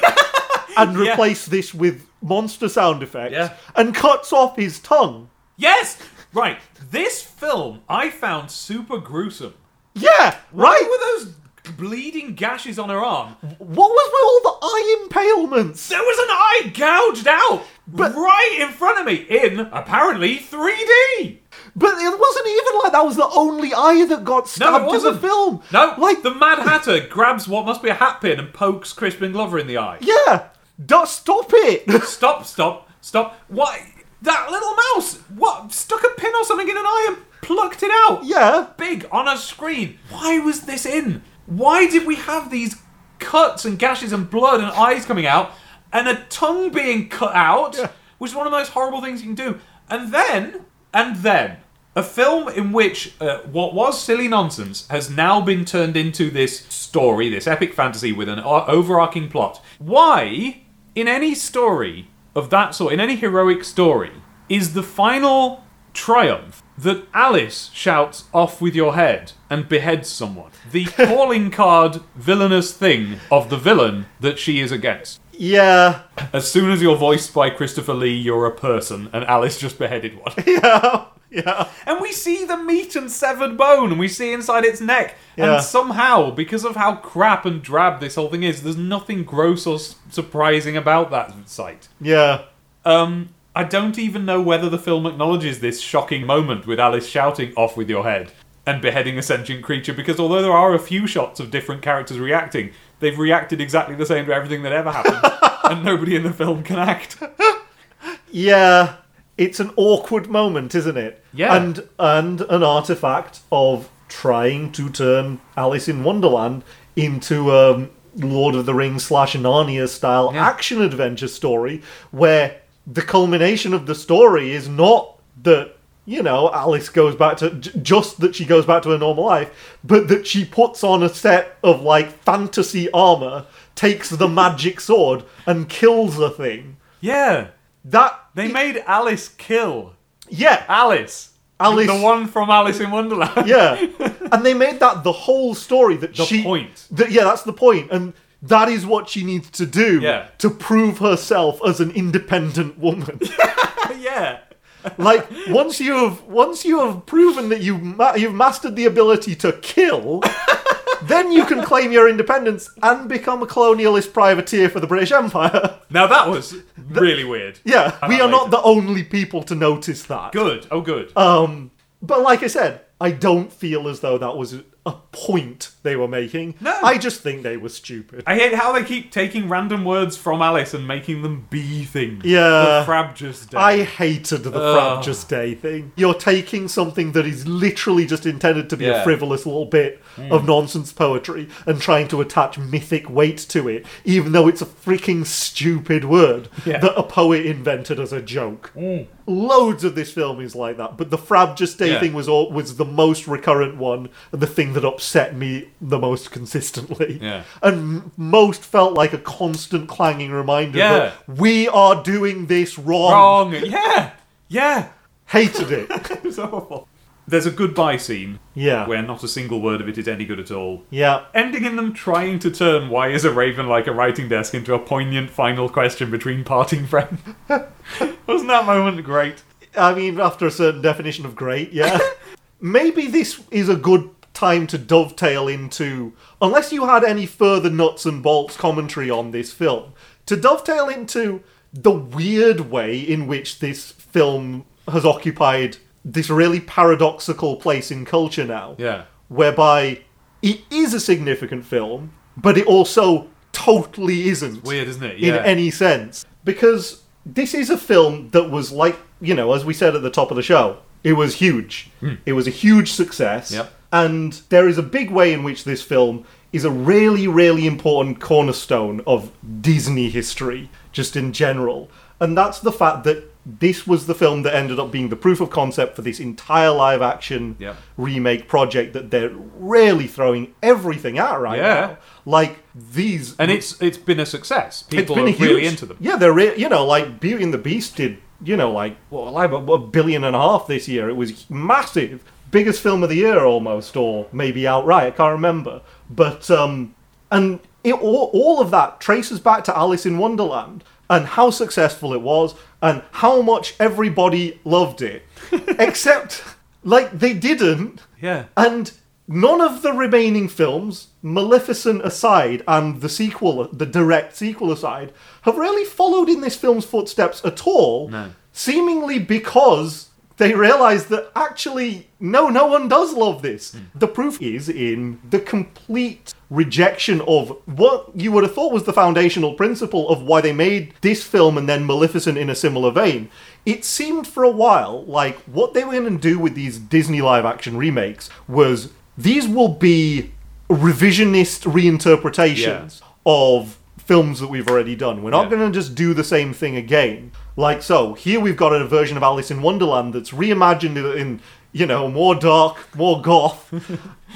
S2: and replace this with monster sound effects.
S1: Yeah.
S2: And cuts off his tongue.
S1: Yes, right. This film I found super gruesome.
S2: Yeah,
S1: Why
S2: right.
S1: were those bleeding gashes on her arm?
S2: What was with all the eye impalements?
S1: There was an eye gouged out right in front of me in apparently 3D.
S2: But it wasn't even like that was the only eye that got
S1: No,
S2: stabbed
S1: it
S2: in the
S1: wasn't.
S2: film.
S1: No,
S2: like
S1: the Mad Hatter grabs what must be a hat pin and pokes Crispin Glover in the eye.
S2: Yeah, do stop it.
S1: Stop! Stop! Stop! What? That little mouse? What? Stuck a pin or something in an eye and plucked it out.
S2: yeah,
S1: big on a screen. Why was this in? Why did we have these cuts and gashes and blood and eyes coming out and a tongue being cut out, which is one of the most horrible things you can do? And then, and then, a film in which uh, what was silly nonsense has now been turned into this story, this epic fantasy with an o- overarching plot. Why, in any story of that sort, in any heroic story, is the final triumph that Alice shouts off with your head and beheads someone. The calling card villainous thing of the villain that she is against.
S2: yeah,
S1: As soon as you're voiced by Christopher Lee, you're a person, and Alice just beheaded one.
S2: yeah, yeah.
S1: and we see the meat and severed bone, and we see inside its neck.
S2: Yeah.
S1: And somehow, because of how crap and drab this whole thing is, there's nothing gross or s- surprising about that sight.
S2: Yeah.
S1: Um, I don't even know whether the film acknowledges this shocking moment with Alice shouting off with your head and beheading a sentient creature because although there are a few shots of different characters reacting, they've reacted exactly the same to everything that ever happened and nobody in the film can act.
S2: Yeah. It's an awkward moment, isn't it?
S1: Yeah.
S2: And and an artifact of trying to turn Alice in Wonderland into um Lord of the Rings slash Narnia style
S1: Yeah.
S2: action adventure story where the culmination of the story is not that you know Alice goes back to j- just that she goes back to her normal life but that she puts on a set of like fantasy armor takes the magic sword and kills the thing
S1: Yeah.
S2: that
S1: They made Alice kill
S2: yeah
S1: Alice.
S2: Alice-
S1: The one from Alice in Wonderland.
S2: yeah and they made that the whole story that
S1: The
S2: she
S1: point.
S2: that- yeah that's the point and that is what she needs to do
S1: Yeah.
S2: to prove herself as an independent woman
S1: yeah.
S2: like once you have once you have proven that you ma- you've mastered the ability to kill then you can claim your independence and become a colonialist privateer for the british empire
S1: Now that was really weird.
S2: yeah
S1: I
S2: we
S1: like
S2: are not
S1: it.
S2: the only people to notice that
S1: Good. Oh good.
S2: Um, but like I said, I don't feel as though that was a point they were making.
S1: No.
S2: I just think they were stupid.
S1: I hate how they keep taking random words from Alice and making them be things.
S2: Yeah.
S1: The Frabjous Day.
S2: I hated the
S1: Ugh.
S2: Frabjous Day thing. You're taking something that is literally just intended to be a
S1: Yeah. Hmm.
S2: frivolous little bit of nonsense poetry and trying to attach mythic weight to it, even though it's a freaking stupid word
S1: Yeah. Hmm.
S2: that a poet invented as a joke. Loads of this film is like that, but the Frabjous Day
S1: Yeah.
S2: thing was all, was the most recurrent one and the thing that upset me the most consistently.
S1: Yeah.
S2: And m- most felt like a constant clanging reminder
S1: Yeah.
S2: that we are doing this
S1: Wrong. Yeah. Yeah.
S2: hated it.
S1: It was horrible. There's a goodbye scene
S2: Yeah.
S1: where not a single word of it is any good at all.
S2: Yeah.
S1: Ending in them trying to turn Why Is a Raven Like a Writing Desk into a poignant final question between parting friends. Wasn't that moment great?
S2: I mean, after a certain definition of great, yeah. Maybe this is a good time to dovetail into, unless you had any further nuts and bolts commentary on this film, to dovetail into the weird way in which this film has occupied this really paradoxical place in culture now.
S1: Yeah.
S2: Whereby it is a significant film, but it also totally isn't.
S1: Weird, isn't it?
S2: in
S1: Yeah.
S2: any sense because this is a film that was like you know as we said at the top of the show it was huge it was a huge success
S1: Hmm. Yep.
S2: and there is a big way in which this film is a really really important cornerstone of disney history just in general and that's the fact that this was the film that ended up being the proof of concept for this entire live action
S3: Yeah.
S2: remake project that they're really throwing everything at right
S3: Yeah.
S2: now. Like these
S3: and it's it's been a success. People
S2: it's been
S3: are
S2: a huge-
S3: really into them.
S2: Yeah, they're re- you know like Beauty and the Beast did you know like well like a, a billion and a half this year. It was massive, biggest film of the year almost, or maybe outright. I can't remember. But um, and it all, all of that traces back to Alice in Wonderland and how successful it was and how much everybody loved it, except like they didn't.
S3: Yeah.
S2: And none of the remaining films, Maleficent aside and the sequel, the direct sequel aside, have really followed in this film's footsteps at all.
S3: No.
S2: Seemingly because they realize that actually, no, no one does love this. The proof is in the complete rejection of what you would have thought was the foundational principle of why they made this film and then Maleficent in a similar vein. It seemed for a while like what they were going to do with these Disney live action remakes was these will be revisionist reinterpretations of films that we've already done. We're not
S3: Yeah.
S2: going to just do the same thing again. Like so, here we've got a version of Alice in Wonderland that's reimagined in you know more dark, more goth,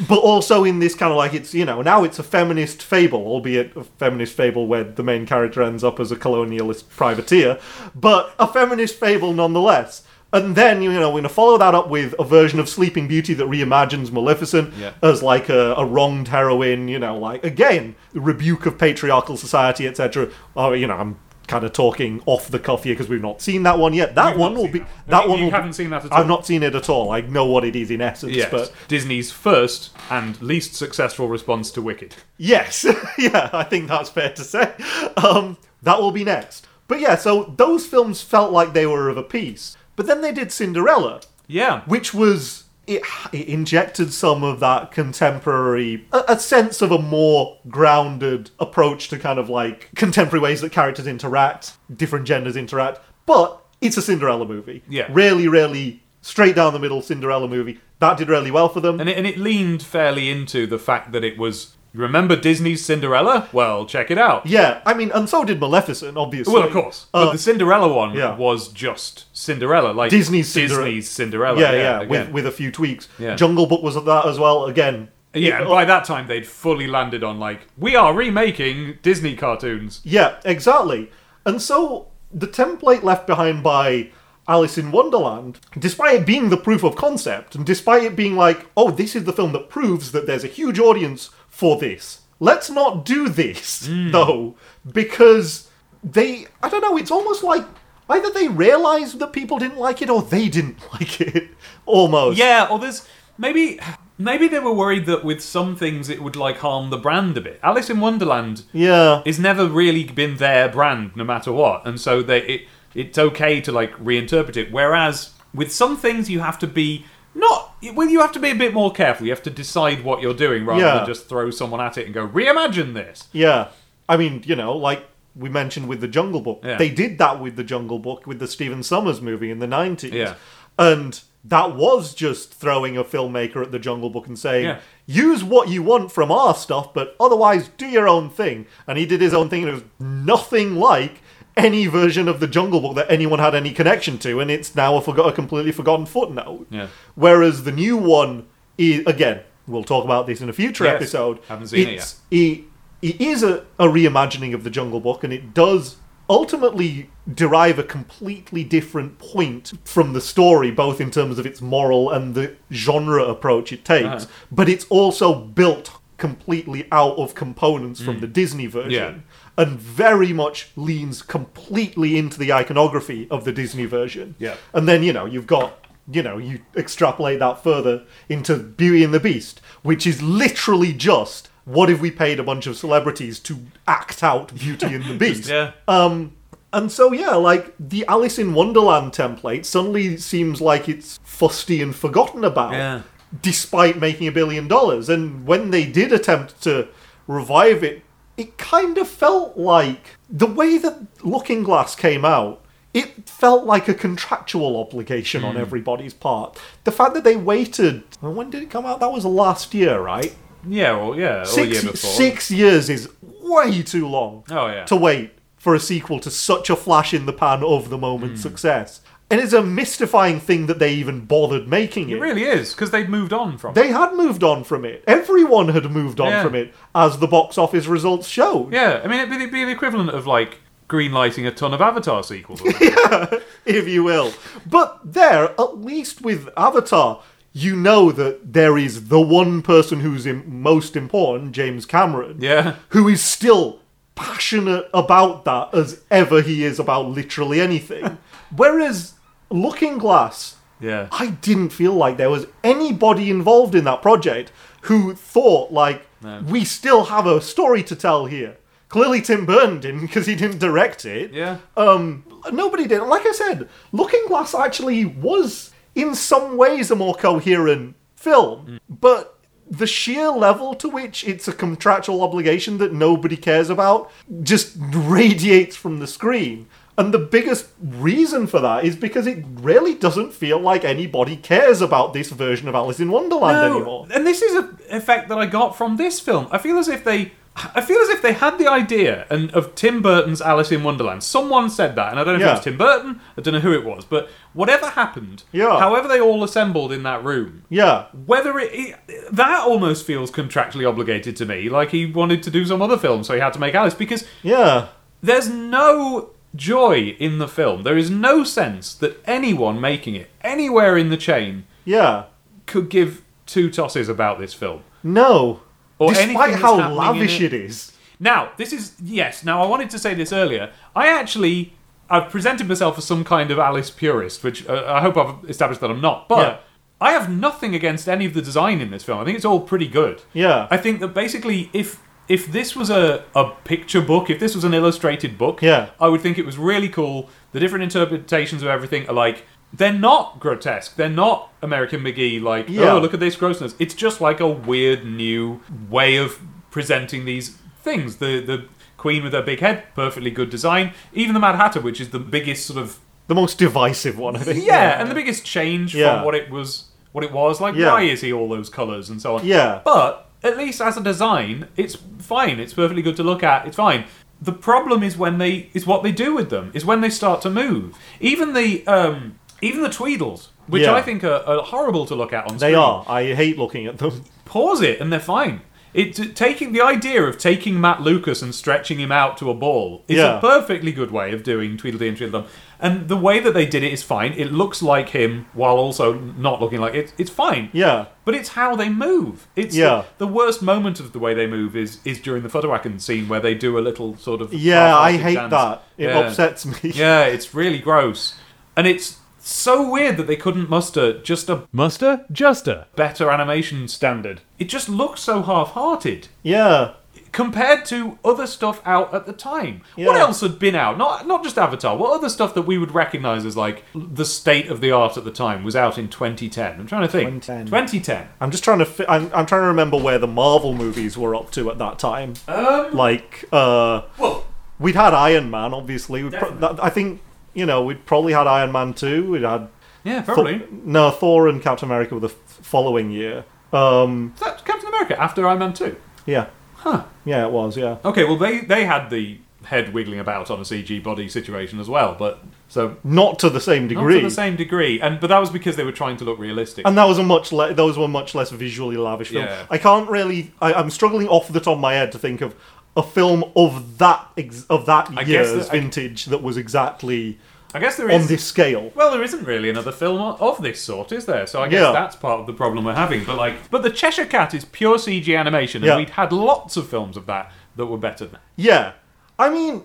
S2: but also in this kind of like it's you know now it's a feminist fable, albeit a feminist fable where the main character ends up as a colonialist privateer, but a feminist fable nonetheless. And then you know we're going to follow that up with a version of Sleeping Beauty that reimagines Maleficent
S3: Yeah.
S2: as like a, a wronged heroine, you know, like again, the rebuke of patriarchal society, etc. Oh, you know, I'm kind of talking off the cuff here because we've not seen that one yet. That
S3: You've
S2: one
S3: not
S2: will
S3: seen
S2: be
S3: that one.
S2: that
S3: You-
S2: one.
S3: you
S2: will be-
S3: haven't seen that at all.
S2: I've not seen it at all. I know what it is in essence,
S3: Yes.
S2: but
S3: Disney's first and least successful response to Wicked.
S2: Yes, yeah, I think that's fair to say. Um, that will be next. But yeah, so those films felt like they were of a piece. But then they did Cinderella,
S3: Yeah.
S2: which was it, it injected some of that contemporary a, a sense of a more grounded approach to kind of like contemporary ways that characters interact different genders interact but it's a cinderella movie
S3: Yeah.
S2: really really straight down the middle cinderella movie that did really well for them
S3: And it, and it leaned fairly into the fact that it was. You remember Disney's Cinderella? Well, check it out.
S2: yeah i mean and so did maleficent obviously
S3: Well, of course.
S2: Uh,
S3: but the Cinderella one
S2: yeah.
S3: was just Cinderella, like
S2: Disney's Cinderella.
S3: Disney's Cinderella.
S2: yeah, yeah, with,
S3: again.
S2: with a few tweaks.
S3: Yeah.
S2: Jungle Book was that as well. Again,
S3: yeah.
S2: it-
S3: and by that time, they'd fully landed on like we are remaking Disney cartoons.
S2: Yeah, exactly. And so the template left behind by Alice in Wonderland, despite it being the proof of concept, and despite it being like, oh, this is the film that proves that there's a huge audience for this, let's not do this, though, because they, I don't know, it's almost like either they realized that people didn't like it or they didn't like it, almost.
S3: Yeah, or there's maybe maybe they were worried that with some things it would like harm the brand a bit. Alice in Wonderland
S2: Yeah.
S3: it's never really been their brand no matter what and so they it it's okay to like reinterpret it whereas with some things you have to be not well you have to be a bit more careful you have to decide what you're doing rather
S2: Yeah.
S3: than just throw someone at it and go reimagine this
S2: Yeah. I mean, you know, like we mentioned with the Jungle Book.
S3: Yeah.
S2: They did that with the Jungle Book with the Stephen Summers movie in the 90s.
S3: Yeah.
S2: And that was just throwing a filmmaker at the Jungle Book and saying,
S3: Yeah.
S2: use what you want from our stuff, but otherwise do your own thing. And he did his own thing, and it was nothing like any version of the Jungle Book that anyone had any connection to, and it's now a, forgo- a completely forgotten footnote.
S3: Yeah.
S2: Whereas the new one is, again, we'll talk about this in a future
S3: Yes.
S2: episode.
S3: Haven't seen it
S2: it's
S3: yet.
S2: it, it is a, a reimagining of the Jungle Book, and it does ultimately derive a completely different point from the story, both in terms of its moral and the genre approach it takes.
S3: Uh-huh.
S2: But it's also built completely out of components from the Disney version.
S3: Mm. Yeah.
S2: And very much leans completely into the iconography of the Disney version.
S3: Yeah.
S2: And then, you know, you've got, you know, you extrapolate that further into Beauty and the Beast, which is literally just what if we paid a bunch of celebrities to act out Beauty and the Beast?
S3: yeah
S2: Um, and so, yeah, like the Alice in Wonderland template suddenly seems like it's fusty and forgotten about,
S3: Yeah.
S2: despite making a billion dollars. And when they did attempt to revive it, it kind of felt like the way that Looking Glass came out. It felt like a contractual obligation
S3: Hmm.
S2: on everybody's part. The fact that they waited. When did it come out? That was last year, right?
S3: yeah or yeah or
S2: six,
S3: Oh, year before
S2: six years is way too long
S3: Oh, yeah.
S2: to wait for a sequel to such a flash in the pan of the moment
S1: Hmm.
S2: success. And it's a mystifying thing that they even bothered making it.
S1: It really is because they've moved on from. it.
S2: They had moved on from it. Everyone had moved on
S1: Yeah.
S2: from it, as the box office results showed.
S1: Yeah, I mean, it'd be, it'd be the equivalent of like greenlighting a ton of Avatar sequels. or something.
S2: if you will. But there, at least with Avatar, you know that there is the one person who's Im- most important, James Cameron,
S1: yeah,
S2: who is still passionate about that as ever he is about literally anything. Whereas Looking Glass,
S1: yeah.
S2: I didn't feel like there was anybody involved in that project who thought like we still have a story to tell here. Clearly, Tim Burton didn't because he didn't direct it.
S1: Yeah.
S2: Um, nobody did. Like I said, Looking Glass actually was in some ways a more coherent film,
S1: Mm.
S2: but the sheer level to which it's a contractual obligation that nobody cares about just radiates from the screen. And the biggest reason for that is because it really doesn't feel like anybody cares about this version of Alice in Wonderland
S1: No,
S2: anymore.
S1: And this is an effect that I got from this film. I feel as if they. I feel as if they had the idea and of Tim Burton's Alice in Wonderland. Someone said that, and I don't know if
S2: Yeah.
S1: it was Tim Burton, I don't know who it was, but whatever happened,
S2: Yeah.
S1: however they all assembled in that room,
S2: Yeah.
S1: whether it, it- that almost feels contractually obligated to me, like he wanted to do some other film, so he had to make Alice because
S2: Yeah.
S1: there's no joy in the film. There is no sense that anyone making it anywhere in the chain
S2: Yeah.
S1: could give two tosses about this film.
S2: No.
S1: Or anything
S2: Despite
S1: that's
S2: how
S1: happening in
S2: lavish
S1: it.
S2: it is.
S1: Now, this is yes. Now, I wanted to say this earlier. I actually I've presented myself as some kind of Alice purist, which uh, I hope I've established that I'm not. But
S2: Yeah.
S1: I have nothing against any of the design in this film. I think it's all pretty good.
S2: Yeah.
S1: I think that basically, if if this was a, a picture book, if this was an illustrated book,
S2: Yeah.
S1: I would think it was really cool. The different interpretations of everything are like they're not grotesque. They're not American McGee like
S2: Yeah.
S1: oh look at this grossness. It's just like a weird new way of presenting these things. The the queen with her big head, perfectly good design. Even the Mad Hatter, which is the biggest sort of
S2: The most divisive one, I think.
S1: yeah, and the biggest change
S2: Yeah.
S1: from what it was, what it was like.
S2: Yeah.
S1: Why is he all those colours and so on?
S2: Yeah.
S1: but at least as a design, it's fine. It's perfectly good to look at. It's fine. The problem is when they is what they do with them is when they start to move. Even the um, even the Tweedles, which
S2: Yeah.
S1: I think are, are horrible to look at on
S2: They
S1: screen,
S2: are. I hate looking at them.
S1: pause it and they're fine. It t- taking the idea of taking Matt Lucas and stretching him out to a ball is
S2: Yeah.
S1: a perfectly good way of doing Tweedledee and Tweedledum, and the way that they did it is fine. It looks like him while also not looking like it. It's fine.
S2: Yeah.
S1: But it's how they move. It's
S2: Yeah.
S1: the, the worst moment of the way they move is is during the Futterwacken scene where they do a little sort of
S2: Yeah, I
S1: half-hearted
S2: hate
S1: dance.
S2: that. It
S1: Yeah.
S2: upsets me.
S1: Yeah, it's really gross, and it's so weird that they couldn't muster just a
S4: Muster? Juster.
S1: better animation standard. It just looks so half-hearted
S2: Yeah.
S1: compared to other stuff out at the time. What
S2: Yeah.
S1: else had been out? Not not just Avatar. What other stuff that we would recognize as like the state of the art at the time was out in 2010? I'm trying to think.
S2: 2010.
S1: 2010.
S2: I'm just trying to. Fi- I'm, I'm trying to remember where the Marvel movies were up to at that time.
S1: Um,
S2: Like, uh,
S1: well,
S2: we'd had Iron Man, obviously. We'd pro-
S1: Definitely.
S2: that, I think you know we'd probably had Iron Man two. We'd had
S1: yeah,
S2: Thor-
S1: probably.
S2: no Thor and Captain America were the f- following year. Um,
S1: Is that Captain America after Iron Man 2?
S2: yeah,
S1: Huh.
S2: yeah, it was. Yeah,
S1: Okay, well they they had the head wiggling about on a CG body situation as well, but so
S2: not to the same
S1: not
S2: degree.
S1: to the same degree. And but that was because they were trying to look realistic.
S2: And that was a much le- those were much less visually lavish films.
S1: Yeah.
S2: I can't really. I, I'm struggling off the top of my head to think of a film of that ex- of that
S1: I guess
S2: year's
S1: that- I-
S2: vintage that was exactly
S1: I guess there
S2: on
S1: is
S2: this scale.
S1: Well, there isn't really another film o- of this sort, is there? So I guess
S2: Yeah.
S1: that's part of the problem we're having. But like, but the Cheshire Cat is pure CG animation, and
S2: Yeah.
S1: we'd had lots of films of that that were better than.
S2: Yeah, I mean,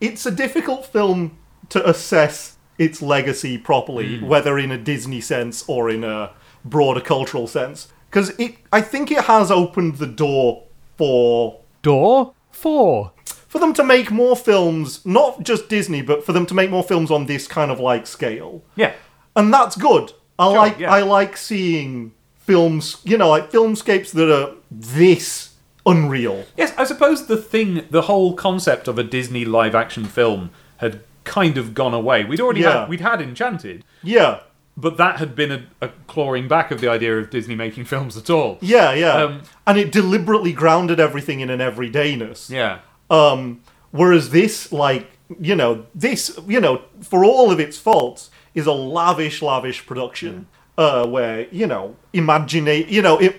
S2: it's a difficult film to assess its legacy properly,
S1: Hmm.
S2: whether in a Disney sense or in a broader cultural sense, because it. I think it has opened the door for
S4: Door? Four.
S2: for them to make more films, not just Disney, but for them to make more films on this kind of like scale.
S1: Yeah,
S2: And that's good. I like
S1: yeah.
S2: I like seeing films, you know, like filmscapes that are this unreal.
S1: yes. I suppose the thing, the whole concept of a Disney live-action film had kind of gone away. We'd already
S2: Yeah.
S1: had, we'd had Enchanted,
S2: Yeah.
S1: but that had been a, a clawing back of the idea of Disney making films at all.
S2: Yeah, yeah.
S1: Um,
S2: and it deliberately grounded everything in an everydayness.
S1: Yeah.
S2: Um whereas this like you know, this, you know, for all of its faults, is a lavish, lavish production uh, where you know, imaginate, you know, it,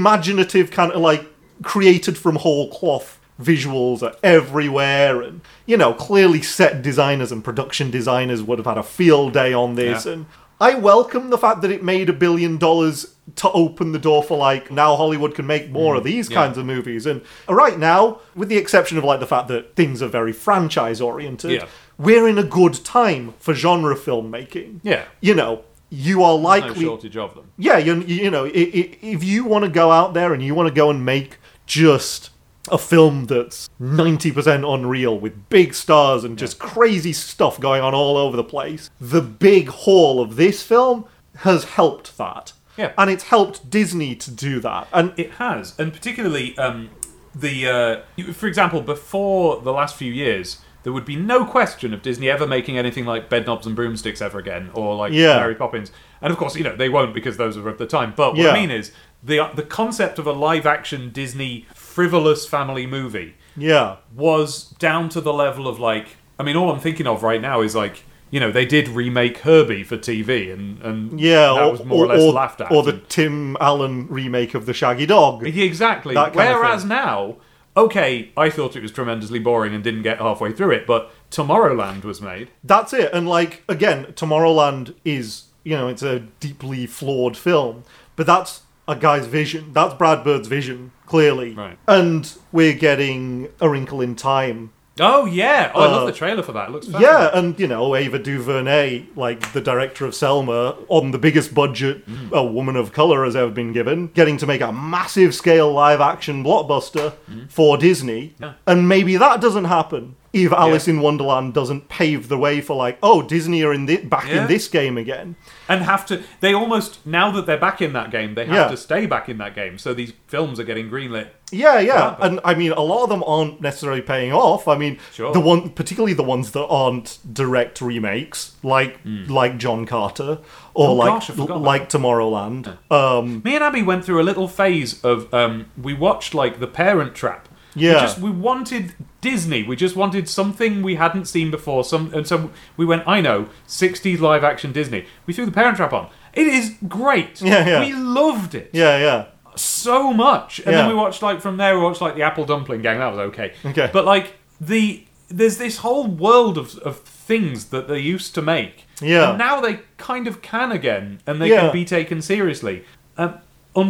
S2: imaginative kind of like created from whole cloth visuals are everywhere, and you know, clearly set designers and production designers would have had a field day on this,
S1: Yeah.
S2: and. I welcome the fact that it made a billion dollars to open the door for like now Hollywood can make more of these
S1: Mm-hmm. yeah.
S2: kinds of movies. And right now, with the exception of like the fact that things are very franchise oriented,
S1: Yeah.
S2: we're in a good time for genre filmmaking.
S1: Yeah.
S2: you know, you are
S1: No
S2: likely
S1: shortage of them.
S2: yeah, you, you know, i- i- if you want to go out there and you want to go and make just a film that's 90% unreal with big stars and just crazy stuff going on all over the place, the big haul of this film has helped that.
S1: Yeah.
S2: And it's helped Disney to do that. And
S1: It has, and particularly um, the, uh, you- for example, before the last few years, there would be no question of Disney ever making anything like Bedknobs and Broomsticks ever again, or like
S2: Yeah.
S1: Mary Poppins. And of course, you know they won't because those are of the time. But what
S2: Yeah.
S1: I mean is the the concept of a live action Disney frivolous family movie
S2: yeah.
S1: was down to the level of like I mean all I'm thinking of right now is like you know they did remake Herbie for TV and and
S2: Yeah,
S1: that
S2: or,
S1: was more or,
S2: or-
S1: less
S2: or-
S1: laughed at
S2: or the Tim Allen remake of The Shaggy Dog.
S1: Yeah, Exactly.
S2: That kind of
S1: Whereas
S2: thing.
S1: now, okay, I thought it was tremendously boring and didn't get halfway through it, but Tomorrowland was made.
S2: that's it. And like again, Tomorrowland is you know it's a deeply flawed film, but that's a guy's vision. That's Brad Bird's vision, clearly.
S1: Right.
S2: And we're getting A Wrinkle in Time.
S1: Oh yeah, oh, I
S2: Uh,
S1: love the trailer for that. It looks
S2: Yeah,
S1: fabulous.
S2: and you know Ava DuVernay, like the director of Selma, on the biggest budget a woman of color has ever been given, getting to make a massive scale live action blockbuster for Disney,
S1: Yeah.
S2: and maybe that doesn't happen if Alice in Wonderland doesn't pave the way for like, oh, Disney are in thi- back
S1: Yeah.
S2: in this game again.
S1: and have to. They almost now that they're back in that game, they have
S2: Yeah.
S1: to stay back in that game. So these films are getting greenlit.
S2: Yeah, yeah,
S1: but-
S2: and I mean, a lot of them aren't necessarily paying off. I mean,
S1: Sure.
S2: the one, particularly the ones that aren't direct remakes, like like John Carter or
S1: Hmm. Oh,
S2: like
S1: gosh, I forgot about
S2: like Tomorrowland. Um,
S1: Me and Abby went through a little phase of um, we watched like The Parent Trap.
S2: Yeah.
S1: We just we wanted Disney. We just wanted something we hadn't seen before. Some and so we went. I know '60s live action Disney. We threw The Parent Trap on. It is great.
S2: Yeah, yeah.
S1: We loved it
S2: yeah, yeah,
S1: so much. And
S2: Yeah.
S1: then we watched like from there we watched like the Apple Dumpling Gang. That was okay.
S2: Okay.
S1: But like the there's this whole world of of things that they used to make.
S2: Yeah.
S1: And now they kind of can again, and they
S2: Yeah.
S1: can be taken seriously. Um,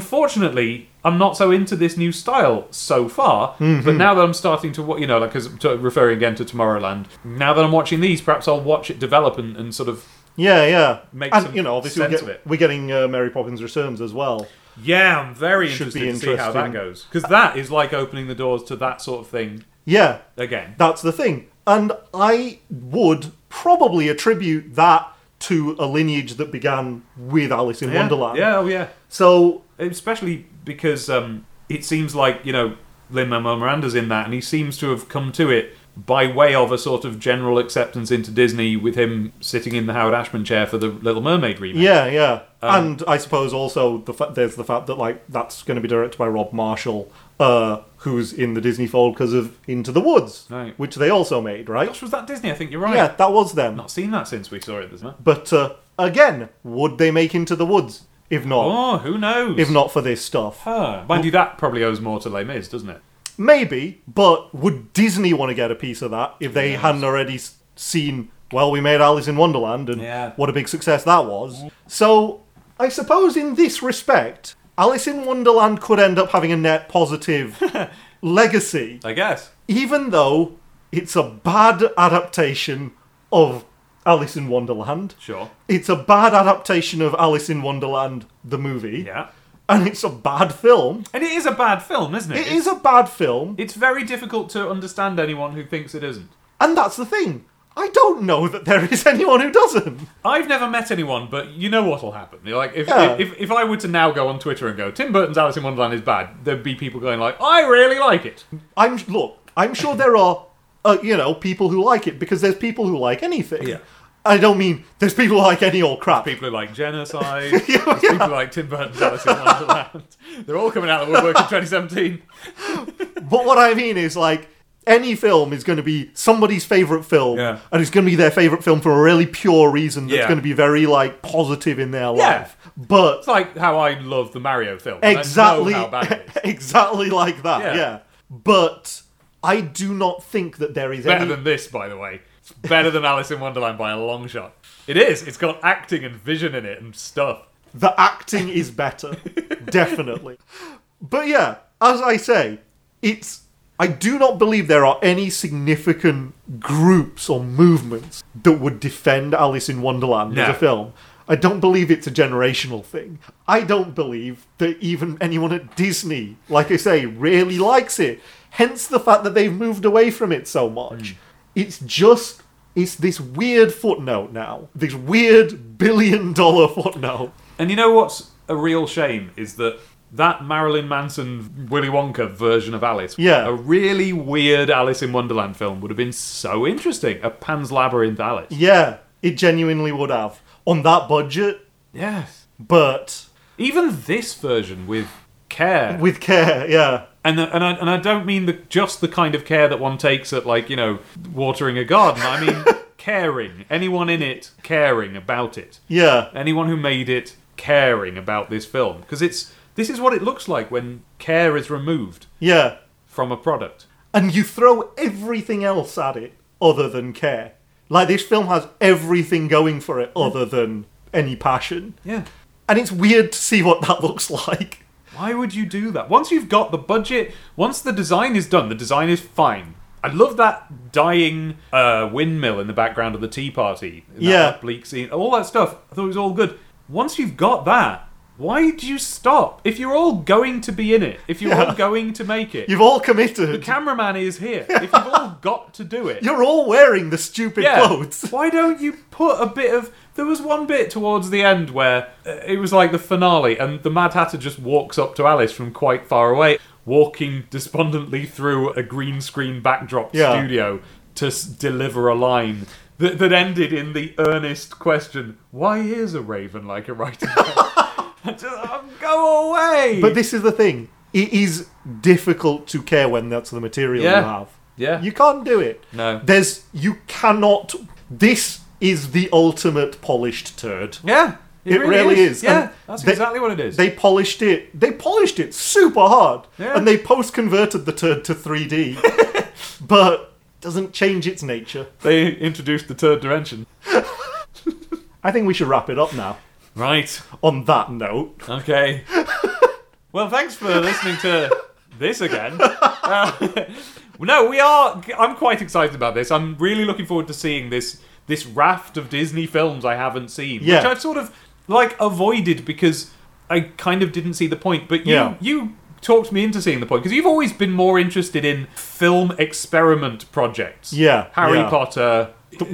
S1: unfortunately. I'm not so into this new style so far, but
S2: Mm-hmm.
S1: now that I'm starting to, wa- you know, like cause to, referring again to Tomorrowland, now that I'm watching these, perhaps I'll watch it develop and, and sort of,
S2: yeah, yeah.
S1: Make
S2: and
S1: some
S2: you know, obviously, we're,
S1: sense
S2: get-
S1: of it.
S2: we're getting uh, Mary Poppins Returns as well.
S1: yeah, I'm very
S2: Should
S1: interested
S2: be
S1: to see how
S2: interesting.
S1: that goes because that is like opening the doors to that sort of thing
S2: Yeah,
S1: again.
S2: That's the thing. And I would probably attribute that to a lineage that began with Alice in
S1: Yeah,
S2: Wonderland.
S1: Yeah, oh yeah.
S2: So
S1: Especially because um, it seems like you know Lin Manuel Miranda's in that, and he seems to have come to it by way of a sort of general acceptance into Disney, with him sitting in the Howard Ashman chair for the Little Mermaid remake.
S2: Yeah, yeah,
S1: Um,
S2: and I suppose also the fa- there's the fact that like that's going to be directed by Rob Marshall, uh, who's in the Disney fold because of Into the Woods,
S1: Right.
S2: which they also made, right?
S1: Gosh, was that Disney? I think you're right.
S2: Yeah, that was them.
S1: Not seen that since we saw it this month.
S2: But uh, again, would they make Into the Woods if not
S1: Oh, who knows?
S2: if not for this stuff?
S1: Huh. Mind you, that probably owes more to Les Mis, doesn't it?
S2: Maybe, but would Disney want to get a piece of that if they hadn't already s- seen? Well, we made Alice in Wonderland, and
S1: Yeah.
S2: what a big success that was. So, I suppose in this respect, Alice in Wonderland could end up having a net positive legacy,
S1: I guess.
S2: even though it's a bad adaptation of Alice in Wonderland.
S1: Sure.
S2: It's a bad adaptation of Alice in Wonderland, the movie,
S1: Yeah.
S2: and it's a bad film.
S1: And it is a bad film, isn't it?
S2: It is a bad film.
S1: It's very difficult to understand anyone who thinks it isn't.
S2: And that's the thing. I don't know that there is anyone who doesn't.
S1: I've never met anyone, but you know what'll happen. You're Like if,
S2: Yeah.
S1: if if I were to now go on Twitter and go Tim Burton's Alice in Wonderland is bad, there'd be people going like, I really like it.
S2: I'm look. I'm sure there are, uh, you know, people who like it because there's people who like anything.
S1: Yeah.
S2: I don't mean there's people who like any old crap.
S1: People who like genocide, there's people who like Tim Burton's Alice in Wonderland. They're all coming out of the woodwork in 2017.
S2: But what I mean is like any film is going to be somebody's favorite film,
S1: Yeah.
S2: and it's going to be their favorite film for a really pure reason. That's
S1: Yeah.
S2: going to be very like positive in their
S1: Yeah.
S2: life. But
S1: It's like how I love the Mario film. and I know
S2: exactly
S1: how bad it is.
S2: exactly like that yeah.
S1: Yeah.
S2: but i do not think that there is
S1: Better
S2: any
S1: than this, by the way. It's better than Alice in Wonderland by a long shot. It is. It's got acting and vision in it and stuff.
S2: the acting is better definitely but yeah as i say it's i do not believe there are any significant groups or movements that would defend alice in wonderland as
S1: No.
S2: a film I don't believe it's a generational thing. I don't believe that even anyone at Disney, like I say, really likes it. Hence the fact that they've moved away from it so much. It's just it's this weird footnote now. This weird billion dollar footnote.
S1: And you know what's a real shame is that that Marilyn Manson Willy Wonka version of Alice,
S2: Yeah.
S1: a really weird Alice in Wonderland film would have been so interesting. A Pan's Labyrinth Alice.
S2: Yeah, it genuinely would have on that budget,
S1: Yes.
S2: but
S1: Even this version with care
S2: with care, yeah.
S1: And the, and I and I don't mean the, just the kind of care that one takes at like you know watering a garden. I mean caring. Anyone in it caring about it.
S2: Yeah.
S1: Anyone who made it caring about this film because it's this is what it looks like when care is removed
S2: Yeah.
S1: from a product.
S2: and you throw everything else at it other than care. Like this film has everything going for it other than any passion.
S1: Yeah.
S2: And it's weird to see what that looks like.
S1: Why would you do that? Once you've got the budget, once the design is done, the design is fine. I love that dying uh, windmill in the background of the tea party. in that
S2: Yeah.
S1: bleak scene, all that stuff. I thought it was all good. Once you've got that, why do you stop? If you're all going to be in it, if you're all going to make it,
S2: You've all
S1: the
S2: committed.
S1: cameraman is here. If you've all got to do it,
S2: You're all wearing the stupid clothes.
S1: why don't you put a bit of? There was one bit towards the end where uh, it was like the finale, and the Mad Hatter just walks up to Alice from quite far away, walking despondently through a green screen backdrop
S2: Yeah.
S1: studio to s- deliver a line that, that ended in the earnest question: "Why is a raven like a writing?" just, um, go away.
S2: But this is the thing. It is difficult to care when that's the material
S1: Yeah.
S2: you have.
S1: Yeah.
S2: You can't do it.
S1: No.
S2: There's you cannot this is the ultimate polished turd.
S1: yeah,
S2: It really is.
S1: Yeah,
S2: And
S1: that's
S2: they-
S1: exactly what it is.
S2: They polished it. They polished it super hard,
S1: Yeah.
S2: and they post converted the turd to 3D, but doesn't change its nature.
S1: they introduced the third dimension.
S2: I think we should wrap it up now.
S1: Right.
S2: On that note,
S1: Okay. well, thanks for listening to this again. Uh, no, we are. I'm quite excited about this. I'm really looking forward to seeing this this raft of Disney films I haven't seen, which
S2: Yeah.
S1: I've sort of like avoided because I kind of didn't see the point. But you
S2: Yeah.
S1: you talked me into seeing the point because you've always been more interested in film experiment projects.
S2: Yeah,
S1: Harry
S2: yeah.
S1: Potter.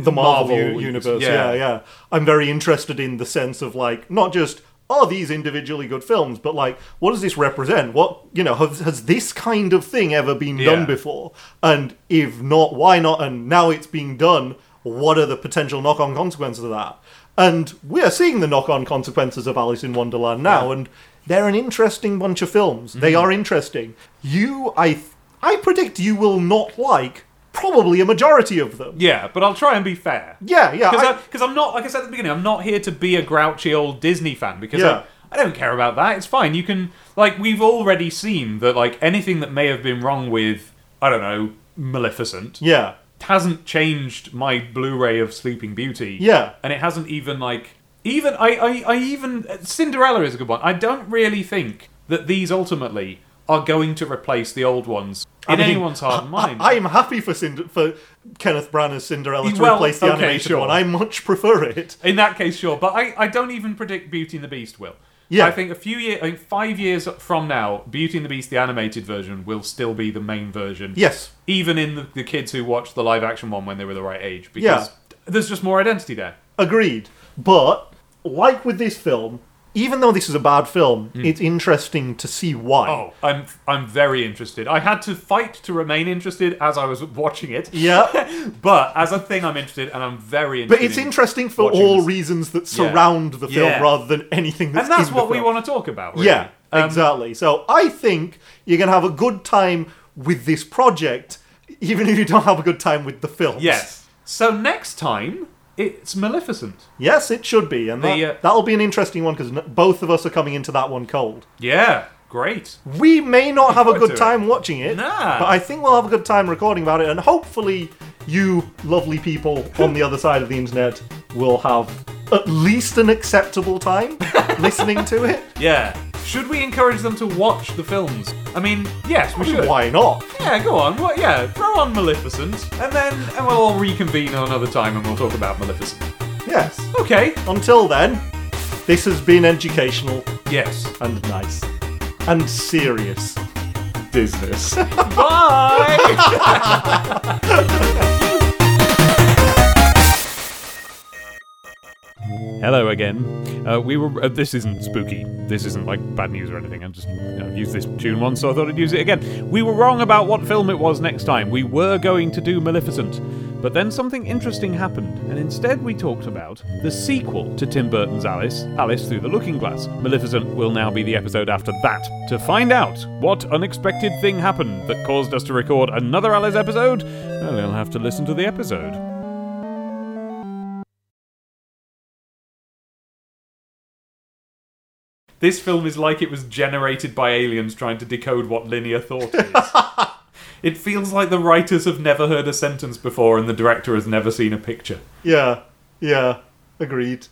S2: the Marvel, universe, yeah. yeah, I'm very interested in the sense of like not just are these individually good films, but like what does this represent? What you know has, has this kind of thing ever been done
S1: Yeah.
S2: before? And if not, why not? And now it's being done. What are the potential knock-on consequences of that? And we're seeing the knock-on consequences of Alice in Wonderland now, and they're an interesting bunch of films. They are interesting. You, I, th- I predict you will not like probably a majority of them.
S1: Yeah, but I'll try and be fair.
S2: Yeah, yeah, I-
S1: Because I'm not, like I said at the beginning, I'm not here to be a grouchy old Disney fan because
S2: Yeah.
S1: I, I don't care about that. It's fine. You can, like, we've already seen that, like, anything that may have been wrong with, I don't know, Maleficent
S2: Yeah.
S1: hasn't changed my Blu-ray of Sleeping Beauty.
S2: Yeah.
S1: and it hasn't even like even I I, I even Cinderella is a good one. I don't really think that these ultimately are going to replace the old ones in
S2: mean,
S1: anyone's heart and mind.
S2: I, am happy for Cinder- for Kenneth Branagh's Cinderella to
S1: Well,
S2: replace the
S1: okay,
S2: animated
S1: sure.
S2: one. I much prefer it.
S1: In that case, sure. But I, I don't even predict Beauty and the Beast will.
S2: Yeah.
S1: I think a few years, I think five years from now, Beauty and the Beast, the animated version, will still be the main version.
S2: Yes.
S1: Even in the, the kids who watched the live action one when they were the right age. Because there's just more identity there.
S2: Agreed. But like with this film, even though this is a bad film, it's interesting to see why.
S1: Hmm. Oh, I'm I'm very interested. I had to fight to remain interested as I was watching it.
S2: Yeah.
S1: But as a thing, I'm interested, and I'm very interested.
S2: But it's
S1: in-
S2: interesting for
S1: Watching
S2: all
S1: this.
S2: reasons that
S1: Yeah.
S2: surround the film
S1: Yeah.
S2: rather than anything that's
S1: and that's
S2: in
S1: what
S2: the
S1: we
S2: film.
S1: want to talk about. Really.
S2: Yeah,
S1: Um,
S2: exactly. So I think you're going to have a good time with this project. even if you don't have a good time with the films.
S3: Yes. So next time it's Maleficent.
S2: Yes, it should be, and that,
S3: The, uh,
S2: that'll be an interesting one because n- both of us are coming into that one cold.
S3: Yeah, great.
S2: We may not have a
S3: forward to
S2: good
S3: it.
S2: time watching it,
S3: Nah.
S2: but I think we'll have a good time recording about it, and hopefully, you lovely people on the other side of the internet will have at least an acceptable time listening to it.
S3: Yeah. Should we encourage them to watch the films? I mean, yes, we should.
S2: Why not?
S3: Yeah, go on. What? Yeah, throw on Maleficent, and then and we'll all reconvene another time, and we'll talk about Maleficent.
S2: Yes.
S3: Okay.
S2: Until then, this has been educational
S3: Yes.
S2: and nice and serious.
S3: Business. Bye.
S1: Hello again. Uh, we were. Uh, this isn't spooky. This isn't like bad news or anything. I'm just. I've used this tune once, so I thought I'd use it again. We were wrong about what film it was next time. We were going to do Maleficent. But then something interesting happened, and instead we talked about the sequel to Tim Burton's Alice, Alice Through the Looking Glass. Maleficent will now be the episode after that. To find out what unexpected thing happened that caused us to record another Alice episode, well, you'll have to listen to the episode.
S3: this film is like it was generated by aliens trying to decode what linear thought is. it feels like the writers have never heard a sentence before, and the director has never seen a picture.
S2: Yeah, yeah, agreed.